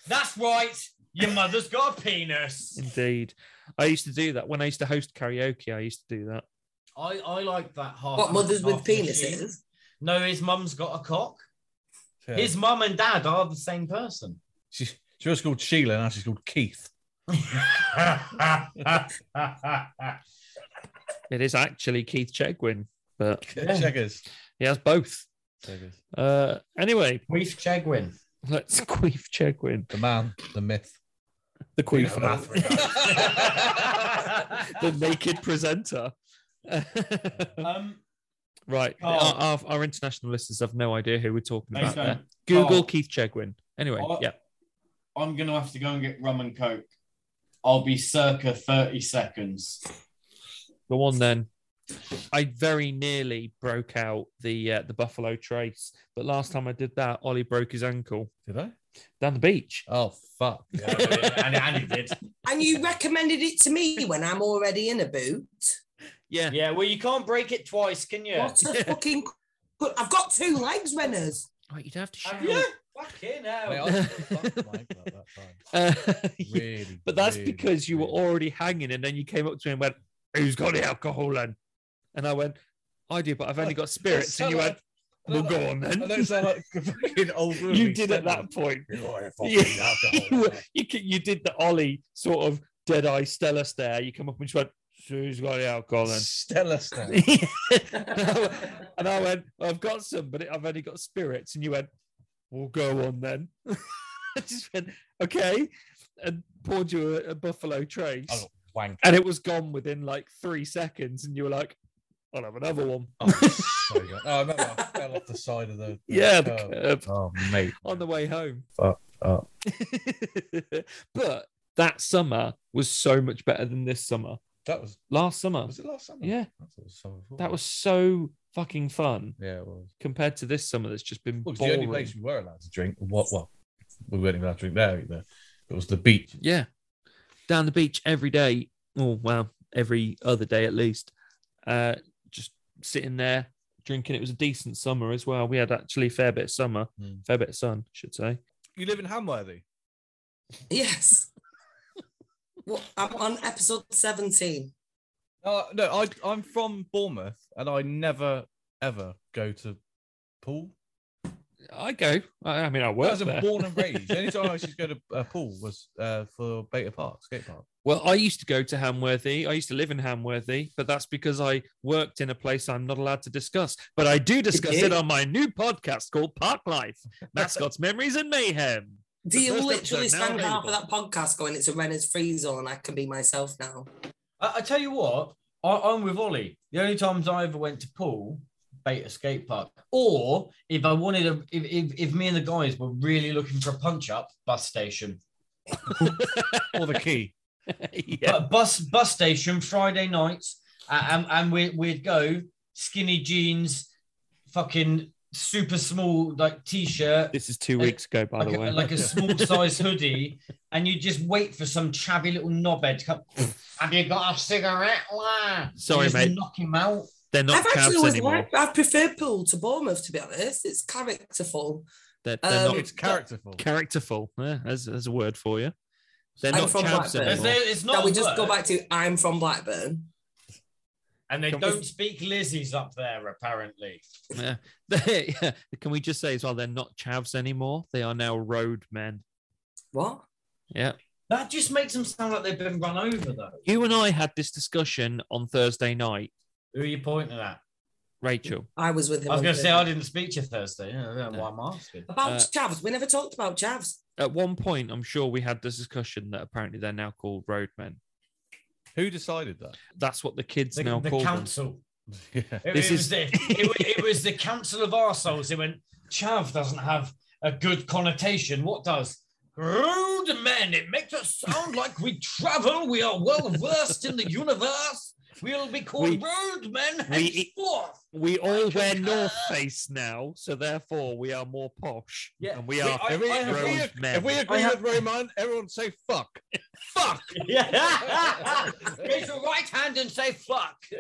[SPEAKER 3] That's right. Your mother's got a penis.
[SPEAKER 7] Indeed, I used to do that when I used to host karaoke. I used to do that.
[SPEAKER 3] I, I like that
[SPEAKER 7] Oh,
[SPEAKER 3] half.
[SPEAKER 5] What mothers with
[SPEAKER 3] half machine.
[SPEAKER 5] penises?
[SPEAKER 3] No, his mum's got a cock.
[SPEAKER 6] Yeah.
[SPEAKER 3] His mum and dad are the same person.
[SPEAKER 6] She, she was called Sheila, now she's called Keith.
[SPEAKER 7] It is actually Keith Chegwin, but
[SPEAKER 3] Yeah.
[SPEAKER 6] Checkers.
[SPEAKER 7] he has both. Uh, anyway,
[SPEAKER 3] Weef Chegwin.
[SPEAKER 7] let's queef Chegwin,
[SPEAKER 6] The man, the myth.
[SPEAKER 7] the queef.
[SPEAKER 3] Bathroom.
[SPEAKER 7] the naked presenter.
[SPEAKER 3] um,
[SPEAKER 7] Right.
[SPEAKER 3] Oh.
[SPEAKER 7] Our, our, our international listeners have no idea who we're talking
[SPEAKER 9] They
[SPEAKER 7] about.
[SPEAKER 9] don't.
[SPEAKER 7] there. Google
[SPEAKER 9] Oh.
[SPEAKER 7] Keith Chegwin. Anyway,
[SPEAKER 9] Oh.
[SPEAKER 7] yeah.
[SPEAKER 9] I'm going to have to go and get rum and coke. I'll be circa 30 seconds.
[SPEAKER 7] Go on then. I very nearly broke out the uh, the Buffalo Trace, but last time I did that, Ollie broke his ankle
[SPEAKER 6] Did I?
[SPEAKER 7] down the beach.
[SPEAKER 6] Oh fuck!
[SPEAKER 3] Yeah, I did. and, and he did.
[SPEAKER 5] And you recommended it to me when I'm already in a boot.
[SPEAKER 7] Yeah.
[SPEAKER 3] Yeah, well, you can't break it twice, can you?
[SPEAKER 5] What a fucking. But I've got two legs, Renners.
[SPEAKER 7] Right, you'd have to
[SPEAKER 3] Have
[SPEAKER 7] shower.
[SPEAKER 3] you? Fucking hell.
[SPEAKER 6] Mate, I fucked Mike up that time.
[SPEAKER 7] Uh,
[SPEAKER 6] Really,
[SPEAKER 7] but that's
[SPEAKER 6] really,
[SPEAKER 7] because you were
[SPEAKER 6] really.
[SPEAKER 7] already hanging, and then you came up to me and went, "Who's got the alcohol then?" And I went, "I do, but I've only got spirits." And you went, "Well, go on
[SPEAKER 6] I know it
[SPEAKER 7] then."
[SPEAKER 6] sound like a fucking old
[SPEAKER 7] You did at that point.
[SPEAKER 6] Oh,
[SPEAKER 7] Yeah. you, were- you, c- you did the Ollie sort of dead eye Stella stare. You come up and she went, so who's got the alcohol then?
[SPEAKER 6] Stella Stella.
[SPEAKER 7] and, I, went- and I went, I've got some, but I've only got spirits. And you went, well, go on then. I just went, okay. And poured you a, a Buffalo Trace.
[SPEAKER 6] Oh, wank.
[SPEAKER 7] And it was gone within like three seconds. And you were like, I'll have another one.
[SPEAKER 6] Oh, sorry, God. oh, I remember I fell off the side of the. the
[SPEAKER 7] yeah, the
[SPEAKER 6] curb.
[SPEAKER 7] curb.
[SPEAKER 6] Oh, mate.
[SPEAKER 7] on the way home.
[SPEAKER 6] Fuck up.
[SPEAKER 7] but that summer was so much better than this summer.
[SPEAKER 6] That was
[SPEAKER 7] Last summer,
[SPEAKER 6] was it last summer?
[SPEAKER 7] Yeah.
[SPEAKER 6] That's what it was summer before.
[SPEAKER 7] that was so fucking fun
[SPEAKER 6] yeah. It was.
[SPEAKER 7] compared to this summer that's just been
[SPEAKER 6] Well, it was the
[SPEAKER 7] boring.
[SPEAKER 6] only place we were allowed to drink. What? Well, we weren't even allowed to drink there either. It was the beach.
[SPEAKER 7] Yeah, down the beach every day. Oh well, every other day at least. Uh, just sitting there drinking. It was a decent summer as well. We had actually a fair bit of summer,
[SPEAKER 6] Mm.
[SPEAKER 7] fair bit of sun, I should say.
[SPEAKER 6] You live in Hamworthy.
[SPEAKER 5] Yes. well, I'm on episode 17.
[SPEAKER 6] Uh, no, I I'm from Bournemouth, and I never ever go to pool.
[SPEAKER 7] I go. I, I mean, I
[SPEAKER 6] I
[SPEAKER 7] work
[SPEAKER 6] was
[SPEAKER 7] there.
[SPEAKER 6] born and raised. The only time I used to go to a pool was uh, for Beta Park skate park.
[SPEAKER 7] Well, I used to go to Hamworthy. I used to live in Hamworthy, but that's because I worked in a place I'm not allowed to discuss. But I do discuss it on my new podcast called Park Life Mascots, Memories, and Mayhem.
[SPEAKER 5] Do you
[SPEAKER 7] first
[SPEAKER 5] literally
[SPEAKER 7] episode now
[SPEAKER 5] spend half of that
[SPEAKER 7] available.
[SPEAKER 5] podcast going, it's a Renner's free zone, I can be myself now?
[SPEAKER 3] I, I tell you what, I, I'm with Ollie. The only times I ever went to pool, beta skate park, or if I wanted a, if, if, if me and the guys were really looking for a punch up, bus station.
[SPEAKER 6] Or the key.
[SPEAKER 7] yeah.
[SPEAKER 3] But bus bus station Friday nights, uh, and, and we, we'd go skinny jeans, fucking super small like t-shirt,
[SPEAKER 7] This is two
[SPEAKER 3] Like-
[SPEAKER 7] weeks ago, by
[SPEAKER 3] like
[SPEAKER 7] the way.
[SPEAKER 3] a, like a small size hoodie, and you just wait for some chabby little knobhead to come. Have you got a cigarette? Lah?
[SPEAKER 7] Sorry,
[SPEAKER 3] You just
[SPEAKER 7] mate.
[SPEAKER 3] Knock him out.
[SPEAKER 7] They're not
[SPEAKER 5] I've actually
[SPEAKER 7] cabs
[SPEAKER 5] always
[SPEAKER 7] anymore.
[SPEAKER 5] liked, I've preferred Pool to Bournemouth, to be honest. It's characterful.
[SPEAKER 7] They're, they're
[SPEAKER 5] Um,
[SPEAKER 7] not
[SPEAKER 6] It's characterful.
[SPEAKER 7] characterful. Yeah, there's, there's a word for you. They're
[SPEAKER 5] I'm
[SPEAKER 7] not
[SPEAKER 5] from
[SPEAKER 7] cabs
[SPEAKER 5] Blackburn.
[SPEAKER 3] There's
[SPEAKER 7] anymore.
[SPEAKER 3] no- it's not.
[SPEAKER 5] Now we
[SPEAKER 3] a
[SPEAKER 5] just go
[SPEAKER 3] word.
[SPEAKER 5] back to, I'm from Blackburn.
[SPEAKER 3] And they
[SPEAKER 7] Can we-
[SPEAKER 3] don't speak Lizzie's up there, apparently.
[SPEAKER 7] Yeah. Can we just say as well, they're not chavs anymore? They are now road men.
[SPEAKER 5] What?
[SPEAKER 7] Yeah.
[SPEAKER 3] That just makes them sound like they've been run over, though.
[SPEAKER 7] You and I had this discussion on Thursday night,
[SPEAKER 3] Who are you pointing at?
[SPEAKER 7] Rachel.
[SPEAKER 5] I was with him.
[SPEAKER 3] I was
[SPEAKER 5] on
[SPEAKER 3] going to
[SPEAKER 5] the-
[SPEAKER 3] say, I didn't speak to you Thursday. I don't know why I'm asking.
[SPEAKER 5] About
[SPEAKER 7] Uh,
[SPEAKER 5] Chavs. We never talked about Chavs.
[SPEAKER 7] at one point, I'm sure we had this discussion that apparently they're now called roadmen.
[SPEAKER 6] Who decided that?
[SPEAKER 7] That's what the kids
[SPEAKER 3] The,
[SPEAKER 7] now
[SPEAKER 3] the
[SPEAKER 7] call
[SPEAKER 3] council.
[SPEAKER 6] Yeah.
[SPEAKER 3] It,
[SPEAKER 7] This
[SPEAKER 3] it
[SPEAKER 7] is-
[SPEAKER 3] was the, it, wa- it was the council of arseholes. It went, Chav doesn't have a good connotation. What does? Rude men. It makes us sound like we travel. We are well versed in the universe. We'll be called
[SPEAKER 7] We-
[SPEAKER 3] rude men
[SPEAKER 7] we-
[SPEAKER 3] henceforth.
[SPEAKER 7] them. We all wear
[SPEAKER 3] uh,
[SPEAKER 7] North Face now, so therefore we are more posh.
[SPEAKER 3] Yeah.
[SPEAKER 7] and we
[SPEAKER 3] We-
[SPEAKER 7] are
[SPEAKER 3] I-
[SPEAKER 6] If we, if we-
[SPEAKER 7] road men.
[SPEAKER 6] if we agree with Roman, everyone say fuck. Fuck.
[SPEAKER 3] Yeah. Raise your right hand and say fuck.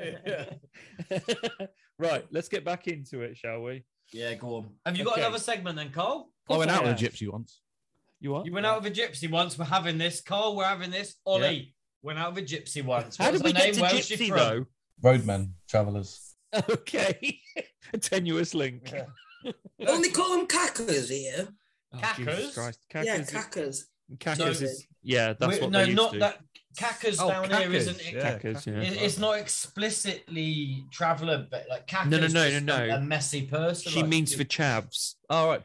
[SPEAKER 7] right, let's get back into it, shall we?
[SPEAKER 3] Yeah, go on. Have you got
[SPEAKER 7] Okay.
[SPEAKER 3] another segment then, Carl?
[SPEAKER 6] I went out
[SPEAKER 7] Yeah.
[SPEAKER 6] with a gypsy once.
[SPEAKER 7] You are.
[SPEAKER 3] You went out with a gypsy once. We're having this. Carl, we're having this. Ollie went out with a gypsy once.
[SPEAKER 7] How
[SPEAKER 3] What
[SPEAKER 7] did
[SPEAKER 3] was
[SPEAKER 7] we
[SPEAKER 3] her
[SPEAKER 7] get
[SPEAKER 3] name?
[SPEAKER 7] to
[SPEAKER 3] Where was she
[SPEAKER 7] Gypsy
[SPEAKER 3] from?
[SPEAKER 7] though?
[SPEAKER 6] Roadmen, travellers.
[SPEAKER 7] Okay, a tenuous link.
[SPEAKER 6] Yeah.
[SPEAKER 5] Don't they call them cackers here?
[SPEAKER 7] Oh,
[SPEAKER 3] Cackers?
[SPEAKER 7] Jesus Christ.
[SPEAKER 5] yeah,
[SPEAKER 7] Cackers,
[SPEAKER 5] cackers.
[SPEAKER 7] cackers
[SPEAKER 3] No.
[SPEAKER 7] is yeah, that's
[SPEAKER 3] We're-
[SPEAKER 7] what
[SPEAKER 3] no,
[SPEAKER 7] they used
[SPEAKER 3] not
[SPEAKER 7] to.
[SPEAKER 3] that. Cackers
[SPEAKER 6] Oh,
[SPEAKER 3] down here
[SPEAKER 6] cackers,
[SPEAKER 3] isn't it?
[SPEAKER 6] yeah.
[SPEAKER 7] Cackers, yeah.
[SPEAKER 3] It- It's not explicitly traveller, but like cackers.
[SPEAKER 7] no, no,
[SPEAKER 3] just
[SPEAKER 7] no,
[SPEAKER 3] a-
[SPEAKER 7] no.
[SPEAKER 3] A messy person.
[SPEAKER 7] She
[SPEAKER 3] like-
[SPEAKER 7] means for chavs.
[SPEAKER 6] All right.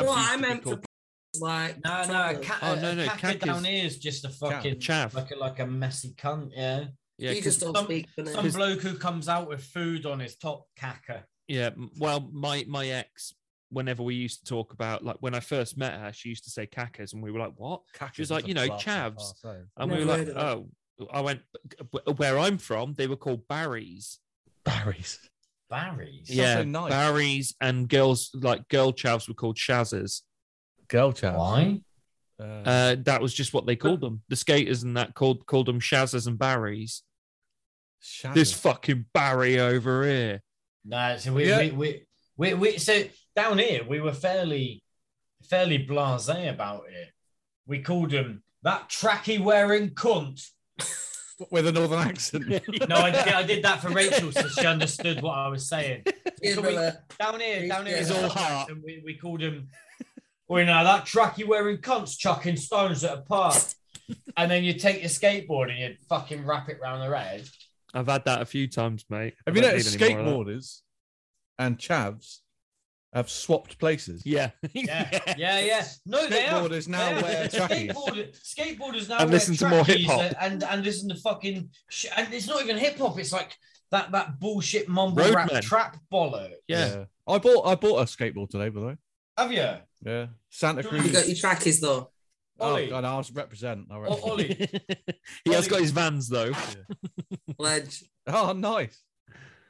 [SPEAKER 5] No,
[SPEAKER 7] used
[SPEAKER 5] I
[SPEAKER 7] to be
[SPEAKER 5] meant for
[SPEAKER 7] called-
[SPEAKER 5] like.
[SPEAKER 3] No, no, a
[SPEAKER 5] travellers.
[SPEAKER 3] ca-
[SPEAKER 7] Oh,
[SPEAKER 3] a-
[SPEAKER 7] no,
[SPEAKER 3] a
[SPEAKER 7] no,
[SPEAKER 3] cacker
[SPEAKER 7] cackers-
[SPEAKER 3] uh, down here is just a fucking
[SPEAKER 7] Chav.
[SPEAKER 3] like a, like a messy cunt. Yeah,
[SPEAKER 7] Yeah,
[SPEAKER 5] you just
[SPEAKER 7] 'cause-
[SPEAKER 5] don't
[SPEAKER 3] some-
[SPEAKER 5] speak for
[SPEAKER 3] some
[SPEAKER 5] them.
[SPEAKER 3] bloke who comes out with food on his top cacker.
[SPEAKER 7] Yeah. m- Well, my my ex, whenever we used to talk about like when I first met her, she used to say cackers, and we were like, "What?" She was
[SPEAKER 6] Cackers
[SPEAKER 7] like,
[SPEAKER 6] is a
[SPEAKER 7] "You know,
[SPEAKER 6] class
[SPEAKER 7] chavs."
[SPEAKER 6] of class, eh?
[SPEAKER 7] And we were
[SPEAKER 5] Never
[SPEAKER 7] like,
[SPEAKER 5] heard of
[SPEAKER 7] "Oh." I went "B- where I'm from. They were called Barrys.
[SPEAKER 6] Barry's.
[SPEAKER 3] Barry's.
[SPEAKER 6] Sounds so nice.
[SPEAKER 7] Barrys and girls like girl chavs were called Shazzers.
[SPEAKER 6] Girl chavs.
[SPEAKER 3] Why?
[SPEAKER 6] Uh,
[SPEAKER 7] Uh, that was just what they called them. The skaters and that called called them Shazzers and Barrys.
[SPEAKER 6] Shazzers.
[SPEAKER 7] This fucking Barry over here.
[SPEAKER 3] No, so we,
[SPEAKER 6] Yeah.
[SPEAKER 3] we, we, we, we, so down here, we were fairly, fairly blasé about it. We called him that tracky wearing cunt.
[SPEAKER 6] with a northern accent.
[SPEAKER 3] No, I did, I did that for Rachel so she understood what I was saying.
[SPEAKER 5] Cheers,
[SPEAKER 3] Can we-
[SPEAKER 5] brother.
[SPEAKER 3] Down here, down here.
[SPEAKER 5] He's
[SPEAKER 3] in
[SPEAKER 7] all
[SPEAKER 3] Sussex,
[SPEAKER 7] heart.
[SPEAKER 3] and We, we called him, we know that tracky wearing cunts chucking stones at a park. and then you take your skateboard and you fucking wrap it round their head.
[SPEAKER 7] I've had that a few times, mate. I
[SPEAKER 6] Have you
[SPEAKER 7] don't
[SPEAKER 6] noticed
[SPEAKER 7] need any more of that.
[SPEAKER 6] skateboarders and chavs have swapped places?
[SPEAKER 7] Yeah.
[SPEAKER 3] Yeah, yeah, yeah. No, they are.
[SPEAKER 6] Skateboarders now
[SPEAKER 3] Yeah,
[SPEAKER 6] wear trackies.
[SPEAKER 3] skateboard- skateboarders now
[SPEAKER 7] And
[SPEAKER 3] wear
[SPEAKER 7] listen to more
[SPEAKER 3] trackies
[SPEAKER 7] hip-hop.
[SPEAKER 3] and and listen to fucking sh- and it's not even hip hop. It's like that that bullshit mumble rap
[SPEAKER 7] Roadmen.
[SPEAKER 3] trap bollock.
[SPEAKER 7] Yeah.
[SPEAKER 6] I bought I bought a skateboard today, by the way.
[SPEAKER 3] Have you,
[SPEAKER 6] Yeah. Santa
[SPEAKER 3] You
[SPEAKER 6] Cruz.
[SPEAKER 5] You got your trackies though.
[SPEAKER 6] Oh,
[SPEAKER 3] Ollie?
[SPEAKER 6] God, I'll represent. I
[SPEAKER 3] O-
[SPEAKER 6] reckon.
[SPEAKER 3] Ollie,
[SPEAKER 7] he has got his vans though.
[SPEAKER 5] Ledge.
[SPEAKER 6] Oh, nice.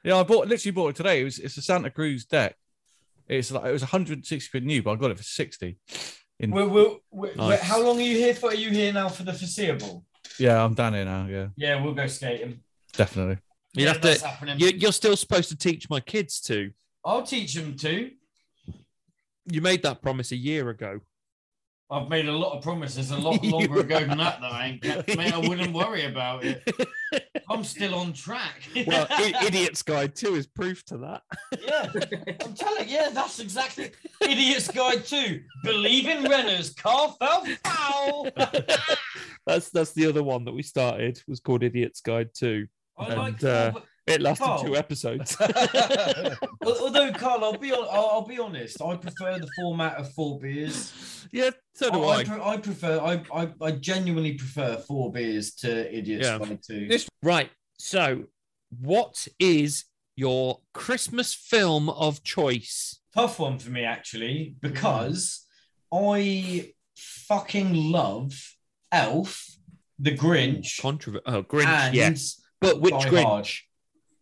[SPEAKER 6] Yeah, I bought literally bought it today. It was it's a Santa Cruz deck. It's like it was 160 quid new, but I got it for 60. In
[SPEAKER 3] we're, we're, we're,
[SPEAKER 7] Nice.
[SPEAKER 3] how long are you here for? Are you here now for the foreseeable?
[SPEAKER 6] yeah, I'm down here now. Yeah,
[SPEAKER 3] Yeah, we'll go skating.
[SPEAKER 6] definitely.
[SPEAKER 7] You'd
[SPEAKER 3] yeah,
[SPEAKER 7] have
[SPEAKER 3] that's
[SPEAKER 7] to.
[SPEAKER 3] happening.
[SPEAKER 7] You, you're still supposed to teach my kids to.
[SPEAKER 3] I'll teach them too.
[SPEAKER 7] You made that promise a year ago.
[SPEAKER 9] I've made a lot of promises a lot
[SPEAKER 7] You
[SPEAKER 9] longer ago than
[SPEAKER 7] have.
[SPEAKER 9] that that I ain't kept. Mate, I wouldn't worry about it. I'm still on track.
[SPEAKER 7] Well, I- Idiot's Guide Two is proof to that.
[SPEAKER 3] Yeah, I'm telling. Yeah, that's exactly. Idiot's Guide Two. Believe in Renner's car fell foul.
[SPEAKER 7] that's that's the other one that we started was called Idiot's Guide Two.
[SPEAKER 3] I
[SPEAKER 7] And,
[SPEAKER 3] like
[SPEAKER 7] uh,
[SPEAKER 3] Paul-
[SPEAKER 7] It lasted
[SPEAKER 3] Carl.
[SPEAKER 7] two episodes.
[SPEAKER 3] Al- Although, Carl, I'll be I'll, I'll be honest. I prefer the format of four beers.
[SPEAKER 7] yeah, so do
[SPEAKER 3] Oh, I,
[SPEAKER 7] I.
[SPEAKER 3] I, pre- I prefer. I, I I genuinely prefer four beers to idiots.
[SPEAKER 7] Yeah.
[SPEAKER 3] Yeah. Two.
[SPEAKER 6] This-
[SPEAKER 7] Right. So, what is your Christmas film of choice?
[SPEAKER 3] Tough one for me actually because I fucking love Elf, The Grinch,
[SPEAKER 7] Controver- oh, Grinch.
[SPEAKER 3] and
[SPEAKER 7] yes, but which
[SPEAKER 3] Die
[SPEAKER 7] Grinch?
[SPEAKER 3] Hard.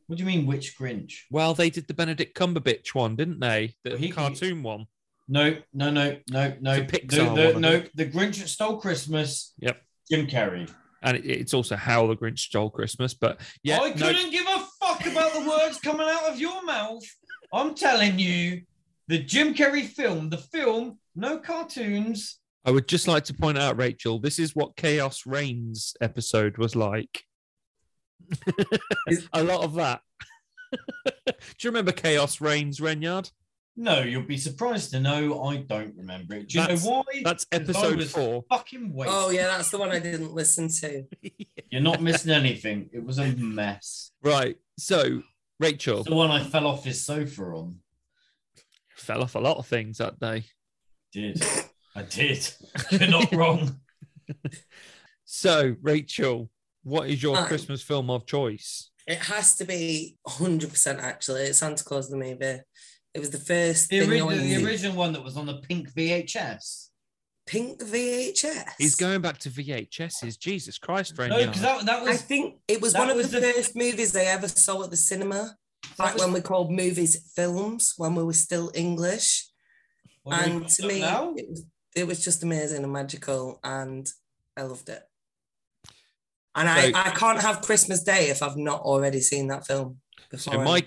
[SPEAKER 3] What do you mean, which Grinch?
[SPEAKER 7] Well, they did the Benedict Cumberbatch one, didn't they? The
[SPEAKER 3] Well, he-
[SPEAKER 7] cartoon one.
[SPEAKER 9] No, no, no, no, no.
[SPEAKER 7] It's a Pixar
[SPEAKER 9] The- the-
[SPEAKER 7] one, I
[SPEAKER 9] no, the Grinch that stole Christmas.
[SPEAKER 7] Yep.
[SPEAKER 9] Jim Carrey.
[SPEAKER 7] And it, it's also How the Grinch Stole Christmas. But yeah,
[SPEAKER 9] I
[SPEAKER 7] no,
[SPEAKER 9] couldn't give a fuck about the words coming out of your mouth.
[SPEAKER 3] I'm telling you, the Jim Carrey film, the film, no cartoons.
[SPEAKER 7] I would just like to point out, Rachel, this is what Chaos Reigns episode was like. A lot of that. Do you remember Chaos Reigns, Renyard?
[SPEAKER 3] No, you'll be surprised to know I don't remember it. Do you
[SPEAKER 7] That's-
[SPEAKER 3] know why?
[SPEAKER 7] That's
[SPEAKER 3] Because I
[SPEAKER 7] episode
[SPEAKER 3] was
[SPEAKER 7] four.
[SPEAKER 3] fucking waste.
[SPEAKER 5] Oh yeah, that's the one I didn't listen to.
[SPEAKER 3] You're not missing anything. It was a mess.
[SPEAKER 7] Right. So, Rachel
[SPEAKER 3] The one I fell off his sofa on.
[SPEAKER 7] fell off a lot of things that day.
[SPEAKER 3] Did I did? You're not wrong.
[SPEAKER 7] So, Rachel, what is your
[SPEAKER 5] Hi.
[SPEAKER 7] Christmas film of choice?
[SPEAKER 5] It has to be 100 percent actually. It's Santa Claus the movie. It was the first
[SPEAKER 3] The,
[SPEAKER 5] thing
[SPEAKER 3] original,
[SPEAKER 5] on
[SPEAKER 3] the original one that was on the pink VHS.
[SPEAKER 5] pink VHS.
[SPEAKER 7] He's going back to VHSs. Jesus Christ,
[SPEAKER 3] No,
[SPEAKER 7] Renyard.
[SPEAKER 3] because that, that
[SPEAKER 5] I
[SPEAKER 3] was
[SPEAKER 5] think it was
[SPEAKER 3] that
[SPEAKER 5] one of
[SPEAKER 3] was
[SPEAKER 5] the,
[SPEAKER 3] the-
[SPEAKER 5] first movies I ever saw at the cinema. Back
[SPEAKER 3] was-
[SPEAKER 5] when we called movies films, when we were still English.
[SPEAKER 3] What do we
[SPEAKER 5] and
[SPEAKER 3] call
[SPEAKER 5] to
[SPEAKER 3] them
[SPEAKER 5] me,
[SPEAKER 3] now?
[SPEAKER 5] it was, it was just amazing and magical, and I loved it. And
[SPEAKER 7] So-
[SPEAKER 5] I, I can't have Christmas Day if I've not already seen that film.
[SPEAKER 7] So
[SPEAKER 5] Before
[SPEAKER 7] my,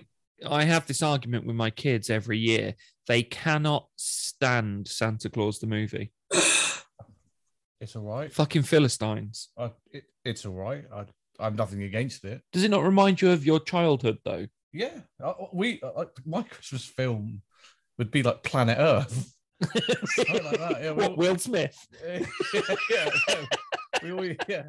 [SPEAKER 7] I have this argument with my kids every year. They cannot stand Santa Claus the movie.
[SPEAKER 6] It's all right.
[SPEAKER 7] Fucking Philistines.
[SPEAKER 6] I, it, it's all right. I, I'm nothing against it.
[SPEAKER 7] Does it not remind you of your childhood though?
[SPEAKER 6] Yeah, I, I- we I, I- my Christmas film would be like Planet Earth. Something like that, yeah,
[SPEAKER 7] What,
[SPEAKER 6] well-
[SPEAKER 7] Will Smith.
[SPEAKER 6] yeah, yeah, no, we always, yeah.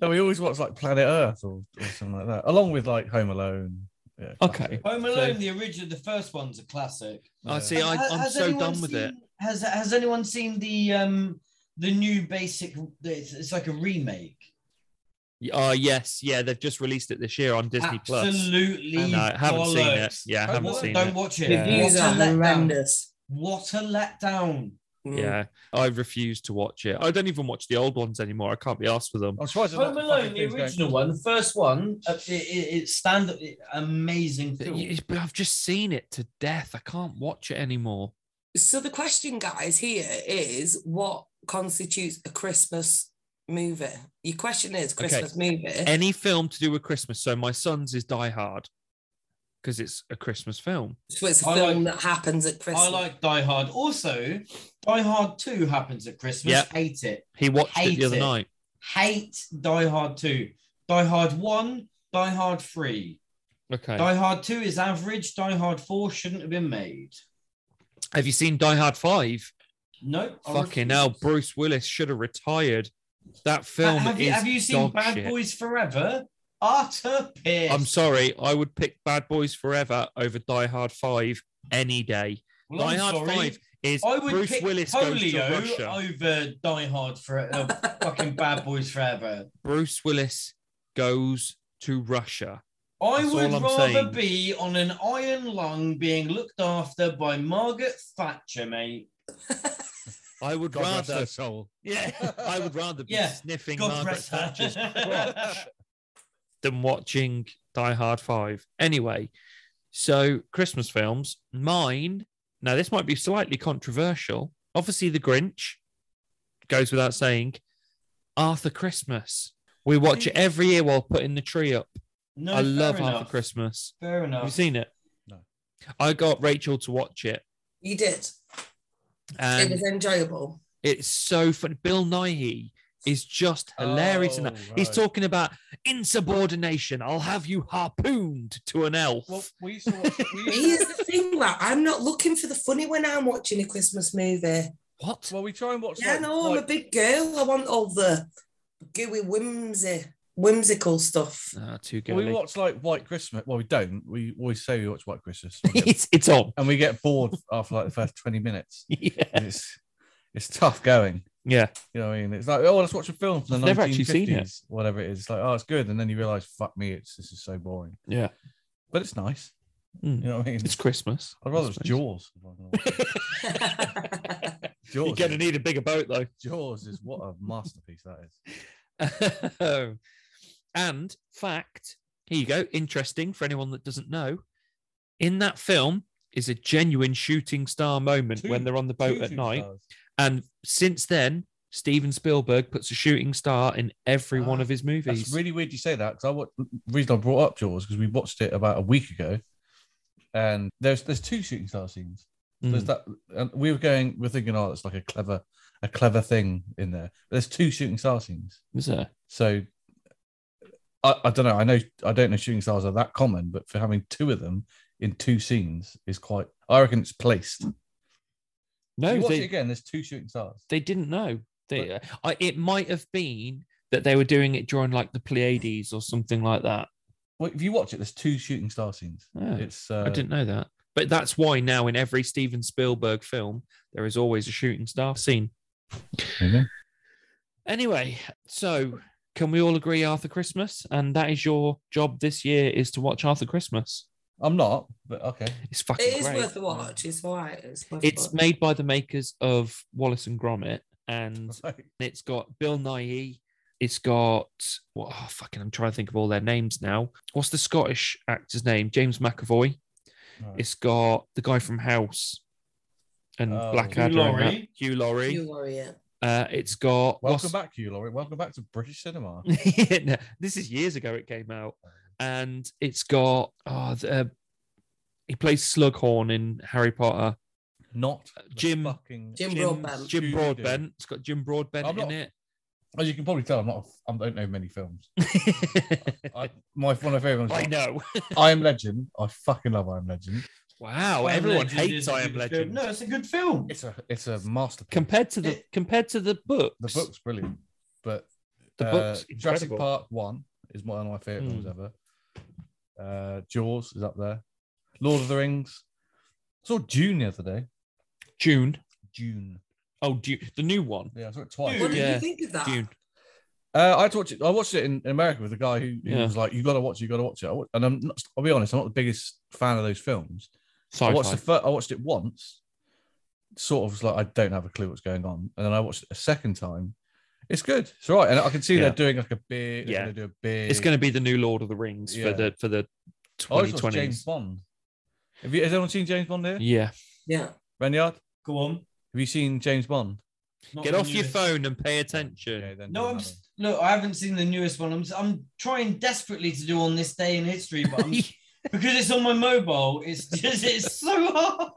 [SPEAKER 6] No, we always watch like Planet Earth or, or something like that, along with like Home Alone. Yeah,
[SPEAKER 7] Okay.
[SPEAKER 3] Home Alone, the original, the first one's a classic.
[SPEAKER 7] I see. I,
[SPEAKER 3] Ha-
[SPEAKER 7] I'm
[SPEAKER 3] has
[SPEAKER 7] so
[SPEAKER 3] anyone
[SPEAKER 7] done with it.
[SPEAKER 3] seen- Has Has anyone seen the um the new basic? It's, it's like a remake.
[SPEAKER 7] Oh yes, yeah, they've just released it this year on Disney Plus.
[SPEAKER 3] Absolutely.
[SPEAKER 7] And I haven't seen it.
[SPEAKER 3] bollocks.
[SPEAKER 7] Yeah, I
[SPEAKER 3] Don't
[SPEAKER 7] haven't
[SPEAKER 3] wa-
[SPEAKER 7] seen
[SPEAKER 3] Don't
[SPEAKER 7] it.
[SPEAKER 3] watch it.
[SPEAKER 7] Yeah.
[SPEAKER 5] Reviews
[SPEAKER 3] What
[SPEAKER 5] are
[SPEAKER 3] a letdown.
[SPEAKER 5] horrendous.
[SPEAKER 3] What a letdown.
[SPEAKER 5] Mm.
[SPEAKER 7] Yeah, I refuse to watch it. I don't even watch the old ones anymore. I can't be asked for them.
[SPEAKER 6] I'm surprised. there's
[SPEAKER 3] Home
[SPEAKER 6] not
[SPEAKER 3] Alone,
[SPEAKER 6] fucking
[SPEAKER 3] the
[SPEAKER 6] things going-
[SPEAKER 3] original one, the first one, uh, it, it, it's stand it- amazing
[SPEAKER 7] But,
[SPEAKER 3] film.
[SPEAKER 7] you- but I've just seen it to death. I can't watch it anymore.
[SPEAKER 5] So the question, guys, here is what constitutes a Christmas movie? Your question is
[SPEAKER 7] Okay.
[SPEAKER 5] Christmas movie.
[SPEAKER 7] Any film to do with Christmas. So my son's is Die Hard because it's a Christmas film.
[SPEAKER 5] So it's a
[SPEAKER 9] I
[SPEAKER 5] film that happens at Christmas.
[SPEAKER 9] I like Die Hard. Also, Die Hard 2 happens at Christmas.
[SPEAKER 7] Yeah.
[SPEAKER 9] Hate it.
[SPEAKER 7] He watched it
[SPEAKER 9] Hate
[SPEAKER 7] the other
[SPEAKER 9] it.
[SPEAKER 7] night.
[SPEAKER 9] Hate Die Hard 2. Die Hard 1, Die Hard 3.
[SPEAKER 7] Okay.
[SPEAKER 9] Die Hard 2 is average. Die Hard 4 shouldn't have been made.
[SPEAKER 7] Have you seen Die Hard Five?
[SPEAKER 9] No. I
[SPEAKER 7] Fucking
[SPEAKER 9] refuse.
[SPEAKER 7] hell, Bruce Willis should have retired. That film
[SPEAKER 9] have,
[SPEAKER 7] is
[SPEAKER 9] you, have you seen
[SPEAKER 7] dog
[SPEAKER 9] Bad
[SPEAKER 7] shit.
[SPEAKER 9] Boys Forever? Utter piss.
[SPEAKER 7] I'm sorry, I would pick Bad Boys Forever over Die Hard Five any day.
[SPEAKER 9] Well,
[SPEAKER 7] Die
[SPEAKER 9] I'm
[SPEAKER 7] Hard
[SPEAKER 9] sorry.
[SPEAKER 7] Five is
[SPEAKER 9] I would
[SPEAKER 7] Bruce
[SPEAKER 9] pick
[SPEAKER 7] Willis goes to Russia.
[SPEAKER 9] polio over Die Hard for uh, fucking Bad Boys Forever.
[SPEAKER 7] Bruce Willis goes to Russia.
[SPEAKER 9] I
[SPEAKER 7] That's
[SPEAKER 9] would
[SPEAKER 7] all I'm
[SPEAKER 9] rather
[SPEAKER 7] saying.
[SPEAKER 9] be on an iron lung being looked after by Margaret Thatcher, mate.
[SPEAKER 7] I would
[SPEAKER 6] God rest
[SPEAKER 7] rather,
[SPEAKER 6] her soul.
[SPEAKER 7] yeah, I
[SPEAKER 6] Oh,
[SPEAKER 7] would rather be
[SPEAKER 9] Yeah,
[SPEAKER 7] sniffing
[SPEAKER 9] God
[SPEAKER 7] Margaret
[SPEAKER 9] rest her.
[SPEAKER 7] Thatcher's crotch than watching Die Hard Five. Anyway, so Christmas films, mine. Now this might be slightly controversial. Obviously, The Grinch goes without saying. Arthur Christmas. We watch it every year while putting the tree up.
[SPEAKER 9] No,
[SPEAKER 7] I love
[SPEAKER 9] fair
[SPEAKER 7] Arthur
[SPEAKER 9] enough.
[SPEAKER 7] Christmas.
[SPEAKER 9] Fair
[SPEAKER 7] Have you
[SPEAKER 9] enough.
[SPEAKER 7] seen it?
[SPEAKER 6] No.
[SPEAKER 7] I got Rachel to watch it,
[SPEAKER 5] you did.
[SPEAKER 7] and
[SPEAKER 5] it was enjoyable.
[SPEAKER 7] It's so funny. Bill Nighy is just hilarious. in that.
[SPEAKER 6] Oh,
[SPEAKER 7] He's
[SPEAKER 6] right.
[SPEAKER 7] talking about insubordination. I'll have you harpooned to an elf.
[SPEAKER 6] Well, we used to watch. We used to-
[SPEAKER 5] Here's the thing, like, I'm not looking for the funny when I'm watching a Christmas movie.
[SPEAKER 7] what?
[SPEAKER 6] well, we try and watch.
[SPEAKER 5] Yeah,
[SPEAKER 6] like,
[SPEAKER 5] no, I'm
[SPEAKER 6] like,
[SPEAKER 5] a big girl. I want all the gooey whimsy, whimsical stuff.
[SPEAKER 7] Ah, too
[SPEAKER 6] well, we
[SPEAKER 7] girly.
[SPEAKER 6] watch like White Christmas. Well, we don't. We always say we watch White Christmas,
[SPEAKER 7] it's, it's on.
[SPEAKER 6] and we get bored after like the first twenty minutes.
[SPEAKER 7] Yeah.
[SPEAKER 6] And It's it's tough going.
[SPEAKER 7] yeah.
[SPEAKER 6] You know what I mean? It's like oh, let's watch a film from the
[SPEAKER 7] I've never
[SPEAKER 6] 1950s,
[SPEAKER 7] actually seen it.
[SPEAKER 6] whatever it is. It's like oh, it's good, and then you realize, fuck me, it's this is so boring.
[SPEAKER 7] Yeah.
[SPEAKER 6] But it's nice.
[SPEAKER 7] Mm.
[SPEAKER 6] You know what I mean?
[SPEAKER 7] It's Christmas.
[SPEAKER 6] I'd rather
[SPEAKER 7] I
[SPEAKER 6] it's
[SPEAKER 7] suppose.
[SPEAKER 6] Jaws. if I'm gonna watch it. Jaws.
[SPEAKER 7] You're going to
[SPEAKER 6] is-
[SPEAKER 7] need a bigger boat, though.
[SPEAKER 6] Jaws is what a masterpiece that is.
[SPEAKER 7] and fact, here you go. Interesting for anyone that doesn't know. In that film is a genuine shooting star moment
[SPEAKER 6] Two-
[SPEAKER 7] when they're on the boat
[SPEAKER 6] Two
[SPEAKER 7] at
[SPEAKER 6] two
[SPEAKER 7] night.
[SPEAKER 6] stars.
[SPEAKER 7] And since then, Steven Spielberg puts a shooting star in every one
[SPEAKER 6] Ah,
[SPEAKER 7] of his
[SPEAKER 6] That's
[SPEAKER 7] movies.
[SPEAKER 6] really weird you say that because I wa- reason I brought up Jaws because we watched it about a week ago, and there's there's two shooting star scenes. There's
[SPEAKER 7] Mm.
[SPEAKER 6] that, and we were going, we're thinking, oh, that's like a clever, a clever thing in there. But there's two shooting star scenes,
[SPEAKER 7] Is there?
[SPEAKER 6] so I, I don't know. I know I don't know shooting stars are that common, but for having two of them in two scenes is quite. I reckon it's placed.
[SPEAKER 7] No,
[SPEAKER 6] you watch it
[SPEAKER 7] they,
[SPEAKER 6] again. There's two shooting stars.
[SPEAKER 7] they didn't know. They, I, it might have been that they were doing it during like the Pleiades or something like that.
[SPEAKER 6] Well, if you watch it, there's two shooting star scenes.
[SPEAKER 7] Ah,
[SPEAKER 6] It's uh,
[SPEAKER 7] I didn't know that. But that's why now in every Steven Spielberg film, there is always a shooting star scene.
[SPEAKER 6] there you go.
[SPEAKER 7] Anyway, so can we all agree Arthur Christmas? And that is your job this year is to watch Arthur Christmas.
[SPEAKER 6] I'm not, but okay.
[SPEAKER 7] It's fucking
[SPEAKER 5] It is
[SPEAKER 7] great.
[SPEAKER 5] worth a watch. It's all right. It's, worth a
[SPEAKER 7] It's
[SPEAKER 5] watch.
[SPEAKER 7] made by the makers of Wallace and Gromit, and
[SPEAKER 6] Right.
[SPEAKER 7] it's got Bill Nighy. It's got what? Oh, fucking! I'm trying to think of all their names now. What's the Scottish actor's name? James McAvoy.
[SPEAKER 6] Right.
[SPEAKER 7] It's got the guy from House and
[SPEAKER 6] Oh.
[SPEAKER 7] Blackadder.
[SPEAKER 9] Hugh
[SPEAKER 7] and that-
[SPEAKER 9] Laurie.
[SPEAKER 7] Hugh Laurie.
[SPEAKER 5] You worry it.
[SPEAKER 7] Uh, it's got
[SPEAKER 6] Welcome
[SPEAKER 7] what's-
[SPEAKER 6] back, you, Laurie. Welcome back to British cinema.
[SPEAKER 7] No, this is years ago it came out, and it's got oh, the, uh, he plays Slughorn in Harry Potter.
[SPEAKER 6] Not
[SPEAKER 7] Uh,
[SPEAKER 6] the
[SPEAKER 7] Jim-
[SPEAKER 6] fucking-
[SPEAKER 5] Jim Broadbent.
[SPEAKER 7] Jim
[SPEAKER 6] Scooby-Doo.
[SPEAKER 7] Broadbent. It's got Jim Broadbent
[SPEAKER 6] I'm
[SPEAKER 7] in
[SPEAKER 6] not- As you can probably tell, I'm not. I don't know many films.
[SPEAKER 7] it.
[SPEAKER 6] I, my one of my favorite ones.
[SPEAKER 7] I
[SPEAKER 6] I,
[SPEAKER 7] know.
[SPEAKER 6] I am Legend. I fucking love I Am Legend.
[SPEAKER 7] Wow,
[SPEAKER 9] I Am
[SPEAKER 7] everyone
[SPEAKER 9] Legend
[SPEAKER 7] hates
[SPEAKER 9] is a
[SPEAKER 7] I Am
[SPEAKER 9] good
[SPEAKER 7] Legend.
[SPEAKER 9] film. No, it's a good film.
[SPEAKER 6] It's a it's a masterpiece.
[SPEAKER 7] Compared to the
[SPEAKER 9] It-
[SPEAKER 7] compared to the books,
[SPEAKER 6] the book's brilliant, but uh,
[SPEAKER 7] The book's
[SPEAKER 6] Jurassic
[SPEAKER 7] incredible.
[SPEAKER 6] Park One is one of my favorite films ever. Uh, Jaws is up there. Lord of the Rings. I saw June the other day.
[SPEAKER 7] June.
[SPEAKER 6] June.
[SPEAKER 7] Oh, June, the new one.
[SPEAKER 6] Yeah, I saw it twice.
[SPEAKER 5] What did
[SPEAKER 7] Yeah.
[SPEAKER 6] Ah,
[SPEAKER 5] you think of that?
[SPEAKER 7] June.
[SPEAKER 6] Uh, I watched it. I watched it in, in America with a guy who, who
[SPEAKER 7] Yeah.
[SPEAKER 6] was like, "You got to watch it. You got to watch it." I wa- and I'm not, I'll be honest. I'm not the biggest fan of those films.
[SPEAKER 7] Sci-fi.
[SPEAKER 6] I watched the fir- I watched it once, sort of was like I don't have a clue what's going on, and then I watched it a second time. It's good. It's all right, and I can see
[SPEAKER 7] Yeah.
[SPEAKER 6] they're doing like a big.
[SPEAKER 7] Yeah.
[SPEAKER 6] Yeah, do a big.
[SPEAKER 7] it's going to be the new Lord of the Rings
[SPEAKER 6] Yeah.
[SPEAKER 7] for the for the
[SPEAKER 6] I always watched
[SPEAKER 7] 2020s.
[SPEAKER 6] James Bond. Have you? Has anyone seen James Bond here?
[SPEAKER 7] Yeah,
[SPEAKER 5] Yeah.
[SPEAKER 6] Renyard,
[SPEAKER 9] Go on.
[SPEAKER 6] have you seen James Bond?
[SPEAKER 9] Not
[SPEAKER 7] get
[SPEAKER 9] the
[SPEAKER 7] off your
[SPEAKER 9] newest.
[SPEAKER 7] phone and pay attention.
[SPEAKER 6] Yeah, then
[SPEAKER 3] No,
[SPEAKER 6] doesn't
[SPEAKER 3] I'm
[SPEAKER 6] matter.
[SPEAKER 3] s- look. I haven't seen the newest one. I'm s- I'm trying desperately to do on this day in history, but I'm, because it's on my mobile, it's just it's so hard.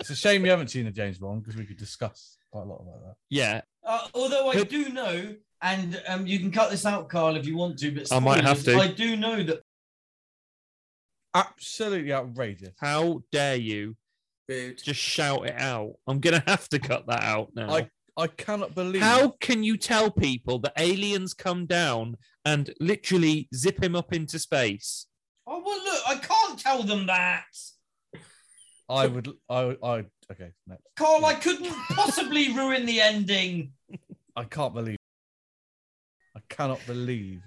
[SPEAKER 6] It's a shame you haven't seen the James Bond because we could discuss quite a lot about that.
[SPEAKER 7] yeah,
[SPEAKER 3] Uh, although I
[SPEAKER 7] Could-
[SPEAKER 3] do know, and um, you can cut this out, Carl, if you want to. But
[SPEAKER 7] I might have
[SPEAKER 3] spoilers,
[SPEAKER 7] to.
[SPEAKER 3] I do know that
[SPEAKER 6] Absolutely outrageous.
[SPEAKER 7] how dare you
[SPEAKER 5] Rude.
[SPEAKER 7] just shout it out? I'm gonna have to cut that out now.
[SPEAKER 6] I I cannot believe
[SPEAKER 7] How can you tell people that aliens come down and literally zip him up into space?
[SPEAKER 3] Oh well, look, I can't tell them that,
[SPEAKER 6] I would I would- I okay next.
[SPEAKER 3] Carl. I couldn't possibly ruin the ending.
[SPEAKER 6] I can't believe I cannot believe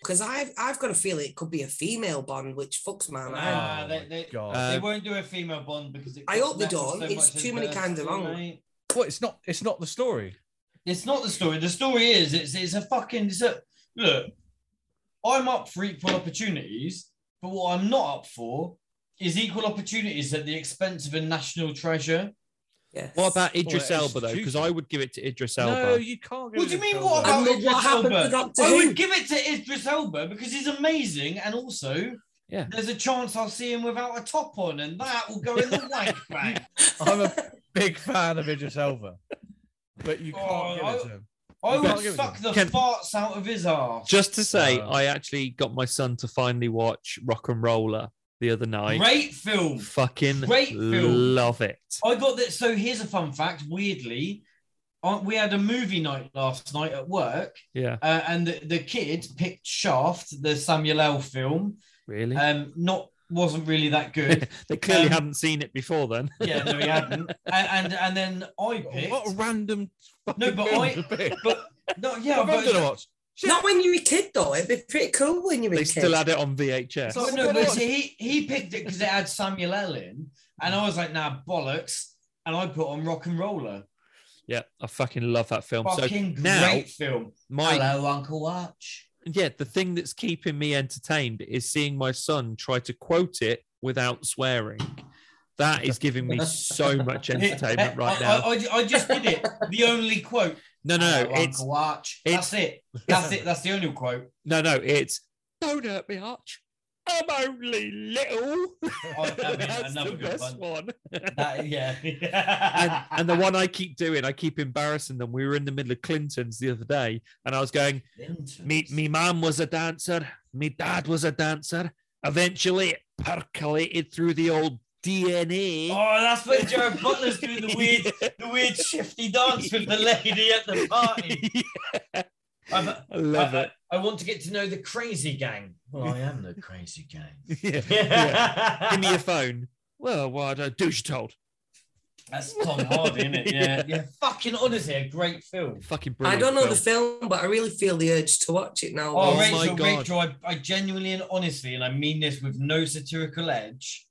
[SPEAKER 5] Because I've I've got a feeling it could be a female Bond, which fucks my mind.
[SPEAKER 3] Ah,
[SPEAKER 6] Oh
[SPEAKER 3] they-
[SPEAKER 6] my
[SPEAKER 3] they-
[SPEAKER 6] God.
[SPEAKER 7] Uh,
[SPEAKER 3] they won't do a female Bond because it
[SPEAKER 5] I hope they
[SPEAKER 3] messes
[SPEAKER 5] don't. It's
[SPEAKER 3] much
[SPEAKER 5] too
[SPEAKER 3] as
[SPEAKER 5] many
[SPEAKER 3] the
[SPEAKER 5] kinds of wrong.
[SPEAKER 3] story.
[SPEAKER 6] Well, it's not it's not the story.
[SPEAKER 3] It's not the story. The story is it's it's a fucking it's a, look. I'm up for equal opportunities, but what I'm not up for is equal opportunities at the expense of a national treasure.
[SPEAKER 5] Yes.
[SPEAKER 7] What about Idris
[SPEAKER 6] Well,
[SPEAKER 7] Elba though? Because
[SPEAKER 6] execution.
[SPEAKER 7] I would give it to Idris
[SPEAKER 6] No,
[SPEAKER 7] Elba.
[SPEAKER 6] you can't.
[SPEAKER 3] What do you mean? What
[SPEAKER 5] And
[SPEAKER 3] about
[SPEAKER 5] look
[SPEAKER 3] Idris
[SPEAKER 5] what happened
[SPEAKER 3] Elba?
[SPEAKER 5] to Doctor
[SPEAKER 3] I
[SPEAKER 5] Who.
[SPEAKER 3] would give it to Idris Elba because he's amazing, and also
[SPEAKER 7] Yeah.
[SPEAKER 3] there's a chance I'll see him without a top on, and that will go in the wank bag.
[SPEAKER 6] I'm a big fan of Idris Elba, but you can't
[SPEAKER 3] Oh,
[SPEAKER 6] give it to him.
[SPEAKER 3] I
[SPEAKER 6] You can't
[SPEAKER 3] would
[SPEAKER 6] give it
[SPEAKER 3] suck
[SPEAKER 6] to
[SPEAKER 3] the
[SPEAKER 7] Can-
[SPEAKER 3] farts out of his arse.
[SPEAKER 7] Just to say,
[SPEAKER 6] Uh,
[SPEAKER 7] I actually got my son to finally watch Rock and Roller the other night.
[SPEAKER 3] Great film.
[SPEAKER 7] Fucking
[SPEAKER 3] Great film.
[SPEAKER 7] love it.
[SPEAKER 3] I got that. So here's a fun fact. Weirdly, uh, we had a movie night last night at work,
[SPEAKER 7] Yeah,
[SPEAKER 3] uh, and the, the kid picked Shaft, the Samuel L. film.
[SPEAKER 7] really.
[SPEAKER 3] Um, not wasn't really that good.
[SPEAKER 7] they clearly
[SPEAKER 3] um,
[SPEAKER 7] hadn't seen it before then.
[SPEAKER 3] yeah, no, he hadn't. And and, and then I picked.
[SPEAKER 6] What a random.
[SPEAKER 3] No, but
[SPEAKER 6] film
[SPEAKER 3] I-
[SPEAKER 6] to pick.
[SPEAKER 3] but no, yeah,
[SPEAKER 6] What film did I
[SPEAKER 3] but,
[SPEAKER 6] watch?
[SPEAKER 5] Not when you were a kid though. It'd be pretty cool when you were a
[SPEAKER 7] They
[SPEAKER 5] kid.
[SPEAKER 7] still had it on VHS.
[SPEAKER 6] So-
[SPEAKER 3] but no, but he he picked it because it had Samuel L. in, and I was like, nah, bollocks. And I put on Rock and Roller.
[SPEAKER 7] yeah, I fucking love that film. Um, so
[SPEAKER 3] Fucking
[SPEAKER 7] now-
[SPEAKER 3] great film.
[SPEAKER 7] my
[SPEAKER 3] Hello, Uncle Watch.
[SPEAKER 7] yeah, the thing that's keeping me entertained is seeing my son try to quote it without swearing. That is giving me so much entertainment right
[SPEAKER 3] I-
[SPEAKER 7] now.
[SPEAKER 3] I, I, I just did it. The only quote.
[SPEAKER 7] No, no,
[SPEAKER 3] Hello,
[SPEAKER 7] it's
[SPEAKER 3] Uncle Watch.
[SPEAKER 7] it's-
[SPEAKER 3] That's it. That's it. That's the only quote.
[SPEAKER 7] no, no, it's don't hurt me, Arch. I'm only little.
[SPEAKER 3] Oh, that'd be
[SPEAKER 7] That's
[SPEAKER 3] another
[SPEAKER 7] the
[SPEAKER 3] good
[SPEAKER 7] best one.
[SPEAKER 3] That, yeah.
[SPEAKER 7] and, and the one I keep doing, I keep embarrassing them. We were in the middle of Clinton's the other day, and I was going, Me, me mom was a dancer. Me dad was a dancer. Eventually, it percolated through the old DNA.
[SPEAKER 3] Oh, that's when Jared Butler's doing the weird, the weird shifty dance with the lady at the party. I'm-
[SPEAKER 7] I love
[SPEAKER 3] I,
[SPEAKER 7] it.
[SPEAKER 3] I, I want to get to know the crazy gang. Well, I am the crazy gang.
[SPEAKER 7] Yeah. yeah. Give me your phone. Well, what a douche told.
[SPEAKER 3] That's Tom Hardy, isn't it? Yeah. yeah. Fucking honestly, a great film.
[SPEAKER 7] Fucking
[SPEAKER 5] I
[SPEAKER 7] brilliant.
[SPEAKER 5] don't know
[SPEAKER 7] film.
[SPEAKER 5] the film, but I really feel the urge to watch it now.
[SPEAKER 3] Oh,
[SPEAKER 7] my
[SPEAKER 3] Rachel,
[SPEAKER 7] God.
[SPEAKER 3] Rachel, I, I genuinely and honestly, and I mean this with no satirical edge,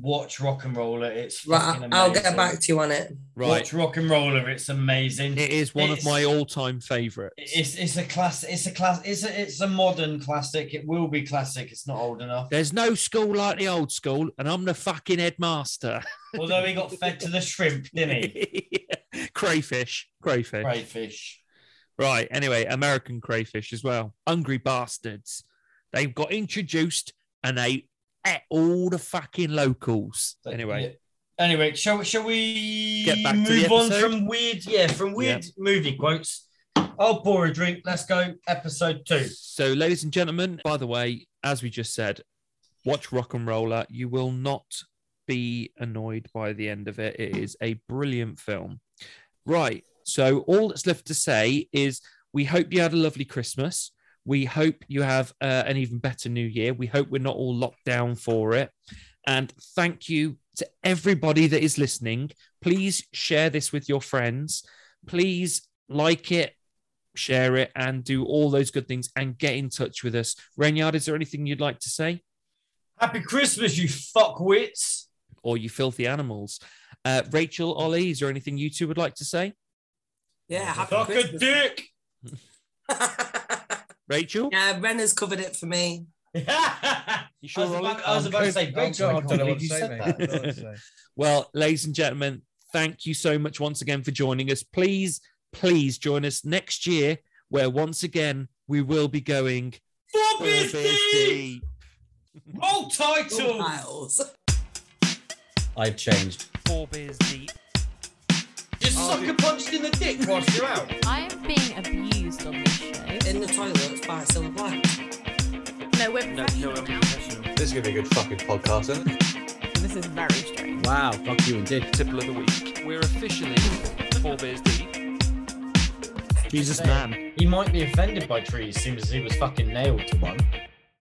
[SPEAKER 3] watch Rock and Roller. It's
[SPEAKER 5] right,
[SPEAKER 3] fucking
[SPEAKER 5] I'll
[SPEAKER 3] amazing.
[SPEAKER 5] get back to you on it.
[SPEAKER 7] Right.
[SPEAKER 3] Watch Rock and Roller. It's amazing.
[SPEAKER 7] It is one of
[SPEAKER 3] It's-
[SPEAKER 7] my all-time favorites.
[SPEAKER 3] It's it's a class. It's a class. It's a it's a modern classic. It will be classic. It's not old enough.
[SPEAKER 7] There's no school like the old school, and I'm the fucking headmaster.
[SPEAKER 3] Although he got fed to the shrimp, didn't he?
[SPEAKER 7] crayfish, crayfish. Right.
[SPEAKER 3] Crayfish.
[SPEAKER 7] Anyway, American crayfish as well. Hungry bastards. They got introduced and they ate all the fucking locals.
[SPEAKER 3] But,
[SPEAKER 7] Anyway,
[SPEAKER 3] yeah. Anyway, shall shall we
[SPEAKER 7] Get back to
[SPEAKER 3] move
[SPEAKER 7] the
[SPEAKER 3] on
[SPEAKER 7] episode?
[SPEAKER 3] from weird? Yeah, from weird movie quotes. I'll pour a drink. Let's go. Episode two.
[SPEAKER 7] So, ladies and gentlemen, by the way, as we just said, watch Rock and Roller. You will not be annoyed by the end of it. It is a brilliant film. Right. So, all that's left to say is we hope you had a lovely Christmas. We hope you have uh, an even better new year. We hope we're not all locked down for it. And thank you to everybody that is listening. Please share this with your friends. Please like it, share it, and do all those good things and get in touch with us. Rainyard, is there anything you'd like to say?
[SPEAKER 3] Happy Christmas, you fuckwits.
[SPEAKER 7] Or you filthy animals? Uh, Rachel, Ollie, is there anything you two would like to say?
[SPEAKER 5] Yeah, happy
[SPEAKER 3] Fuck a
[SPEAKER 5] Christmas.
[SPEAKER 3] dick.
[SPEAKER 7] Rachel?
[SPEAKER 5] yeah, Renner's covered it for me.
[SPEAKER 7] You
[SPEAKER 3] I
[SPEAKER 7] sure,
[SPEAKER 3] was
[SPEAKER 7] Ollie?
[SPEAKER 3] about, I was about to say,
[SPEAKER 6] Oh,
[SPEAKER 3] Rachel, I
[SPEAKER 6] God,
[SPEAKER 3] can't
[SPEAKER 6] I don't know
[SPEAKER 3] believe
[SPEAKER 6] what to
[SPEAKER 3] you
[SPEAKER 6] say,
[SPEAKER 3] said
[SPEAKER 6] mate.
[SPEAKER 3] that.
[SPEAKER 6] I don't know what to say.
[SPEAKER 7] Well, ladies and gentlemen, thank you so much once again for joining us. Please, please join us next year, where once again we will be going.
[SPEAKER 3] Four beers
[SPEAKER 7] Four beers
[SPEAKER 3] deep.
[SPEAKER 7] deep.
[SPEAKER 3] Roll
[SPEAKER 5] Cool
[SPEAKER 3] title.
[SPEAKER 5] files.
[SPEAKER 1] I've changed.
[SPEAKER 7] Four beers deep.
[SPEAKER 3] Just
[SPEAKER 5] Oh,
[SPEAKER 3] sucker punched in the dick whilst you're out.
[SPEAKER 4] I am being abused on this show.
[SPEAKER 5] In the toilets by Silver Black.
[SPEAKER 4] No, we're
[SPEAKER 2] No, no,
[SPEAKER 4] professional
[SPEAKER 2] I'm
[SPEAKER 4] now.
[SPEAKER 2] professional.
[SPEAKER 6] This is gonna be a good fucking podcast, isn't it?
[SPEAKER 4] This is very strange.
[SPEAKER 1] Wow, fuck you indeed.
[SPEAKER 2] Tipple of the week. We're officially four beers deep.
[SPEAKER 7] Jesus, man.
[SPEAKER 3] He might be offended by trees, seems as he was fucking nailed to one.